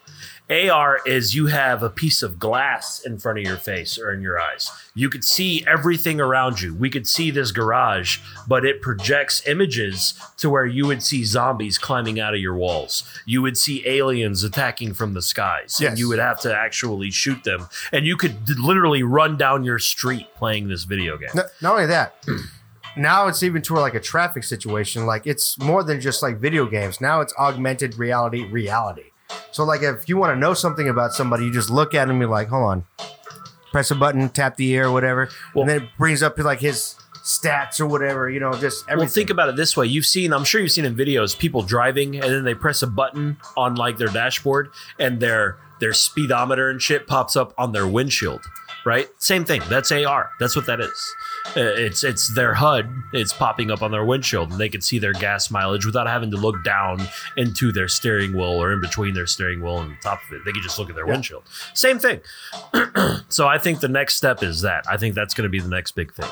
AR is you have a piece of glass in front of your face or in your eyes. You could see everything around you. We could see this garage, but it projects images to where you would see zombies climbing out of your walls. You would see aliens attacking from the skies. Yes. And you would have to actually shoot them. And you could d- literally run down your street playing this video game. No, not only that, now it's even to where like a traffic situation. Like it's more than just like video games. Now it's augmented reality, reality. So like if you want to know something about somebody, you just look at him. You're like, hold on, press a button, tap the air, whatever, Well- and then it brings up like his stats or whatever. You know, just everything. Well, think about it this way. You've seen, I'm sure you've seen in videos, people driving and then they press a button on like their dashboard and their their speedometer and shit pops up on their windshield, right? Same thing. That's AR. That's what that is. Uh, It's it's their HUD. It's popping up on their windshield and they can see their gas mileage without having to look down into their steering wheel or in between their steering wheel and the top of it. They can just look at their windshield. Same thing. so I think the next step is that. I think that's going to be the next big thing.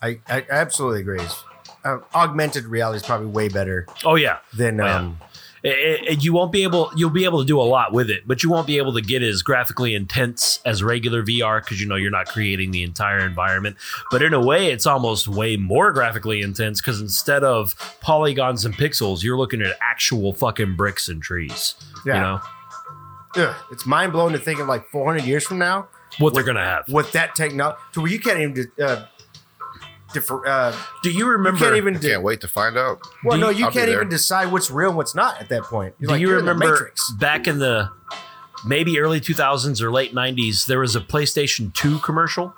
I, I absolutely agree. It's- Uh, augmented reality is probably way better Oh yeah. than Oh, yeah. um, It- it- it- you won't be able you'll be able to do a lot with it but you won't be able to get as graphically intense as regular vr because you know you're not creating the entire environment but in a way it's almost way more graphically intense because instead of polygons and pixels you're looking at actual fucking bricks and trees Yeah. you know ugh, it's mind blowing to think of like 400 years from now what they're gonna have with that technology to where you can't even uh, differ, uh, do you you remember can't even I do, can't wait to find out. Well, Do no, you- you I'll be can't there. even decide what's real and what's not at that point. You're do like, you "You're in the remember Matrix." back in the maybe early 2000s or late 90s there was a playstation 2 commercial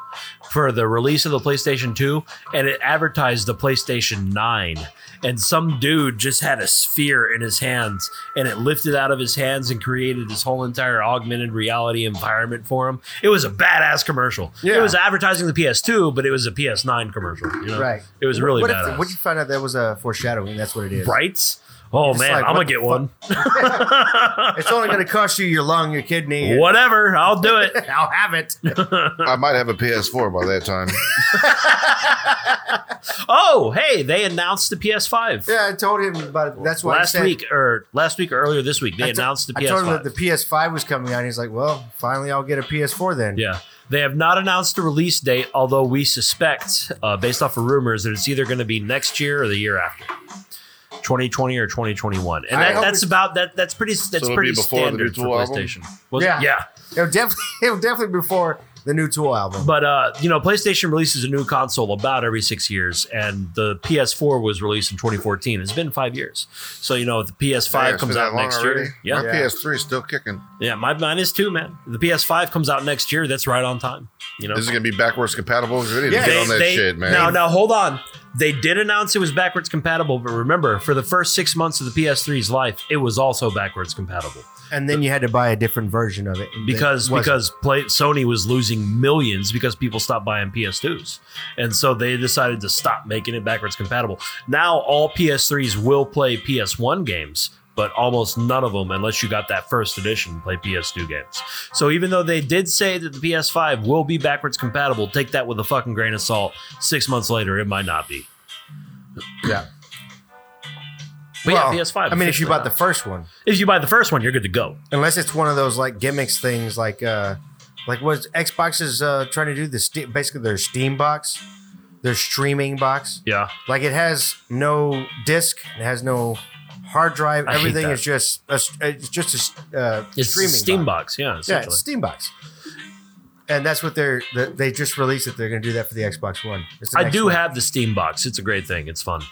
for the release of the playstation 2 and it advertised the playstation 9 and some dude just had a sphere in his hands and it lifted out of his hands and created this whole entire augmented reality environment for him it was a badass commercial Yeah. it was advertising the ps2 but it was a ps9 commercial you know? Right. it was really What badass if, what you find out that was a foreshadowing? That's what it is. brights oh It's man like, i'm what gonna the get fuck? one It's only going to cost you your lung, your kidney. your- whatever i'll do it I'll have it. I might have a PS4 by that time. Oh, hey, they announced the PS5 Yeah, I told him about it. That's why I last said, week or last week or earlier this week. They I to- announced the I told him PS5. that the PS5 was coming out. He's like, "Well, finally, I'll get a PS4 then." yeah. They have not announced the release date, although we suspect, uh, based off of rumors, that it's either going to be next year or the year after, 2020 or 2021. And I that, hope that's about that. That's pretty. That's it'll pretty be before the standard for new Tool album? PlayStation. Was it? Yeah. yeah. It'll definitely, it'll definitely be before the new Tool album. But uh, you know, PlayStation releases a new console about every six years, and the PS4 was released in 2014. It's been five years, so you know if the PS5 Damn, it's been comes that out long next already? year. Yeah, My PS3 is still kicking. Yeah, my mine is too, man. The PS5 comes out next year. That's right on time. You know, This is gonna be backwards compatible. We need to Yeah, get on that shit, man. Now, now, hold on. They did announce it was backwards compatible, but remember, for the first six months of the PS3's life, it was also backwards compatible and then you had to buy a different version of it because That wasn't- because play, Sony was losing millions because people stopped buying PS2s, and so they decided to stop making it backwards compatible. Now all PS3s will play PS1 games, but almost none of them, unless you got that first edition, play PS2 games. So even though they did say that the PS5 will be backwards compatible, take that with a fucking grain of salt. Six months later, it might not be. yeah. But Well, yeah, PS5. I mean, if you officially bought the not. first one, if you buy the first one, you're good to go. unless it's one of those like gimmicks things, like uh, like what Xbox is uh, trying to do. The ste- basically their Steam box, their streaming box. Yeah. Like it has no disc, it has no hard drive. I hate Everything that. is just a, it's just a uh, It's streaming Steam box. box. Yeah. Yeah, Essentially. it's Steam box. And that's what they're that they just released it. They're going to do that for the Xbox One. It's the I next do one. have the Steam box. It's a great thing. It's fun.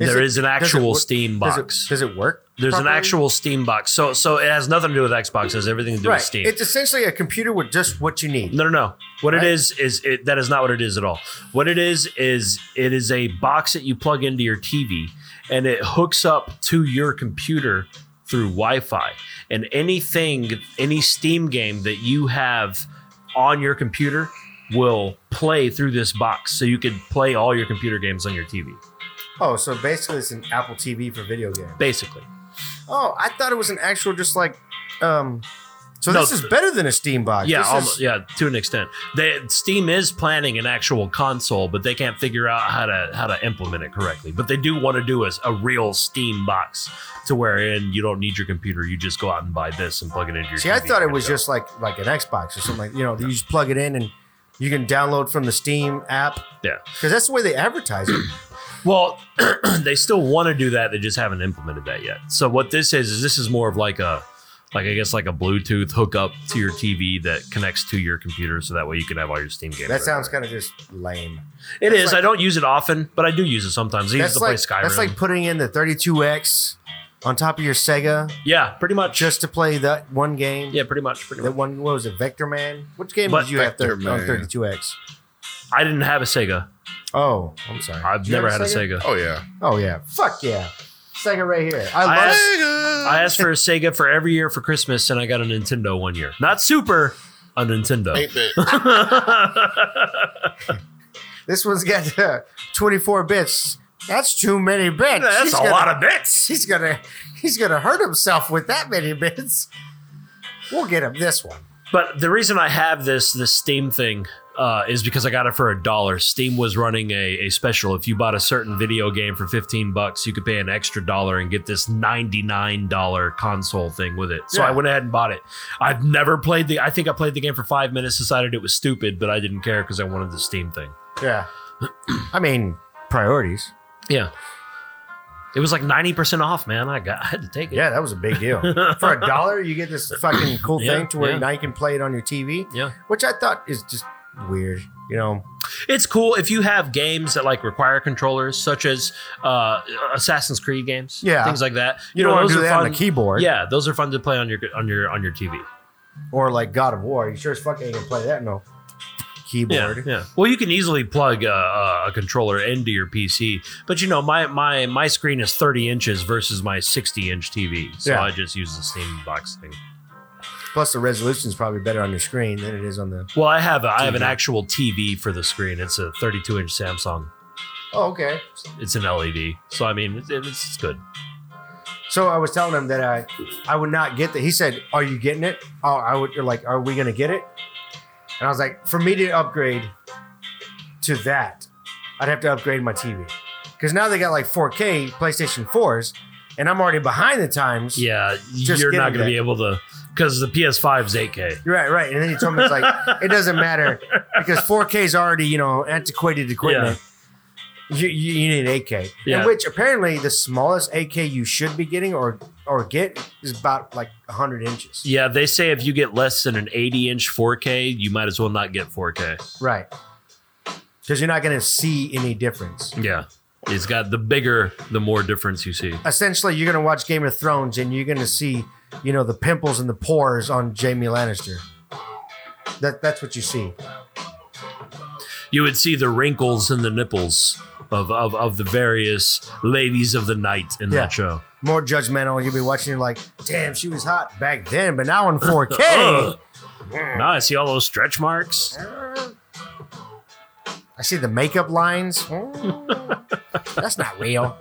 Is there it- is an does it actual wor- Steam does it- box. Does it, work? There's an properly? actual Steam box. So so it has nothing to do with Xbox. It has everything to do right. with Steam. It's essentially a computer with just what you need. no, no, no. What Right? it is is it, that is not what it is at all. What it is is it is a box that you plug into your TV and it hooks up to your computer through Wi-Fi. And anything, any Steam game that you have on your computer will play through this box. So you could play all your computer games on your TV, Oh, so basically it's an Apple TV for video games. basically. Oh, I thought it was an actual just like um So No. this is better than a Steam box. Yeah, This is- almost, yeah, to an extent. They, Steam is planning an actual console, but they can't figure out how to how to implement it correctly. But they do want to do a, a real Steam box to where in you don't need your computer, you just go out and buy this and plug it into your. See, I TV thought it and was go. just like like an Xbox or something. Like, you know, you just plug it in and you can download from the Steam app yeah. because that's the way they advertise it. Well, they still want to do that. They just haven't implemented that yet. So what this is is this is more of like a, like I guess like a Bluetooth hookup to your TV that connects to your computer, so that way you can have all your Steam games. That sounds kind of just lame. of. It is. I don't use it often, but I do use it sometimes. I use it That's to like play Skyrim. that's like putting in the 32x on top of your Sega yeah, pretty much. just to play that one game. Yeah, pretty much. Pretty That much. one what was it? Vector Man. Which game But- did you have thir- Vector on Man. 32x? I didn't have a Sega. Oh, I'm sorry. I've Did you never have had a Sega. Oh yeah. Oh yeah, fuck yeah, Sega right here. I I love. asked- Sega. I asked for a Sega for every year for Christmas, and I got a Nintendo one year. Not Super, a Nintendo. Ain't bit. this one's got uh, 24 bits. That's too many bits. That's He's a gonna- lot of bits. He's gonna he's gonna hurt himself with that many bits. We'll get him this one. But the reason I have this this Steam thing uh, is because I got it for a dollar. Steam was running a, a special. If you bought a certain video game for fifteen bucks, you could pay an extra dollar and get this ninety nine dollar console thing with it. So Yeah. I went ahead and bought it. I've never played the. I think I played the game for five minutes, decided it was stupid, but I didn't care because I wanted the Steam thing. Yeah. I mean priorities. Yeah. It was like ninety percent off, man. I got I had to take it. Yeah, that was a big deal. For a dollar, you get this fucking cool Yeah, thing to where yeah. now you can play it on your TV, yeah. which I thought is just weird. You know, It's cool if you have games that like require controllers, such as uh, Assassin's Creed games, Yeah. things like that. you, don't want those to do are that on fun- the keyboard. Yeah, those are fun to play on your on your on your TV. Or like God of War. You sure as fuck ain't gonna play that no Yeah, keyboard. yeah. Well, you can easily plug uh, uh, a controller into your PC, but you know my my my screen is 30 inches versus my 60 inch TV, so Yeah. I just use the Steam box thing. Plus, the resolution's probably better on your screen than it is on the. Well, I have a, I have an TV. actual TV for the screen. It's a 32 inch Samsung. Oh, okay. It's an LED, so I mean it's, it's it's good. So I was telling him that I, I would not get that. He said, "Are you getting it?" Oh, I would. You're like, "Are we gonna get it?" And I was like, "For me to upgrade to that, I'd have to upgrade my TV because now they got like 4K PlayStation 4s, and I'm already behind the times." Yeah, Just you're getting not going to that. be able to because the PS5 is 8K. You're right, right. And then he told me it's like it doesn't matter because 4K is already you know antiquated equipment. You, you, you need 8K, Yeah. and which apparently the smallest 8K you should be getting or or get is about like 100 inches. Yeah, they say if you get less than an 80 inch 4K, you might as well not get 4K. Right. Because you're not going to see any difference. Yeah. It's got the bigger, the more difference you see. Essentially, you're going to watch Game of Thrones and you're going to see, you know, the pimples and the pores on Jamie Lannister. That that's what you see. You would see the wrinkles and the nipples of, of, of the various ladies of the night in Yeah. that show. More judgmental. You'll be watching. You're like, damn, she was hot back then, but now in 4K. Ugh. Now I see all those stretch marks. I see the makeup lines. Mm. That's not real.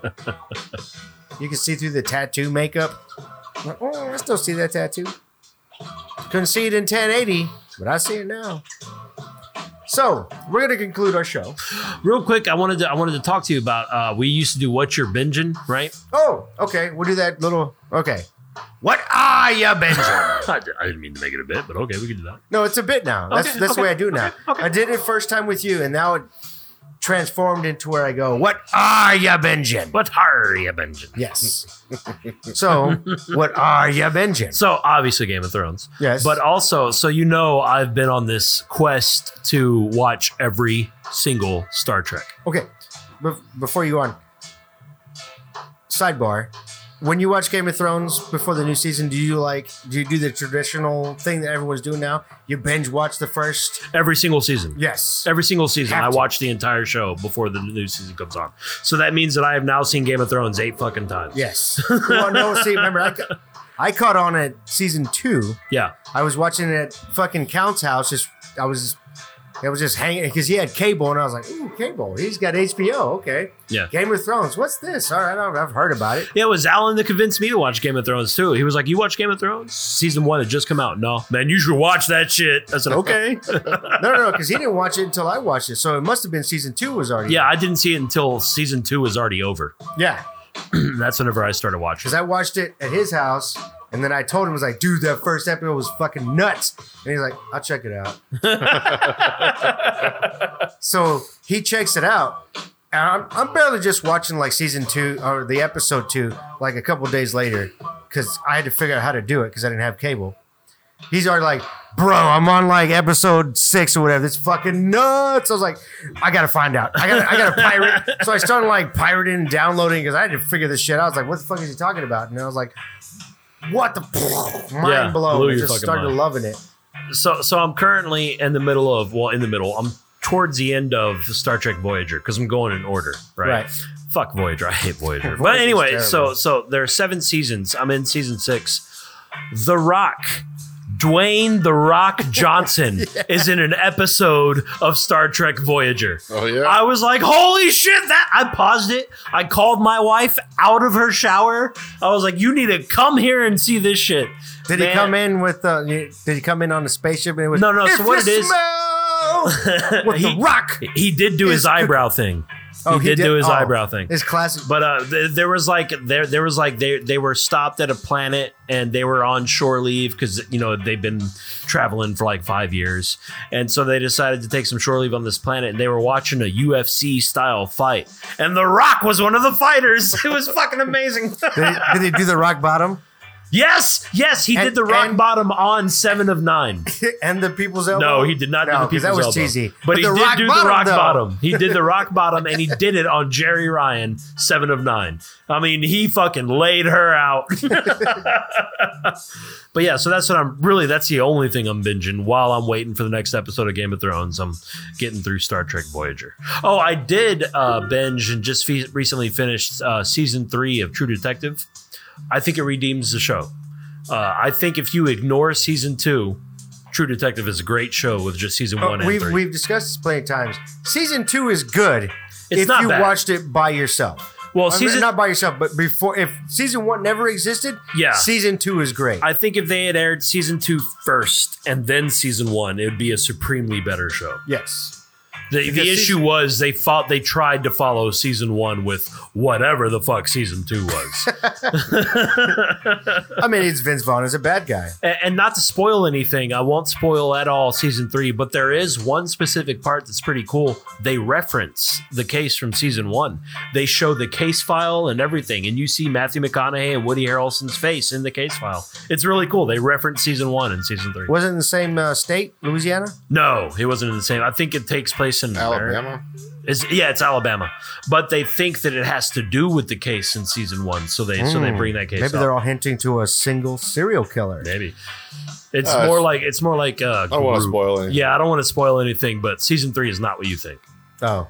You can see through the tattoo makeup. Like, oh, I still see that tattoo. Couldn't see it in 1080, but I see it now. So we're gonna conclude our show. Real quick, I wanted to I wanted to talk to you about uh, we used to do what's your binging, right? Oh, okay. We'll do that little. Okay. What are you, Benjamin? I I didn't mean to make it a bit, but okay, we can do that. no, it's a bit now. That's Okay, that's the okay, way I do it now. I did it first time with you, and now it transformed into where I go. What are you, Benjamin? What are you binging? Yes. so, what are you binging? uh, So obviously Game of Thrones. Yes. But also, so you know I've been on this quest to watch every single Star Trek. Okay, Bef before you go on, sidebar: When you watch Game of Thrones before the new season, do you like do you do the traditional thing that everyone's doing now? You binge watch the first. Every single season. Yes. Every single season, Have I to. watch the entire show before the new season comes on. So that means that I have now seen Game of Thrones eight fucking times. Yes. well, no. See, remember, I, ca- I caught on at season two. Yeah. I was watching it at fucking Count's house. Just I was It was just hanging because he had cable, and I was like, "Ooh, cable! He's got HBO. Okay, Yeah. Game of Thrones. What's this? All right, I've I've heard about it. Yeah, it was Alan that convinced me to watch Game of Thrones too. He was like, "You watch Game of Thrones? Season one had just come out. No, man, you should watch that shit." I said, "Okay." No, no, no, because he didn't watch it until I watched it. So it must have been season two was already. yeah, I didn't see it until season two was already over. yeah. That's whenever I started watching. Because I watched it at his house, and then I told him I was like, "Dude, that first episode was fucking nuts," and he's like, "I'll check it out." so he checks it out. And I'm, I'm barely just watching like season two or the episode two, like a couple days later, because I had to figure out how to do it because I didn't have cable. He's already like, bro, I'm on like episode six or whatever. It's fucking nuts. I was like, I gotta find out. I gotta, I gotta pirate. so I started like pirating and downloading because I had to figure this shit out. I was like, what the fuck is he talking about? And I was like, what the mind Yeah, blown. blew I your just fucking started mind. loving it. So, so I'm currently in the middle of well, in the middle. I'm towards the end of Star Trek Voyager because I'm going in order, right? Right. Fuck Voyager. I hate Voyager. but Voyager's anyway, so terrible. so there are seven seasons. I'm in season six. The Rock. Dwayne The Rock Johnson is in an episode of Star Trek Voyager. Oh, yeah? I was like, holy shit, that I paused it. I called my wife out of her shower. I was like, you need to come here and see this shit. Did he Man. come in with? Uh, did he come in on the spaceship? And it was, No, no, so If what you it is- smell with He- the rock. He did do his It's- eyebrow thing. he, did, do his oh, eyebrow thing. His classic. But uh, th- there was like there there was like they they were stopped at a planet and they were on shore leave because you know they've been traveling for like five years and so they decided to take some shore leave on this planet and they were watching a UFC style fight and The Rock was one of the fighters. It was fucking amazing. did, he, did he do the rock bottom yes, yes, he did And- the rock and- bottom on seven of nine. and the people's elbow? No, he did not No, do the 'cause people's that was elbow. cheesy. But, he the did rock do bottom, the rock though. bottom. He did the rock bottom, and he did it on Jerry Ryan, seven of nine. I mean, he fucking laid her out. but yeah, so that's what I'm really. That's the only thing I'm binging while I'm waiting for the next episode of Game of Thrones. I'm getting through Star Trek Voyager. Oh, I did uh, binge and just fe- recently finished uh, season three of True Detective. I think it redeems the show. Uh, I think if you ignore season two, True Detective is a great show with just season Oh, one and we've three. we've discussed this plenty of times. Season two is good It's if not you bad. watched it by yourself. well, I mean, season not by yourself, but before if season one never existed, Yeah. season two is great. I think if they had aired season two first and then season one, it would be a supremely better show. yes. The, the Because issue season- was they fought, they tried to follow season one with whatever the fuck season two was. I mean, it's Vince Vaughn is a bad guy. and, and not to spoil anything, I won't spoil at all season three, but there is one specific part that's pretty cool. They reference the case from season one. They show the case file and everything, and you see Matthew McConaughey and Woody Harrelson's face in the case file. It's really cool. They reference season one and season three. Wasn't in the same uh, state, Louisiana. No, he wasn't in the same. I think it takes place in Alabama. It's, yeah, it's Alabama, but they think that it has to do with the case in season one, so they so they bring that case. Maybe up. they're all hinting to a single serial killer. Maybe it's Uh, more like it's more like. Uh, I don't want to Guru. spoil anything. Yeah, I don't want to spoil anything, but season three is not what you think. Oh,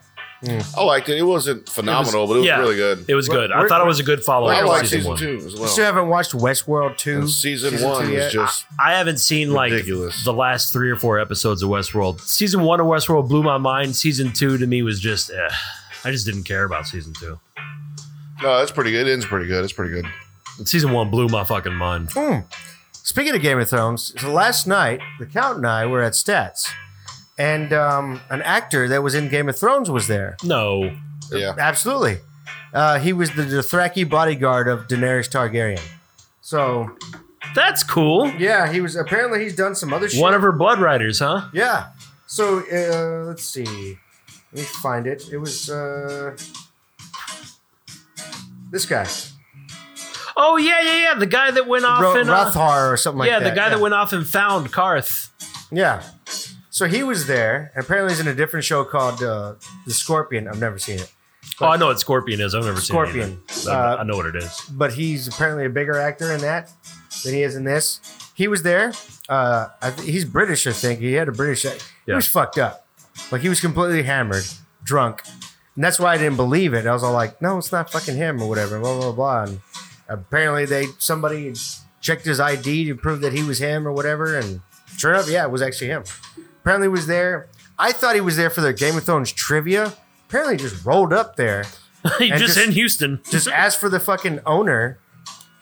I liked it. It wasn't phenomenal, but it was yeah. really good. It was We're- good. I we're- thought it was a good follow I up liked to season season, one. two as well. you still haven't watched Westworld two. And season, Season one two was yet? just I haven't seen like Ridiculous. the last three or four episodes of Westworld. Season one of Westworld blew my mind. Season two to me was just, eh, I just didn't care about season two. no, that's pretty good. It ends pretty good. It's pretty good. Season one blew my fucking mind. Speaking of Game of Thrones, so last night the Count and I were at Stats, and um, an actor that was in Game of Thrones was there. No, Yeah, Absolutely, uh, he was the Dothraki bodyguard of Daenerys Targaryen. So that's cool. yeah, he was. Apparently, he's done some other shit. One of her blood riders, huh? yeah. So uh, let's see. Let me find it. It was uh, this guy, Oh yeah, yeah, yeah. The guy that went off Ro- and uh, Rothar or something like yeah, that. the guy that went off and found Karth. Yeah. So he was there. And apparently, he's in a different show called uh, The Scorpion. I've never seen it, Oh, I know what Scorpion is. I've never Scorpion. seen it. Uh, I know what it is. but he's apparently a bigger actor in that than he is in this. He was there. Uh, I th- he's British, I think. He had a British. ac- He Yeah. was fucked up. Like he was completely hammered, drunk, and that's why I didn't believe it. I was all like, "No, it's not fucking him or whatever." Blah blah blah. And apparently, they somebody checked his ID to prove that he was him or whatever, and sure enough, yeah, it was actually him. Apparently, he was there. I thought he was there for their Game of Thrones trivia. Apparently, he just rolled up there, He And just, just- in Houston. just asked for the fucking owner,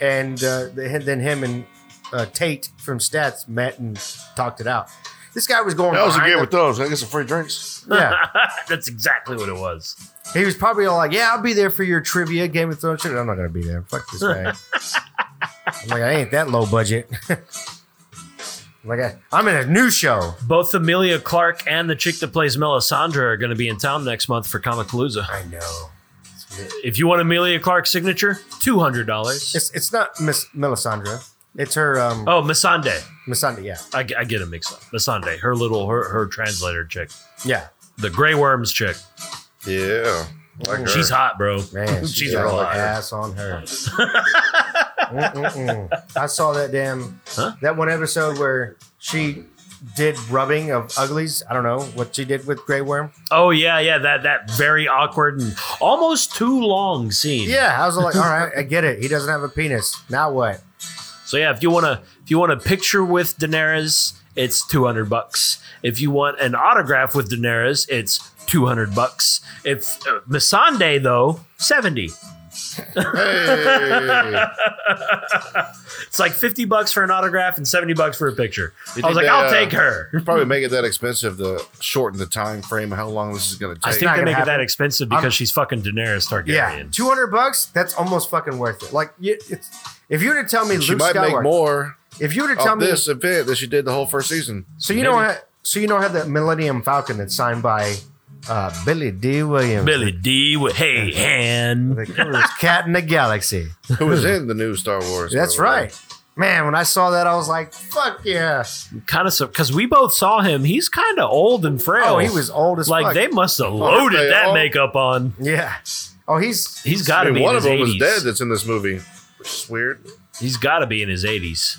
and uh, they- then him and uh, Tate from Stats met and talked it out. This guy was going. That was a behind game the- with those. I get some free drinks. Yeah, That's exactly what it was. he was probably all like, "Yeah, I'll be there for your trivia, Game of Thrones." shit." I'm not gonna be there. Fuck this guy. I'm like, I ain't that low budget. I'm like, I- I'm in a new show. Both Amelia Clark and the chick that plays Melisandre are going to be in town next month for Comic Palooza. I know. If you want Amelia Clark's signature, two hundred dollars. It's it's not Miss Melisandre. It's her um Oh, Masande. Missandei, yeah. I, g- I get a mix up. Masande, her little her her translator chick, Yeah. the Grey Worms chick. Yeah. Like her. She's hot, bro. Man, she's got real an hot. ass on her. Mm-mm-mm. I saw that damn Huh? that one episode where she did rubbing of uglies. I don't know what she did with Grey Worm. Oh yeah, yeah. That that very awkward and almost too long scene. Yeah, I was like, all right, I get it. He doesn't have a penis. Now what? So yeah, if you want to if you want a picture with Daenerys, it's 200 bucks. If you want an autograph with Daenerys, it's 200 bucks. If uh, Missandei though, 70. Hey. It's like 50 bucks for an autograph and 70 bucks for a picture. I was think like, they, I'll uh, take her. Probably make it that expensive to shorten the time frame of how long this is going to I take. think not they gonna make it that happen. expensive because she's fucking Daenerys Yeah, Targaryen. two hundred bucks. That's almost fucking worth it. Like, you- it's, if you were to tell me she Luke might Skywalker, make more if you were to tell of me this event than she did the whole first season. So you don't have so you don't have that Millennium Falcon that's signed by uh, Billy D. Williams. Billy D with hey hand. The coolest cat in the galaxy. Who was in the new Star Wars? That's by the way. right. Man, when I saw that, I was like, fuck yeah. Kind of because we both saw him. He's kind of old and frail. Oh, he was old as like fuck. Oh, they must have they loaded that all- makeup on. yeah. Oh, he's He's got I to mean, be one in of his them was 80s. dead. That's in this movie, which is weird. He's got to be in his 80s.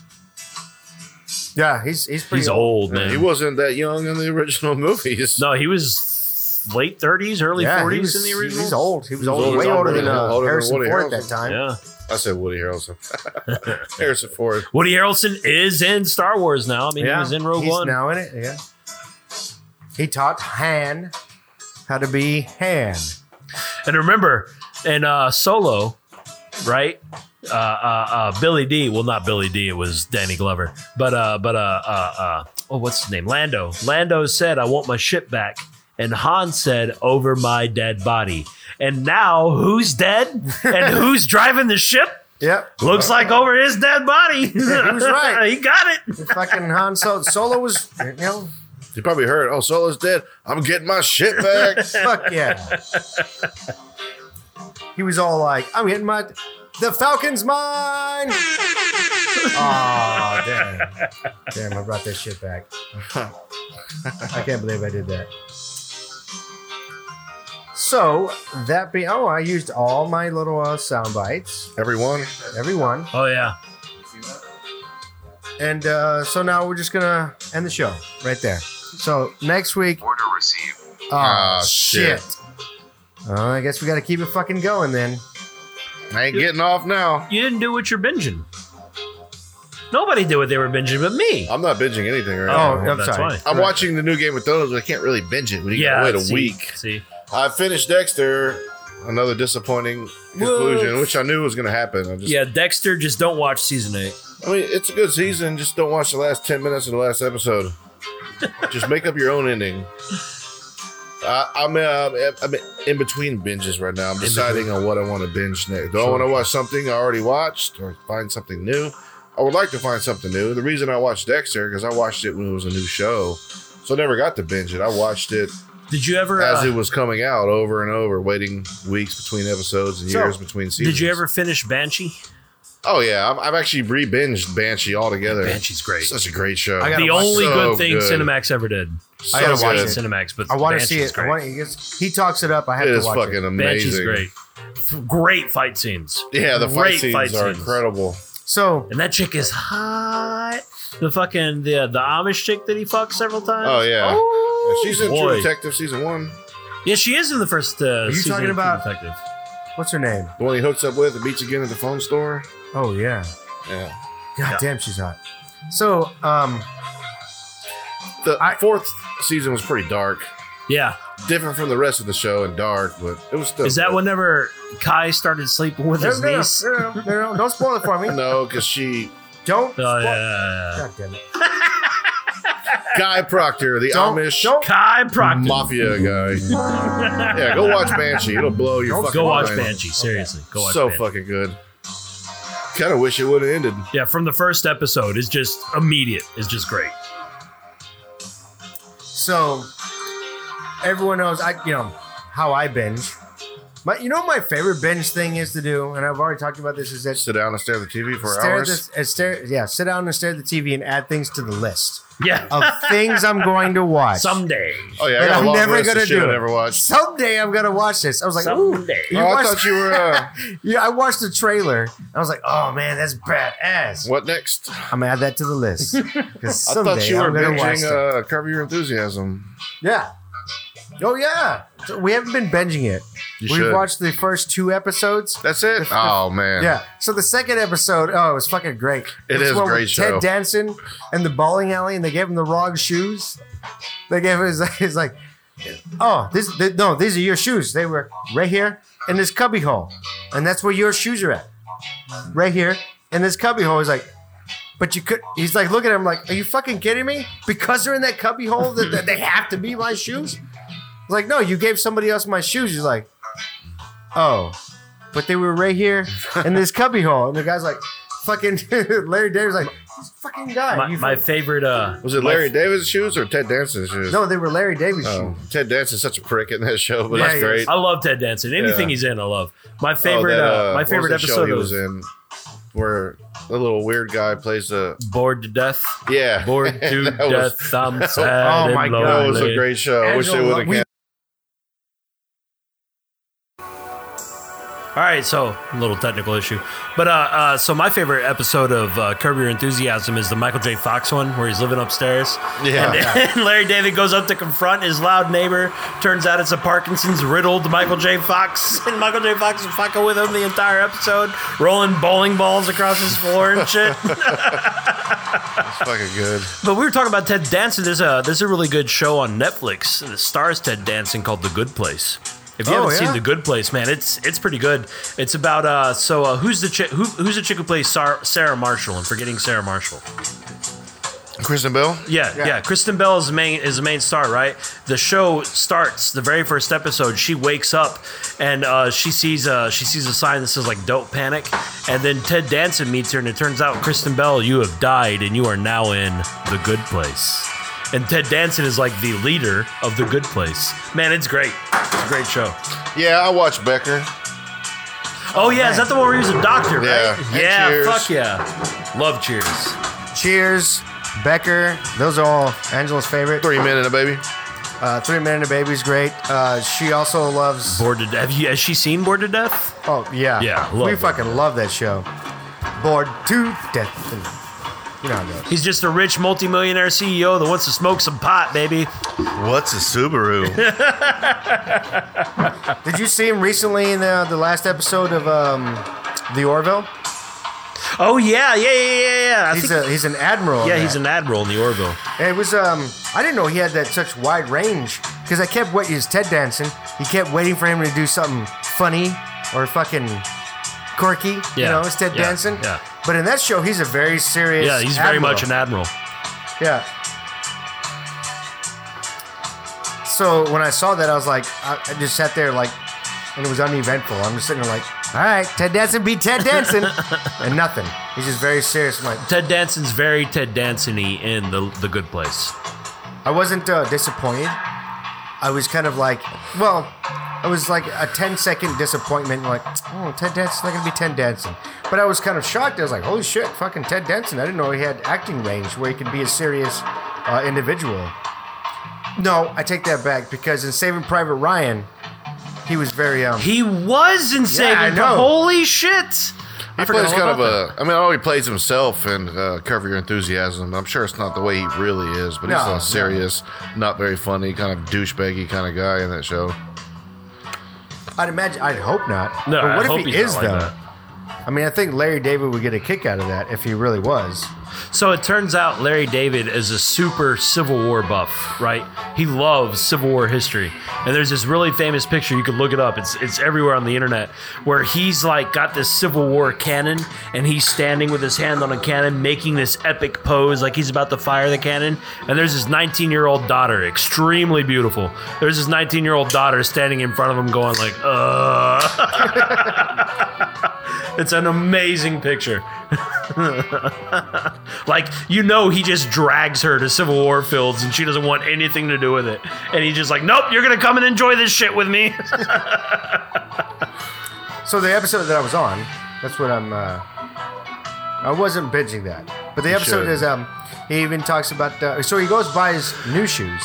yeah, he's he's pretty He's old, man. He wasn't that young in the original movies. No, he was late 30s, early Yeah, he 40s was- in the original. He's old. He was, He was old, old. way He's older older than, than- uh, older than Harrison Woody Ford at that Harrelson. time. Yeah. I said Woody Harrelson. Harrison Ford. Woody Harrelson is in Star Wars now. I mean, Yeah, he was in Rogue he's One. now in it. Yeah. He taught Han how to be Han. and remember, in uh, Solo, right? Uh, uh, uh, Billy D. Well, not Billy D. It was Danny Glover. But, uh, but, uh, uh, uh, oh, what's his name? Lando. Lando said, I want my ship back. And Han said, over my dead body. And now, who's dead? and who's driving the ship? Yep. Looks like over his dead body. he was right. he got it. Fucking Han Solo. Solo was, you know, You probably heard, oh, Solo's dead. I'm getting my shit back. Fuck yeah. he was all like, I'm getting my. The Falcon's mine! oh, damn. Damn, I brought that shit back. I can't believe I did that. So, that be. Oh, I used all my little uh, sound bites, Everyone. everyone. Oh, yeah. And uh, so now we're just gonna end the show right there. So, next week. Order received. Oh, Ah, shit. shit. Oh, I guess we gotta keep it fucking going then. I ain't getting off now. You didn't do what you're binging. Nobody did what they were binging but me. I'm not binging anything right Oh, now. I'm sorry. I'm watching the new Game of Thrones, but I can't really binge it. We Yeah. gotta wait a see- week. See. I finished Dexter. Another disappointing conclusion, which I knew was gonna happen. I just, Yeah, Dexter, just don't watch season eight. I mean, it's a good season. Just don't watch the last ten minutes of the last episode. just make up your own ending. I, I'm, uh, I'm in between binges right now. I'm deciding on what I want to binge next. Do I want to watch something I already watched, or find something new? I would like to find something new. The reason I watched Dexter because I watched it when it was a new show, so I never got to binge it. I watched it Did you ever? as uh, it was coming out over and over, waiting weeks between episodes and So, years between seasons. did you ever finish Banshee? Oh yeah, I'm, I've actually re-binged Banshee altogether. Banshee's great. Such a great show. I gotta The watch- only so good thing good. Cinemax ever did. So I gotta watch it. good. Cinemax, but I want to see Banshee's it. I Great. want to. He talks it up. I have It to is watch fucking it. amazing. Banshee's great. F- Great fight scenes. Yeah, the Great fight scenes fight are scenes. incredible. So And that chick is hot. The fucking the the Amish chick that he fucked several times. Oh yeah, Oh, she's in boy. True Detective season one. Yeah, she is in the first. Uh, you season talking of True about- Detective. what's her name? The one he hooks up with and beats again at the phone store. Oh yeah. Yeah, God damn, she's hot. So um, the I- fourth season was pretty dark, Yeah. different from the rest of the show and dark, but it was still. Is that good. whenever Kai started sleeping with No, his no, no, niece? no, no, no, no, don't spoil it for me. No, because she Don't. Oh, spoil- yeah, yeah, yeah. God damn it. Guy Proctor, the Don't- Amish don't- Kai Proctor. mafia guy. yeah, go watch Banshee. It'll blow your fucking Go watch mind. Banshee. Seriously. Go watch so Banshee. fucking good. Kind of wish it would have ended. Yeah, from the first episode, it's just immediate. It's just great. So everyone knows I, you know, how I binge. My, you know, what my favorite binge thing is to do, and I've already talked about this, is that Sit down and stare at the TV for stare at hours. this, and stare, yeah, sit down and stare at the TV and add things to the list Yeah. of things I'm going to watch. Someday. oh yeah, I and got I'm a long never list gonna of shit do I it. never watched. Someday I'm gonna watch this. I was like, ooh, Someday. you oh, I watched- thought you were. Uh, yeah, I watched the trailer. I was like, oh man, that's badass. what next? I'm gonna add that to the list because I thought someday you were I'm gonna watch binging it. uh, Curb Your Enthusiasm. yeah. Oh yeah. So we haven't been binging it. You we should. watched the first two episodes. That's it. Oh man. Yeah. So the second episode, oh, it was fucking great. It This is a one with great show. Ted Danson and the bowling alley, and they gave him the wrong shoes. They gave him his, his like, oh, this th- no, these are your shoes. They were right here in this cubbyhole, and that's where your shoes are at, right here in this cubbyhole. He's like. But you could. He's like looking at him like, "Are you fucking kidding me? Because they're in that cubbyhole, that, that they have to be my shoes." I was like, "No, you gave somebody else my shoes." He's like, "Oh, but they were right here in this cubbyhole. And the guy's like, fucking Larry David's like, this fucking guy. My, you my fuck- favorite. uh Was it Larry David's shoes or Ted Danson's shoes? no, they were Larry David's Oh, shoes. Ted Danson's such a prick in that show, but Yeah, that's he great. is. I love Ted Danson. Anything Yeah. he's in, I love. My Oh, that, favorite. uh, uh, my what favorite that show episode he was was in where the little weird guy plays the Bored to Death. yeah. Bored to That was- Death. I'm sad. Oh, my and God. That was lonely. a great show. I wish they Angela would have. Lo- we- All right, so a little technical issue, but uh, uh, so my favorite episode of uh, Curb Your Enthusiasm is the Michael J. Fox one where he's living upstairs. Yeah. and, Larry David goes up to confront his loud neighbor. Turns out it's a Parkinson's riddled Michael J. Fox, and Michael J. Fox is fucking with him the entire episode, rolling bowling balls across his floor and shit. It's fucking good. But we were talking about Ted Danson. There's a there's a really good show on Netflix that stars Ted Danson called The Good Place. If you Oh, haven't seen yeah? The Good Place, man, it's it's pretty good. It's about uh so uh, who's the chick who, who's the chick who plays Sar- Sarah Marshall? I'm forgetting Sarah Marshall. Kristen Bell. Yeah, yeah, Kristen Bell is the main is the main star, right? The show starts the very first episode. She wakes up and uh, she sees uh, she sees a sign that says like "Don't panic," and then Ted Danson meets her, and it turns out Kristen Bell, you have died, and you are now in the good place. And Ted Danson is like the leader of the good place. Man, it's great. It's a great show. Yeah, I watched Becker. Oh, yeah, is that the one where he was a doctor, Yeah, right? and Yeah, Cheers. fuck yeah. Love Cheers. Cheers, Becker. Those are all Angela's favorite. Three men and a baby. Uh, three Men and a Baby's great. Uh, she also loves. Bored to death. Have you, has she seen Bored to Death? Oh yeah, Yeah, love We that. fucking love that show. Bored to death. And, you know how it goes. He's just a rich multimillionaire CEO that wants to smoke some pot, baby. What's a Subaru? Did you see him recently in uh, the, the last episode of um, the Orville? Oh yeah, yeah, yeah, yeah, yeah. I He's think- a he's an admiral. in yeah, that. he's an admiral in the Orville. It was um I didn't know he had that such wide range because I kept waiting. It's Ted Danson. He kept waiting for him to do something funny or fucking quirky. You Yeah, know, it's Ted yeah, Danson. yeah. But in that show, he's a very serious. yeah, he's very admiral. much an admiral. Yeah. So when I saw that, I was like, I, I just sat there like, and it was uneventful. I'm just sitting there like, all right, Ted Danson beat Ted Danson, and nothing. He's just very serious. I'm like, Ted Danson's very Ted Danson-y in the the Good Place. I wasn't uh, disappointed. I was kind of like, well, I was like a 10 second disappointment, like, oh, Ted Danson's not going to be Ted Danson. But I was kind of shocked. I was like, holy shit, fucking Ted Danson. I didn't know he had acting range where he could be a serious uh, individual. No, I take that back because in Saving Private Ryan, he was very, um, He was in I Saving. Pri- know. Holy shit! he plays kind of a. I mean, I know he plays himself in uh, Cover Your Enthusiasm. I'm sure it's not the way he really is, but he's No, a no. serious, not very funny, kind of douchebaggy kind of guy in that show. I'd imagine, I'd hope not. No, but I what hope if he he's is, not like though? that. I mean, I think Larry David would get a kick out of that if he really was. So it turns out Larry David is a super Civil War buff, right? He loves Civil War history. And there's this really famous picture, you could look it up. It's it's everywhere on the internet where he's like got this Civil War cannon and he's standing with his hand on a cannon making this epic pose like he's about to fire the cannon. And there's his 19-year-old daughter, extremely beautiful. There's his 19-year-old daughter standing in front of him going like, "Uh." It's an amazing picture. like, you know, he just drags her to Civil War fields and she doesn't want anything to do with it. And he's just like, nope, you're going to come and enjoy this shit with me. So the episode that I was on, that's what I'm. Uh, I wasn't binging that, but the episode should. is um. He even talks about uh, so he goes buy his new shoes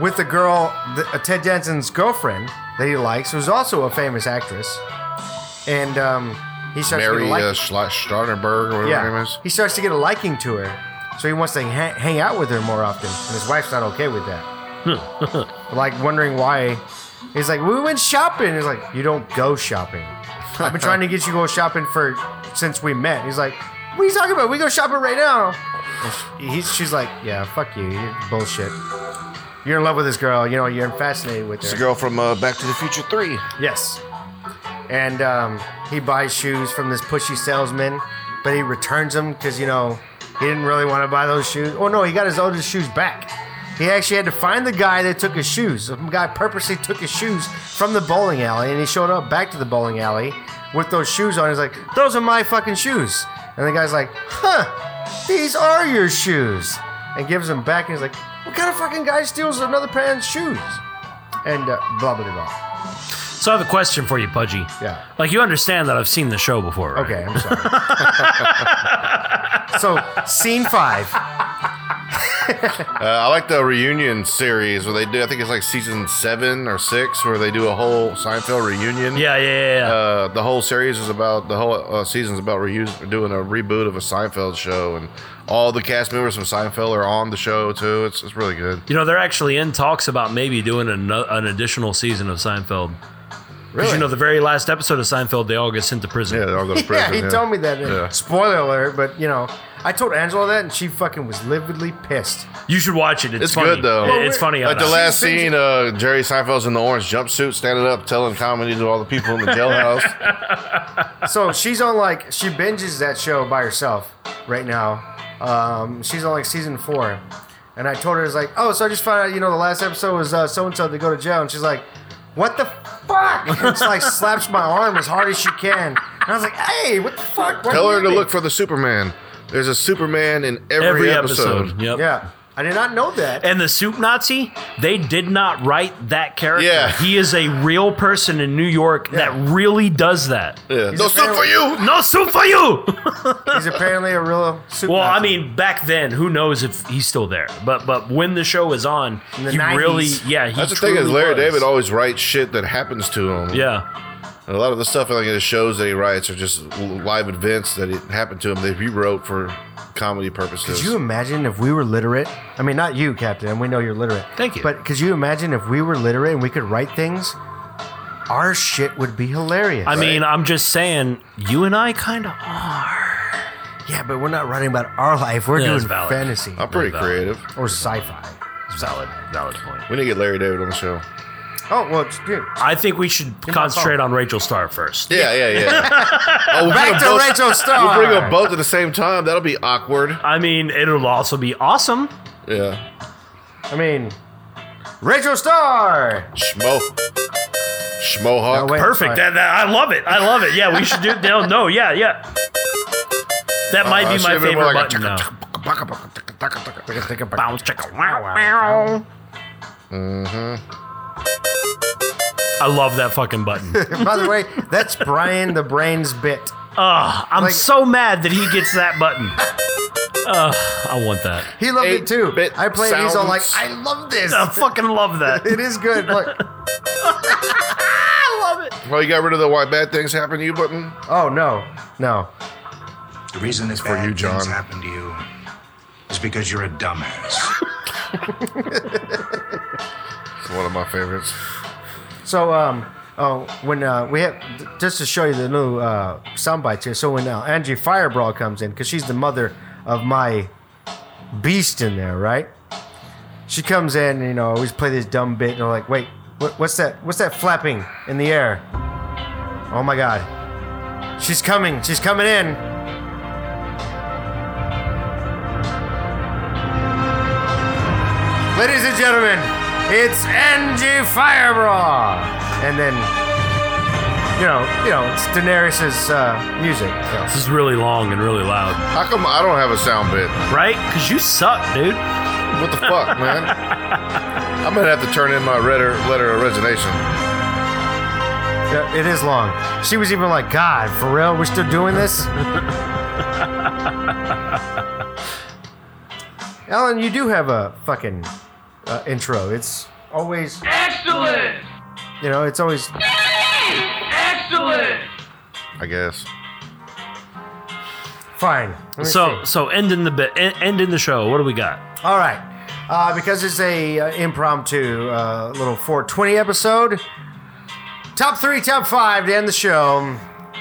with the girl, the, uh, Ted Jensen's girlfriend that he likes, who's also a famous actress, and um, he starts to Mary get a uh, liking. Schla- Strassenberg or whatever her name yeah, is. he starts to get a liking to her, so he wants to ha- hang out with her more often, and his wife's not okay with that. like wondering why. He's like, we went shopping. He's like, you don't go shopping. I've been trying to get you to go shopping for since we met. He's like, what are you talking about? We go shopping right now. And she- he's, she's like, yeah, fuck you, you're bullshit. You're in love with this girl. You know, you're fascinated with her. It's the girl from uh, Back to the Future 3. Yes. And um, he buys shoes from this pushy salesman, but he returns them because, you know, he didn't really want to buy those shoes. Oh, no, he got his oldest shoes back. He actually had to find the guy that took his shoes. Some guy purposely took his shoes from the bowling alley, and he showed up back to the bowling alley with those shoes on. He's like, those are my fucking shoes. And the guy's like, huh, these are your shoes. And gives them back, and he's like, what kind of fucking guy steals another pair of shoes? And uh, blah, blah, blah, blah. so I have a question for you, Pudgy. Yeah. Like, you understand that I've seen the show before, right? Okay, I'm sorry. so, scene five. Uh, I like the reunion series where they do, I think it's like season seven or six, where they do a whole Seinfeld reunion. Yeah, yeah, yeah. yeah. Uh, the whole series is about the whole uh, season's about reuse, doing a reboot of a Seinfeld show, and all the cast members from Seinfeld are on the show too. It's, it's really good. you know, they're actually in talks about maybe doing an, an additional season of Seinfeld. Because, you know, the very last episode of Seinfeld, they all get sent to prison. Yeah, they all go to prison. yeah, he told me that. uh, Yeah. Spoiler alert, but you know, I told Angela that, and she fucking was lividly pissed. You should watch it. It's, It's funny. good, though. It- Well, it's funny. Like Anna. the last scene, uh, Jerry Seinfeld's in the orange jumpsuit, standing up, telling comedy to all the people in the jailhouse. So she's on like she binges that show by herself right now. Um, she's on like season four, and I told her it's like, oh, so I just found out, you know, the last episode was uh, so and so to go to jail, and she's like, what the fuck? And she like slaps my arm as hard as she can, and I was like, hey, what the fuck? What Tell do her you to mean?" look for the Superman. There's a Superman in every, Every episode. episode. Yep. Yeah, I did not know that. And the soup Nazi, they did not write that character. Yeah. He is a real person in New York that really does that. Yeah. No a soup fair- for you. No soup for you. He's apparently a real super. well, I mean, back then, who knows if he's still there? But but when the show is on, In the he 90s. really, yeah, he That's the thing is truly Larry was. David always writes shit that happens to him. Yeah, And a lot of the stuff like in his shows that he writes are just live events that it happened to him that he wrote for comedy purposes. could you imagine if we were literate? I mean, not you, Captain. and We know you're literate. Thank you. But could you imagine if we were literate and we could write things? Our shit would be hilarious. I mean, I'm just saying, you and I kind of are. yeah, but we're not writing about our life. We're Yeah, doing that's valid. fantasy I'm pretty Valid. creative. or sci-fi. Valid, valid point. We need to get Larry David on the show. Oh well, it's- dude. I think we should concentrate on Rachel Starr first. Yeah, yeah, yeah. oh, we'll bring Back them to both- Rachel Star. We'll bring them both at the same time. That'll be awkward. I mean, it'll also be awesome. Yeah. I mean, Rachel Star. Schmo. Schmohawk. No, wait. Sorry. Perfect. That, that- I love it. I love it. Yeah, we should do. No, no. Yeah, yeah. That might Uh, be it my should've been favorite more like a button. now. Bounce, chicka, wow, wow. I love that fucking button. Ugh, By the way, that's Brian the Brains bit. I'm Like- so mad that he gets that button. Ugh, I want that. He loved it too. 8-bit I played. He's all like, sounds. I love this. I fucking love that. It is good. Look. Well, you got rid of the why bad things happen to you button. Oh no, no. The reason this for bad you, John. things happened to you is because you're a dumbass. It's one of my favorites. So um, oh, when uh, we have just to show you the new uh, sound bites here. So when uh, Angie Fireball comes in, because she's the mother of my beast in there, right? She comes in, and, you know, I always play this dumb bit, and I'm like, wait, what, what's that? What's that flapping in the air? Oh my God. She's coming. She's coming in. Ladies and gentlemen, it's NG Firebrawl. And then, you know, you know, it's Daenerys' uh, music. This is really long and really loud, How come I don't have a sound bit? right? Because you suck, dude. What the fuck, man? I'm gonna have to turn in my letter letter of resignation. Yeah, it is long. She was even like, God, for real, we're still doing this? Ellen, you do have a fucking uh, intro. It's always, Excellent! you know, it's always Excellent! I guess. fine. Let me So, so ending the bit, en- ending the show. What do we got? All right. Uh, because it's a uh, impromptu uh, little 420 episode. Top three, top five to end the show.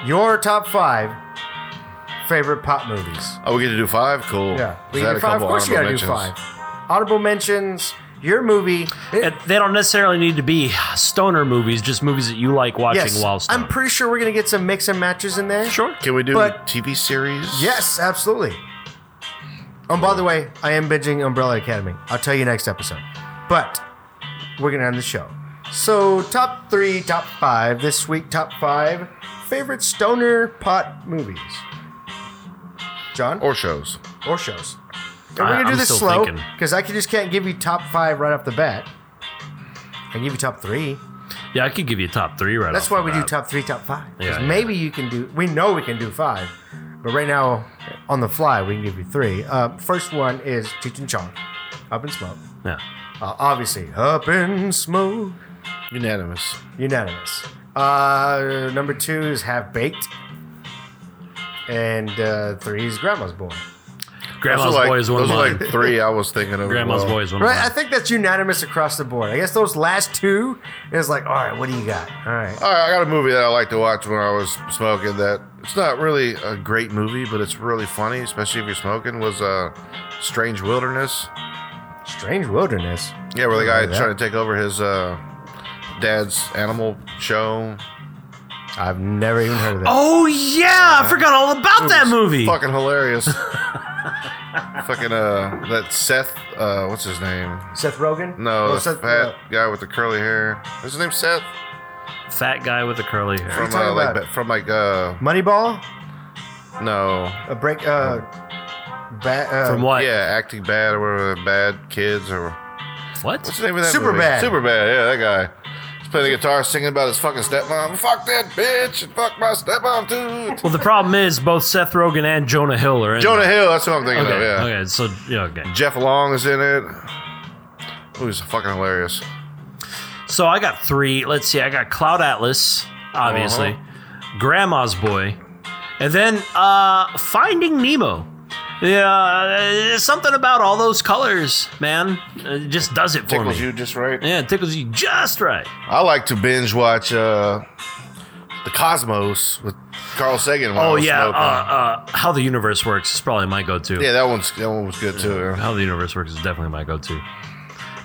Your top five favorite pop movies. Oh, we get to do five. Cool. Yeah, we Is that do a five. couple Of course, you gotta honorable do mentions? five. Honorable mentions. Your movie. And they don't necessarily need to be stoner movies, just movies that you like watching yes, while stoned. I'm pretty sure we're gonna get some mix and matches in there. sure. Can we do But- TV series? Yes, absolutely. Oh, by the way, I am binging Umbrella Academy. I'll tell you next episode. But we're gonna end the show. So, top three, top five this week. Top five favorite stoner pot movies. John Or shows. or shows. And I- we're gonna do I'm this still slow thinking. because I can, just can't give you top five right off the bat. I can give you top three. Yeah, I could give you top three right That's off why the we do bat. top three, top five. 'Cause Yeah, yeah. maybe you can do. We know we can do five, but right now on the fly we can give you three. Uh, first one is Cheech and Chong, Up in Smoke. Yeah. Uh, obviously, Up in Smoke, Unanimous. unanimous. Uh, number two is Half Baked, and uh, three is Grandma's Boy. Those are Grandma's like, Boy is one of those are mine. like three I was thinking of. Grandma's as well. Boy is one Right, I of mine. think that's unanimous across the board. I guess those last two is like, all right, what do you got? All right. All right, I got a movie that I like to watch when I was smoking. That it's not really a great movie, but it's really funny, especially if you're smoking. Was uh, Strange Wilderness? Strange Wilderness. Yeah, where the guy Remember that? trying to take over his uh, dad's animal show. I've never even heard of that. Oh yeah, I forgot all about that movie. Fucking hilarious. Fucking uh, that Seth. Uh, what's his name? Seth Rogen? No, Oh, the Seth, fat uh, guy with the curly hair. Is his name Seth? Fat guy with the curly hair. From talking uh, like about? ba- from like uh, Moneyball? no, A break. Uh, ba- uh, From what? yeah, acting bad or whatever, bad kids or What? What's the name of that Superbad. Super bad, yeah, that guy. He's playing the guitar, singing about his fucking stepmom. Fuck that bitch, and fuck my stepmom too. Well, the problem is both Seth Rogen and Jonah Hill are in. Jonah it. Hill, that's what I'm thinking Okay. of. Yeah, Okay. So yeah. Okay. Jeff Long is in it. It was fucking hilarious. So I got three. Let's see. I got Cloud Atlas, obviously, Uh-huh. Grandma's Boy, and then uh, Finding Nemo. Yeah, uh, something about all those colors, man. It just does it for Tickles me. you just right. Yeah, it tickles you just right. I like to binge watch uh, the Cosmos with Carl Sagan. While I Oh was yeah, uh, smoking. uh, How the Universe Works is probably my go-to. yeah, that one's that one was good too. yeah. How the Universe Works is definitely my go-to.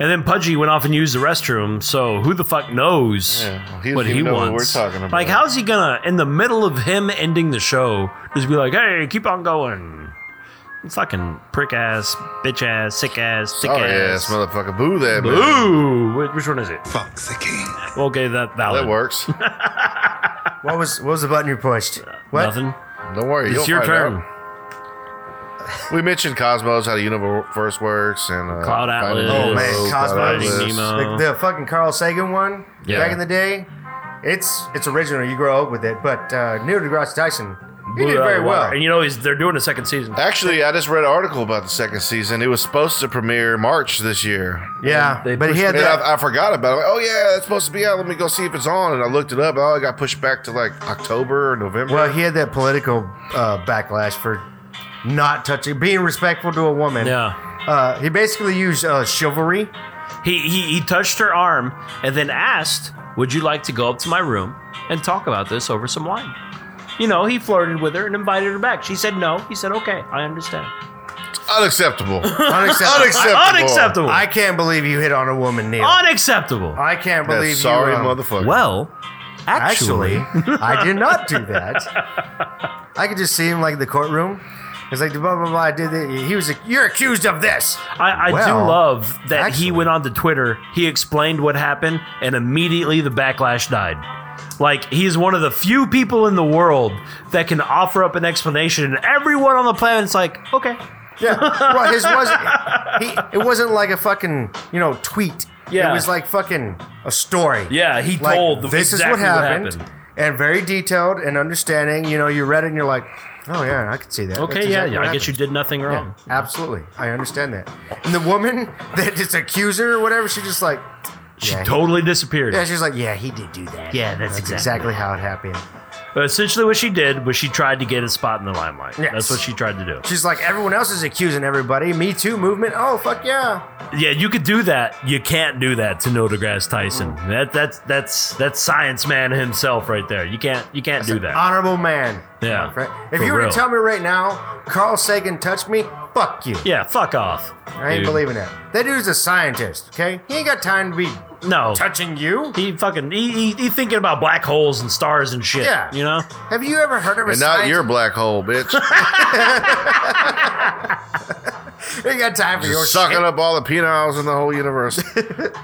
And then Pudgy went off and used the restroom, so who the fuck knows Yeah, well, he doesn't what he even know what wants? we're talking about. Like, how's he gonna in the middle of him ending the show just be like, "Hey, keep on going"? Fucking prick ass, bitch ass, sick ass, sick Sorry, ass ass. Oh, motherfucker. Boo that man. Ooh, wh- which one is it? Fuck the king. Okay, that that, That one. works. what was what was the button you pushed? What? Nothing. Don't worry, It's you'll your find turn. out. We mentioned Cosmos, how the universe works, and uh, Cloud Finding Atlas. Oh Nemo, man, Yes. Cloud Cosmos. Finding Atlas. Nemo. Like the fucking Carl Sagan one Yeah. back in the day. It's it's original. You grow up with it, but uh, Neil deGrasse Tyson, he Blew did it out of very the water. well. And you know he's they're doing a second season. Actually, I just read an article about the second season. It was supposed to premiere March this year. yeah, They but he pushed had And that. I, I forgot about it. I'm like, oh yeah, that's supposed to be out. Let me go see if it's on. And I looked it up. Oh, it got pushed back to like October or November. well, he had that political uh, backlash for not touching, being respectful to a woman. Yeah. Uh, he basically used uh, chivalry. He, he he touched her arm and then asked, "Would you like to go up to my room and talk about this over some wine?" You know, he flirted with her and invited her back. She said no. He said, "Okay, I understand." Unacceptable. Unacceptable. Unacceptable. Unacceptable. I can't believe you hit on a woman, Neil. Unacceptable. I can't That believe sorry you. um, motherfucker. Well, Actually, actually, I did not do that. I could just see him like in the courtroom. It's like blah blah blah. I did it. He was. ac- You're accused of this. I, I Well, do love that actually- he went on to Twitter, he explained what happened, and immediately the backlash died. Like, he's one of the few people in the world that can offer up an explanation, and everyone on the planet's like, okay. Yeah. Well, his was. He, it wasn't like a fucking you know tweet. Yeah. It was like fucking a story. Yeah, he Like told the this is exactly what happened, and very detailed and understanding. You know, you read it and you're like, oh yeah, I could see that. Okay, That's yeah, exactly yeah. what I guess you happened." did nothing wrong. Yeah, absolutely. I understand that. And the woman that just accused her or whatever, she just like. She yeah, he- totally disappeared. Yeah, she's like, yeah, he did do that. Yeah, that's exactly- how it happened. But essentially, what she did was she tried to get a spot in the limelight. Yes. That's what she tried to do. She's like, everyone else is accusing everybody. Me Too movement. Oh, fuck yeah. Yeah, you could do that. You can't do that to Neil deGrasse Tyson. That that's that's that's science man himself right there. You can't you can't do that. Honorable man. Yeah, My friend. If for you were real. to tell me right now, Carl Sagan touched me, fuck you. yeah, fuck off. I ain't dude. believing that. That dude's a scientist, okay? He ain't got time to be No, touching you. he fucking he, he he thinking about black holes and stars and shit. Yeah. you know. Have you ever heard of a and not scientist? your black hole, bitch. You ain't got time for your Just sucking shit. up all the peniles in the whole universe. but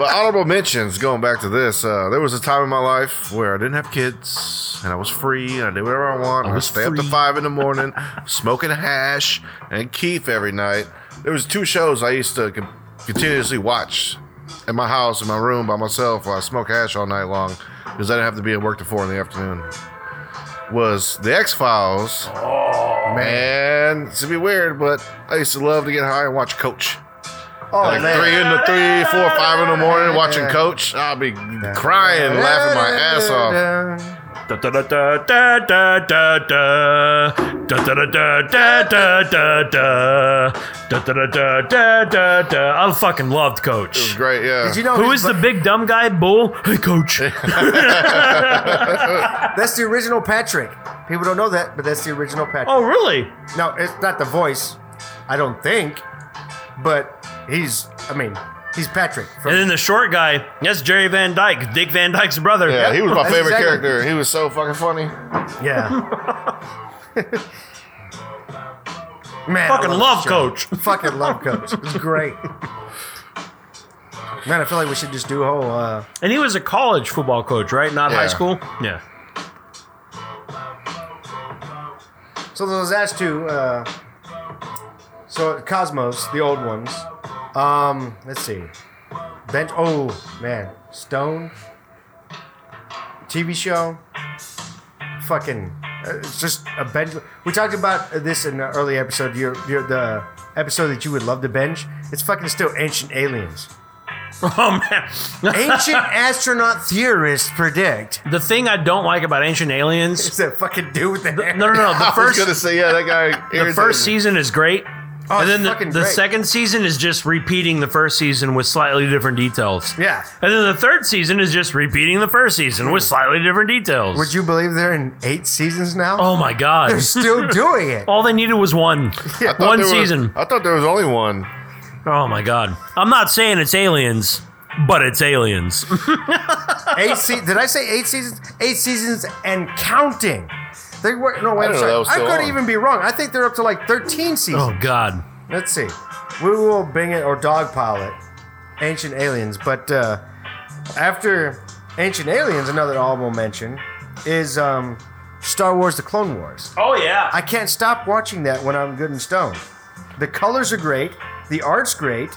honorable mentions, going back to this, uh, there was a time in my life where I didn't have kids and I was free and I did whatever I want. I, would was stay up to free. five in the morning, smoking hash and keef every night. There was two shows I used to con- continuously watch in my house, in my room, by myself while I smoke hash all night long because I didn't have to be at work till four in the afternoon. Was the X Files? Oh. man, it's gonna be weird, but I used to love to get high and watch Coach. Oh, Like three man. in the three, four, five in the morning watching Coach. I'll be crying, laughing my ass off. Da da da da da da da da da da da da da da da da da da da da da da. I fucking loved It was Coach. great, yeah. Did you know Who his is the bu- big dumb guy? Bull. Hey, Coach. That's the original Patrick. People don't know that, but that's the original Patrick. Oh, really? No, it's not the voice. I don't think. But he's, I mean, he's Patrick. From, And then the short guy, that's Jerry Van Dyke, Dick Van Dyke's brother. yeah, he was my That's favorite exactly- character. He was so fucking funny. yeah. Man, Fucking I love this show. Coach. Fucking love coach. It's great. Man, I feel like we should just do a whole. Uh, And he was a college football coach, right? Not Yeah. high school? Yeah. so those last two. Uh, so Cosmos, the old ones. Um, let's see. Bench. Oh man, Stone. TV show. Fucking. uh, It's just a bench. We talked about this in an early episode. Your, your the episode that you would love to binge. It's fucking still Ancient Aliens. Oh, man. Ancient astronaut theorists predict. The thing I don't like about Ancient Aliens. It's that fucking dude with the hair. No, no, no. The I was gonna first, say, yeah, that guy. the irritated first me. season is great. Oh, it's and then the, fucking the great. second season is just repeating the first season with slightly different details. Yeah. And then the third season is just repeating the first season with slightly different details. Would you believe they're in eight seasons now? oh, my God. They're still doing it. All they needed was one. I thought there one was- season. I thought there was only one. Oh, my God. I'm not saying it's aliens, but it's aliens. Eight se- Did I say eight seasons? Eight seasons and counting. They were no wait. I I'm didn't know sorry. that was I so could long. even be wrong. I think they're up to like 13 seasons. oh, God. Let's see. We will bing it or dogpile it. Ancient Aliens, but uh, after Ancient Aliens, another honorable mention is um, Star Wars: The Clone Wars. Oh, yeah. I can't stop watching that when I'm good and stoned. The colors are great, the art's great,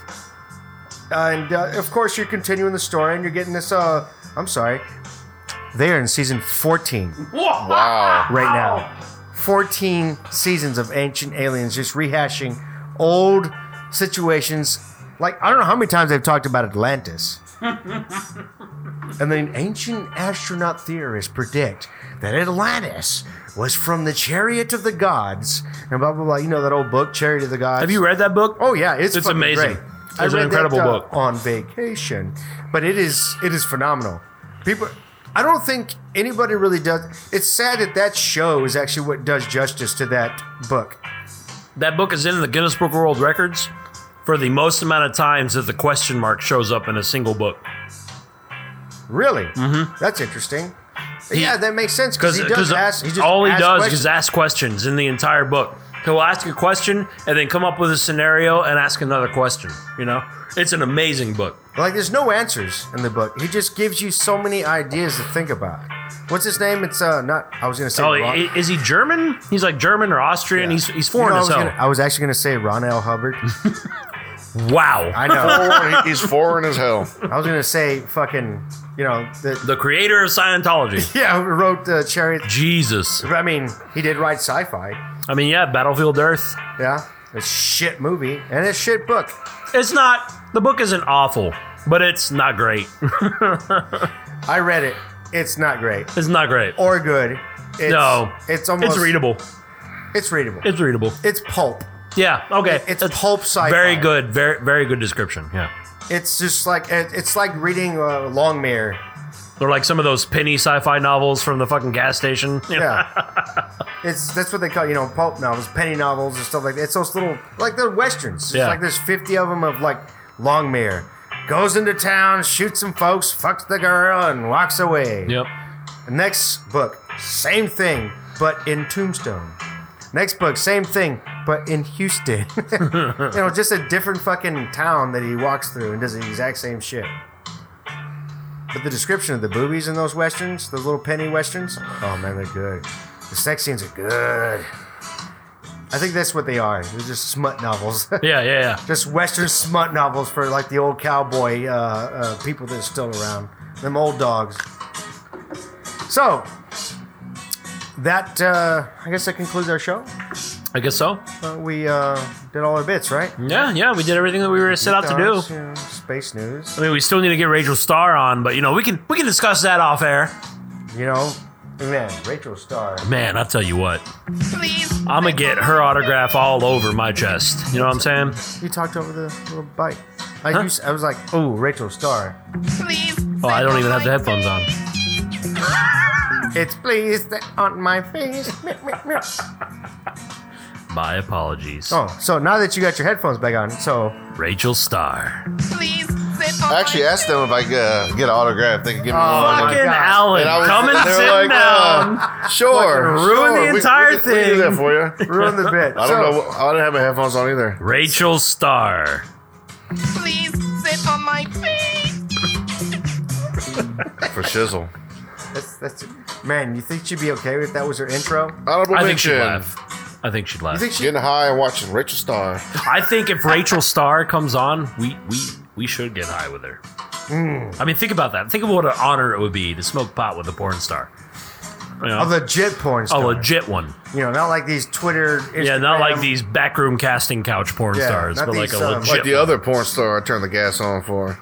and uh, of course you're continuing the story and you're getting this. Uh, I'm sorry, they are in season 14 Wow. right now. 14 seasons of Ancient Aliens, just rehashing old situations. Like I don't know how many times they've talked about Atlantis. and then ancient astronaut theorists predict that Atlantis was from the chariot of the gods and blah blah blah. You know that old book, Chariot of the Gods. Have you read that book? Oh yeah, it's It's fucking amazing. Great. It's I an read incredible that, uh, book. on vacation, but it is it is phenomenal. People, I don't think anybody really does. It's sad that that show is actually what does justice to that book that book is in the Guinness Book of World Records for the most amount of times that the question mark shows up in a single book. Really? Mm-hmm. That's interesting. yeah, that makes sense because Because he does ask. He just all uh, he asks does questions. is ask questions in the entire book. He'll ask a question and then come up with a scenario and ask another question. You know, it's an amazing book. Like, there's no answers in the book. He just gives you so many ideas to think about. What's his name? It's uh, not. I was gonna say. Oh, Ron- i- is he German? He's like German or Austrian. He's he's You know, I, foreign as was hell. gonna- I was actually gonna say Ron L. Hubbard. Wow, I know. Foreign- he's foreign as hell. I was gonna say fucking. You know the. the creator of Scientology. Yeah, who wrote the chariot? Jesus. I mean, he did write sci-fi. I mean, yeah, Battlefield Earth. Yeah, it's shit movie and it's shit book. It's not the book isn't awful, but it's not great. I read it. It's not great It's not great. or good. It's, No. it's almost It's readable. It's readable. It's readable. It's pulp. Yeah. Okay. It's That's pulp sci-fi. Very good. Very very good description. Yeah. It's just like it- it's like reading uh, Longmire. They're like some of those penny sci-fi novels from the fucking gas station. You know? Yeah, it's that's what they call you know pulp novels, penny novels, and stuff like that. It's those little like the westerns. It's Yeah. like there's fifty of them of like Longmire goes into town, shoots some folks, fucks the girl, and walks away. Yep. Next book, same thing, but in Tombstone. Next book, same thing, but in Houston. you know, just a different fucking town that he walks through and does the exact same shit. But the description of the boobies in those westerns, those little penny westerns, oh man, they're good. The sex scenes are good. I think that's what they are. They're just smut novels. Yeah. Yeah. Yeah. just western smut novels for like the old cowboy uh, uh, people that are still around, them old dogs. So that uh, I guess that concludes our show. I guess so. Uh, we uh, did all our bits, right? Yeah. Yeah. We did everything that we were set out to do. Yeah, space news. I mean, we still need to get Rachel Starr on, but you know, we can we can discuss that off air. You know, man, Rachel Starr. Man, I'll tell you what. Please. I'm gonna get her autograph all over my chest. You know what I'm saying? You talked over the little bike. Like Huh? you, s- I was like, oh, Rachel Starr. Please. Oh, I don't even have the headphones on. It's pleased that on my face. Meh, meh, meh. My apologies. oh, so now that you got your headphones back on, so Rachel Starr. Please. Sit on I actually asked them if I could uh, get an autograph. They could give me Oh, one. my Fucking God. Alan, And I was- come and they were sit like, down. uh, sure. ruin the sure, we- entire we, can- We, can do thing. that for you. ruin the bit. I So- don't know. I didn't have my headphones on either. Rachel Starr. Please sit on my face. For shizzle. That's that's man. You think she'd be okay if that was her intro? Honorable I think she'd mention. laugh. I think she'd You laugh. think she? Getting high and watching Rachel Starr. I think if Rachel Starr comes on, we we we should get high with her. Hmm. I mean, think about that. Think of what an honor it would be to smoke pot with a porn star. You know, A legit porn a star. legit one. You know, not like these Twitter. Yeah, not like Instagram- these backroom casting couch porn Yeah, stars, not but like these, a um, legit. Like the one. other porn star I turned the gas on for.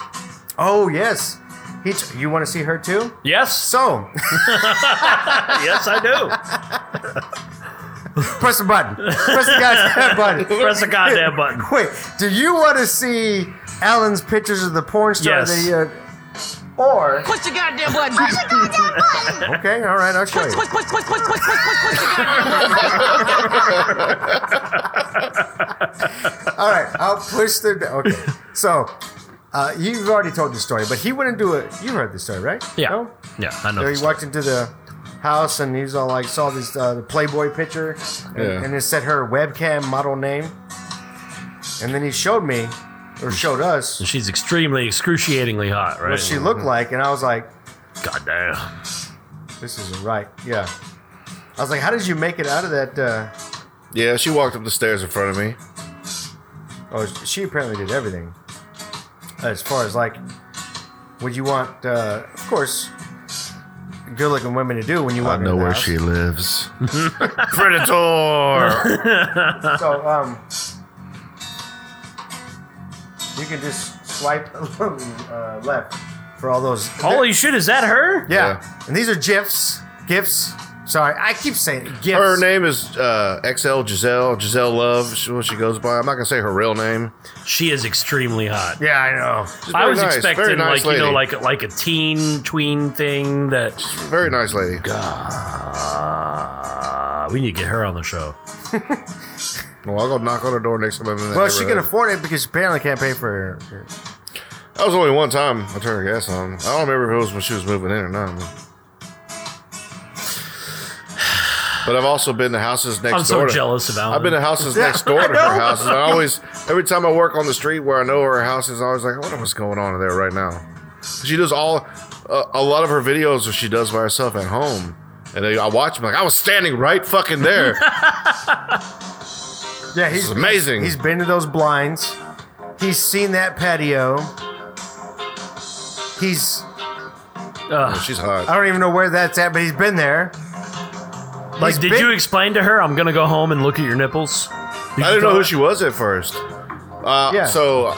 Oh yes, he t- you want to see her too? Yes, So yes, I do. press the button. Press the goddamn button. Press the goddamn button. Wait, do you want to see Alan's pictures of the porn star? Yes. That he, uh, or Push the goddamn button. Push the goddamn button. okay, all right, I'll show Push, you. push, push, push, push, push, push, push, push the goddamn button. All right, I'll push the. Okay, so. Uh, you've already told the story, but he went into a. You heard the story, right? Yeah, No? yeah, I know. So this he walked into the house and he was all like saw this uh, the Playboy picture and, Yeah. and it said her webcam model name. And then he showed me or showed us And She's extremely, excruciatingly hot, right? what she looked like, and I was like, Goddamn. "This isn't right." Yeah, I was like, "How did you make it out of that?" Uh... Yeah, she walked up the stairs in front of me. Oh, she apparently did everything. As far as like, would you want? Uh, of course, good-looking women to do when you I want. know where she lives. Predator. So um, you can just swipe uh, left for all those. Holy shit, is that her? yeah. Yeah. and these are gifs, gifs. Sorry, I keep saying it. gifs. Her name is uh, XL Giselle, Giselle Love, she- what she goes by. I'm not going to say her real name. She is extremely hot. Yeah, I know. She's I very was nice, very expecting nice like you know lady. like like a teen tween thing that Very nice lady. Uh, God we need to get her on the show. Well, I'll go knock on her door next time I'm in that Well, she can neighborhood. afford it because she apparently can't pay for her. her- That was only one time I turned her gas on. I don't remember if it was when she was moving in or not. But I've also been to houses next I'm so door. to- jealous of Alan. Uh, I've been to houses next door to her houses. I always, every time I work on the street where I know her house is, I always like, I wonder what's going on in there right now. She does all, uh, a lot of her videos that she does by herself at home. And I I watch them like, I was standing right fucking there. Yeah, This he's is amazing. He's been to those blinds. He's seen that patio. He's Ugh. She's hot. I don't even know where that's at, but he's been there. Like, did big- you explain to her I'm gonna go home and look at your nipples? I didn't know who she was at first. Uh, Yeah. So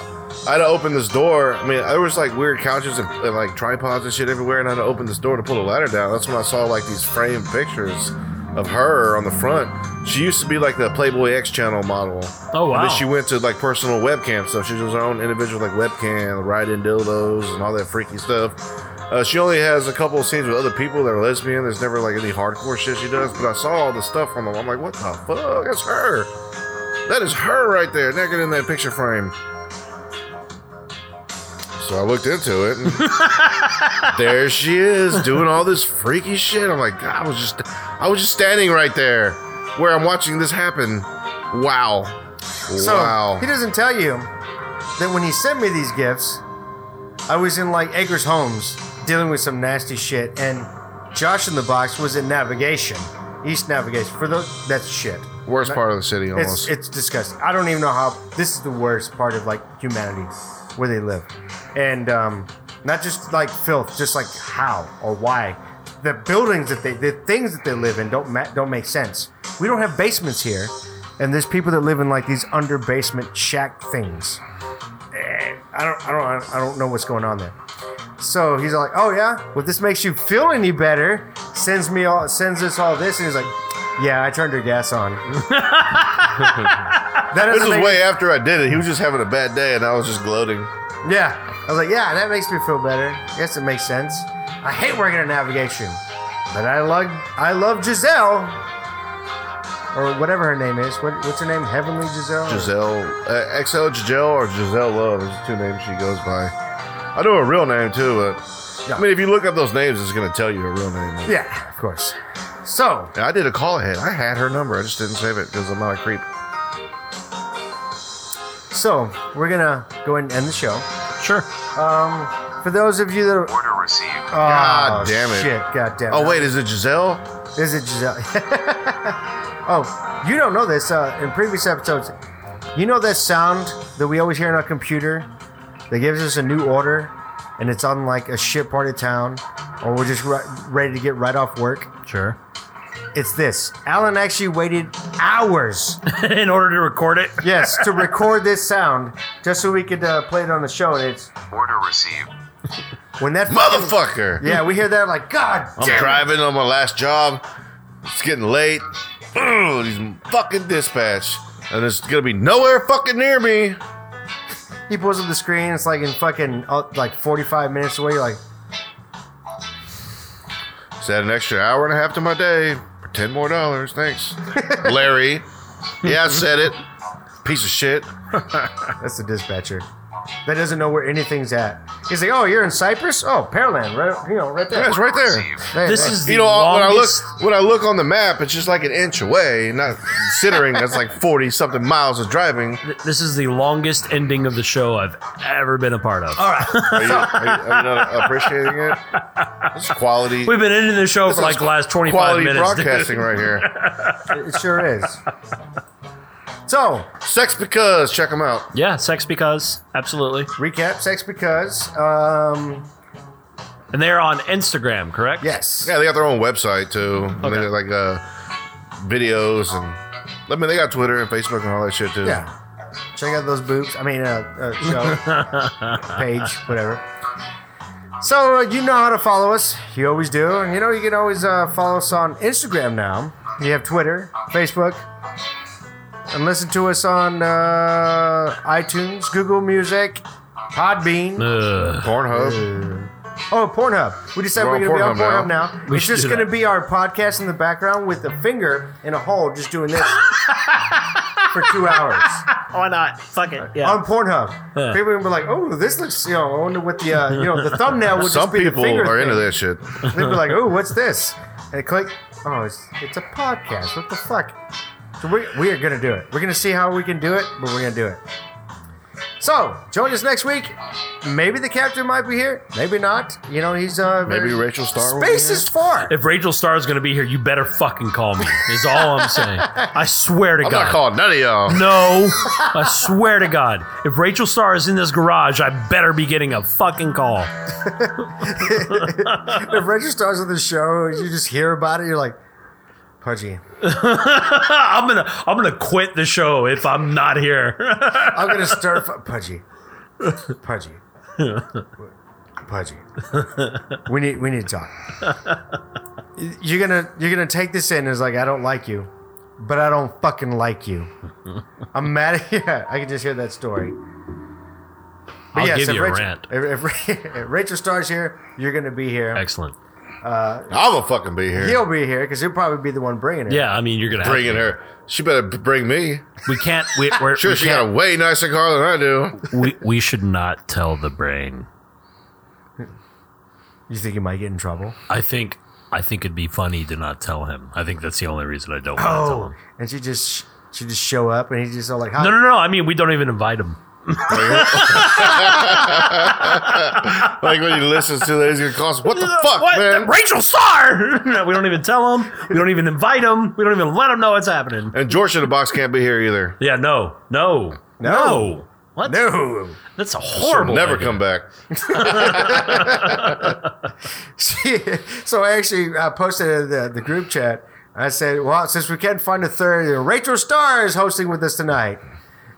I had to open this door. I mean, there was like weird couches and, and like tripods and shit everywhere, and I had to open this door to pull the ladder down. That's when I saw like these framed pictures of her on the front. She used to be like the Playboy X channel model. Oh, And wow. then she went to like personal webcam stuff. She was her own individual like webcam, ride-in dildos, and all that freaky stuff. Uh, she only has a couple of scenes with other people that are lesbian. There's never like any hardcore shit she does. But I saw all the stuff on them. I'm like, what the fuck? That's her. That is her right there, naked in that picture frame. So I looked into it. And there she is, doing all this freaky shit. I'm like, God, I was just, I was just standing right there, where I'm watching this happen. Wow, So wow. he doesn't tell you that when he sent me these gifts, I was in like Akers Homes dealing with some nasty shit, and Josh in the box was in navigation, East Navigation. For those, that's shit. Worst part of the city, It's almost. it's disgusting. I don't even know how. This is the worst part of like humanity, where they live, and um, not just like filth, just like how or why. The buildings that they, the things that they live in, don't ma- don't make sense. We don't have basements here, and there's people that live in like these under basement shack things. Eh, I don't I don't I don't know what's going on there. So he's like, "Oh yeah, well, if this makes you feel any better, sends me all sends us all this." And he's like, "Yeah, I turned her gas on." that this doesn't was make- way after I did it. He was just having a bad day, and I was just gloating. Yeah, I was like, "Yeah, that makes me feel better." Yes, it makes sense. I hate working in navigation, but I love I love Giselle or whatever her name is. What, what's her name? Heavenly Giselle. Giselle, uh, XL Giselle or Giselle Love is the two names she goes by. I know her real name too, but I mean, if you look up those names, it's gonna tell you her real name. Yeah, of course. So And I did a call ahead. I had her number. I just didn't save it because I'm not a creep. so we're gonna go ahead and end the show. Sure. For those of you that are, Oh, Order received. God damn it. Shit, god damn it. Oh wait, is it Giselle? Is it Giselle? oh, you don't know this. Uh, in previous episodes, you know that sound that we always hear on our computer that gives us a new order and it's on like a shit part of town or we're just ri- ready to get right off work? Sure. It's this. Alan actually waited hours, In order to record it. yes, to record this sound just so we could uh, play it on the show. And it's Order received. when that Motherfucker! Yeah, we hear that like, God I'm damn it." driving on my last job. It's getting late. Ugh, These fucking dispatch, and it's gonna be nowhere fucking near me. He pulls up the screen. It's like in fucking uh, like 45 minutes away. You're like, Just add an extra hour and a half to my day for ten more dollars. Thanks, Larry. Yeah, I said it. Piece of shit. that's the dispatcher. That doesn't know where anything's at. He's like, oh, you're in Cyprus? Oh, Pearland, right? You know, right there. Yeah, it's right there. There, This there. is the You know, when I look longest. when I look on the map, it's just like an inch away. Not considering that's like forty something miles of driving. th- This is the longest ending of the show I've ever been a part of. Are you, are you, are you not appreciating it? It's quality. We've been ending the show this for is like the last 25 quality minutes. dude. broadcasting right here. It sure is. so, Sex because check them out. Yeah, sex because. Absolutely. recap Sex Because. Um, And they're on Instagram, correct? yes. Yeah, they got their own website too. And They Okay. got like uh, videos and I mean they got Twitter and Facebook and all that shit too. Yeah. Check out those boobs. I mean, uh, uh, show page, whatever. So uh, you know how to follow us. You always do, and you know you can always uh, follow us on Instagram now. You have Twitter, Facebook, and listen to us on uh, iTunes, Google Music, Podbean. Ugh. Pornhub. Oh, Pornhub. We decided We're we're, going on to be on Pornhub Pornhub now. now. We it's should just do going to that. be our podcast in the background with a finger in a hole, just doing this. for two hours Why not? Fuck it. Yeah. on Pornhub. Yeah. People would be like, "Oh, this looks, you know, I wonder what the, uh, you know, the thumbnail would Some just be the people finger are into thing. that shit. They'd be like, "Oh, what's this?" And they click. Oh, it's it's a podcast. What the fuck? So we we are gonna do it. We're gonna see how we can do it, but we're gonna do it. So join us next week. Maybe the captain might be here. Maybe not. You know, he's uh Maybe very- Rachel Star. will be Space here. is far. If Rachel Starr is going to be here, you better fucking call me. Is all I'm saying. I swear to I'm God. not calling none of y'all. No, I swear to God. If Rachel Starr is in this garage, I better be getting a fucking call. if Rachel stars on the show, you just hear about it. You're like, Pudgy, Ah, I'm gonna I'm gonna quit the show if I'm not here. I'm gonna start f- Pudgy, Pudgy, Pudgy. We need we need to talk. You're gonna you're gonna take this in as like I don't like you, but I don't fucking like you. I'm mad at you. I can just hear that story. But I'll yes, give if you a Rachel, rant. If, if, if Rachel stars here, you're gonna be here. Excellent. I'm gonna fucking be here. He'll be here because he'll probably be the one bringing it. Yeah, I mean you're gonna have Bringing to. her. She better b- bring me. We can't. We, we're, Sure, we, she got a can't way nicer car than I do. we we should not tell the brain. You think you might get in trouble? I think I think it'd be funny to not tell him. I think that's the only reason I don't want to tell him. and she just she just show up, and he's just all like, "Hi." No, no, no. I mean, we don't even invite him. Like when he listens to that, he's gonna call us. What the fuck, What? man? Rachel Starr. No, we don't even tell him. We don't even invite him. We don't even let him know it's happening. And George in the box can't be here either. Yeah, no, no, No. What? no. That's a She'll horrible. never idea. come back. She, so I actually uh, posted in the, the group chat. I said, "Well, since we can't find a third, Rachel Starr is hosting with us tonight."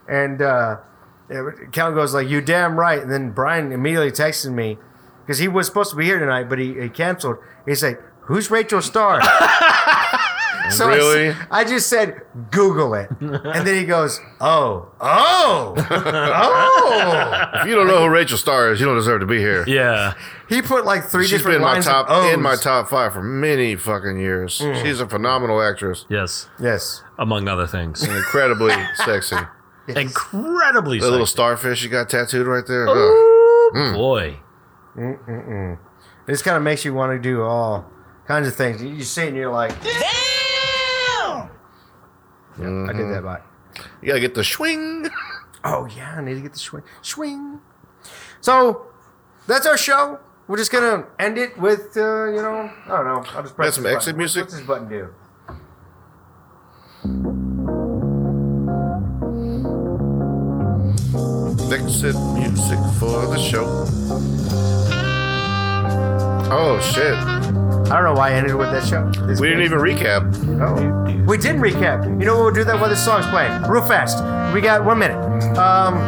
And uh, Cal goes like, "You damn right." And then Brian immediately texted me because he was supposed to be here tonight, but he, he canceled. He's like, "Who's Rachel Starr?" so I s- Really? I, just said, "Google it," and then he goes, "Oh, oh, oh." If you don't know who Rachel Starr is, you don't deserve to be here. Yeah, He put like three She's different been my lines of Mm. top in my O's. top five for many fucking years. She's a phenomenal actress, yes, Yes. among other things. incredibly sexy. Incredibly The little sexy. starfish you got tattooed right there. Ugh. boy. This kind of makes you want to do all kinds of things. You- You see it and you're like, Yeah, I did that by. You gotta get the swing. Mm-hmm. Oh, yeah, I need to get the swing. Swing. So that's our show. We're just going to end it with, uh, you know, I don't know. I'll just press Got some this exit button. music? What's this button do? Exit music for the show. Oh shit! I don't know why I ended with that show. This We didn't week. even recap. Oh. We did recap. You know what we'll do that while this song's playing? Real fast. We got one minute. Um,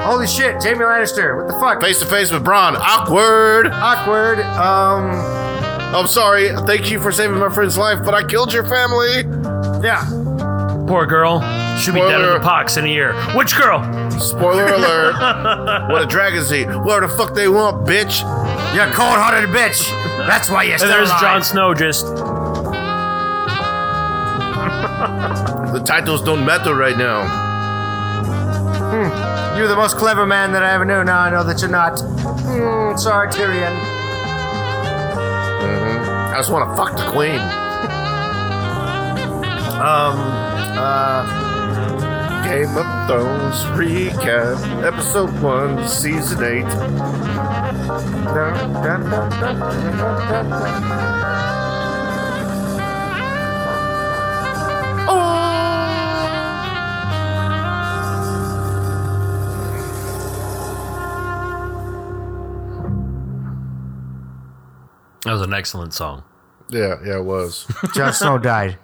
holy shit, Jamie Lannister. What the fuck? Face to face with Braun. Awkward. Awkward. Um, I'm sorry. Thank you for saving my friend's life, but I killed your family. yeah. Poor girl. She'll be dead of Spoiler. the pox in a year. Which girl? Spoiler alert. What a dragon's eat. Whatever the fuck they want, bitch. You cold-hearted bitch. That's why you're And still there's alive. Jon Snow just. The titles don't matter right now. You're the most clever man that I ever knew. Now I know that you're not. Mm, sorry, Tyrion. I just want to fuck the queen. Um, Uh, Game of Thrones recap, episode one, season eight. dun, dun, dun, dun, dun, dun, dun. That was an excellent song. Yeah, yeah, it was. Jon Snow died.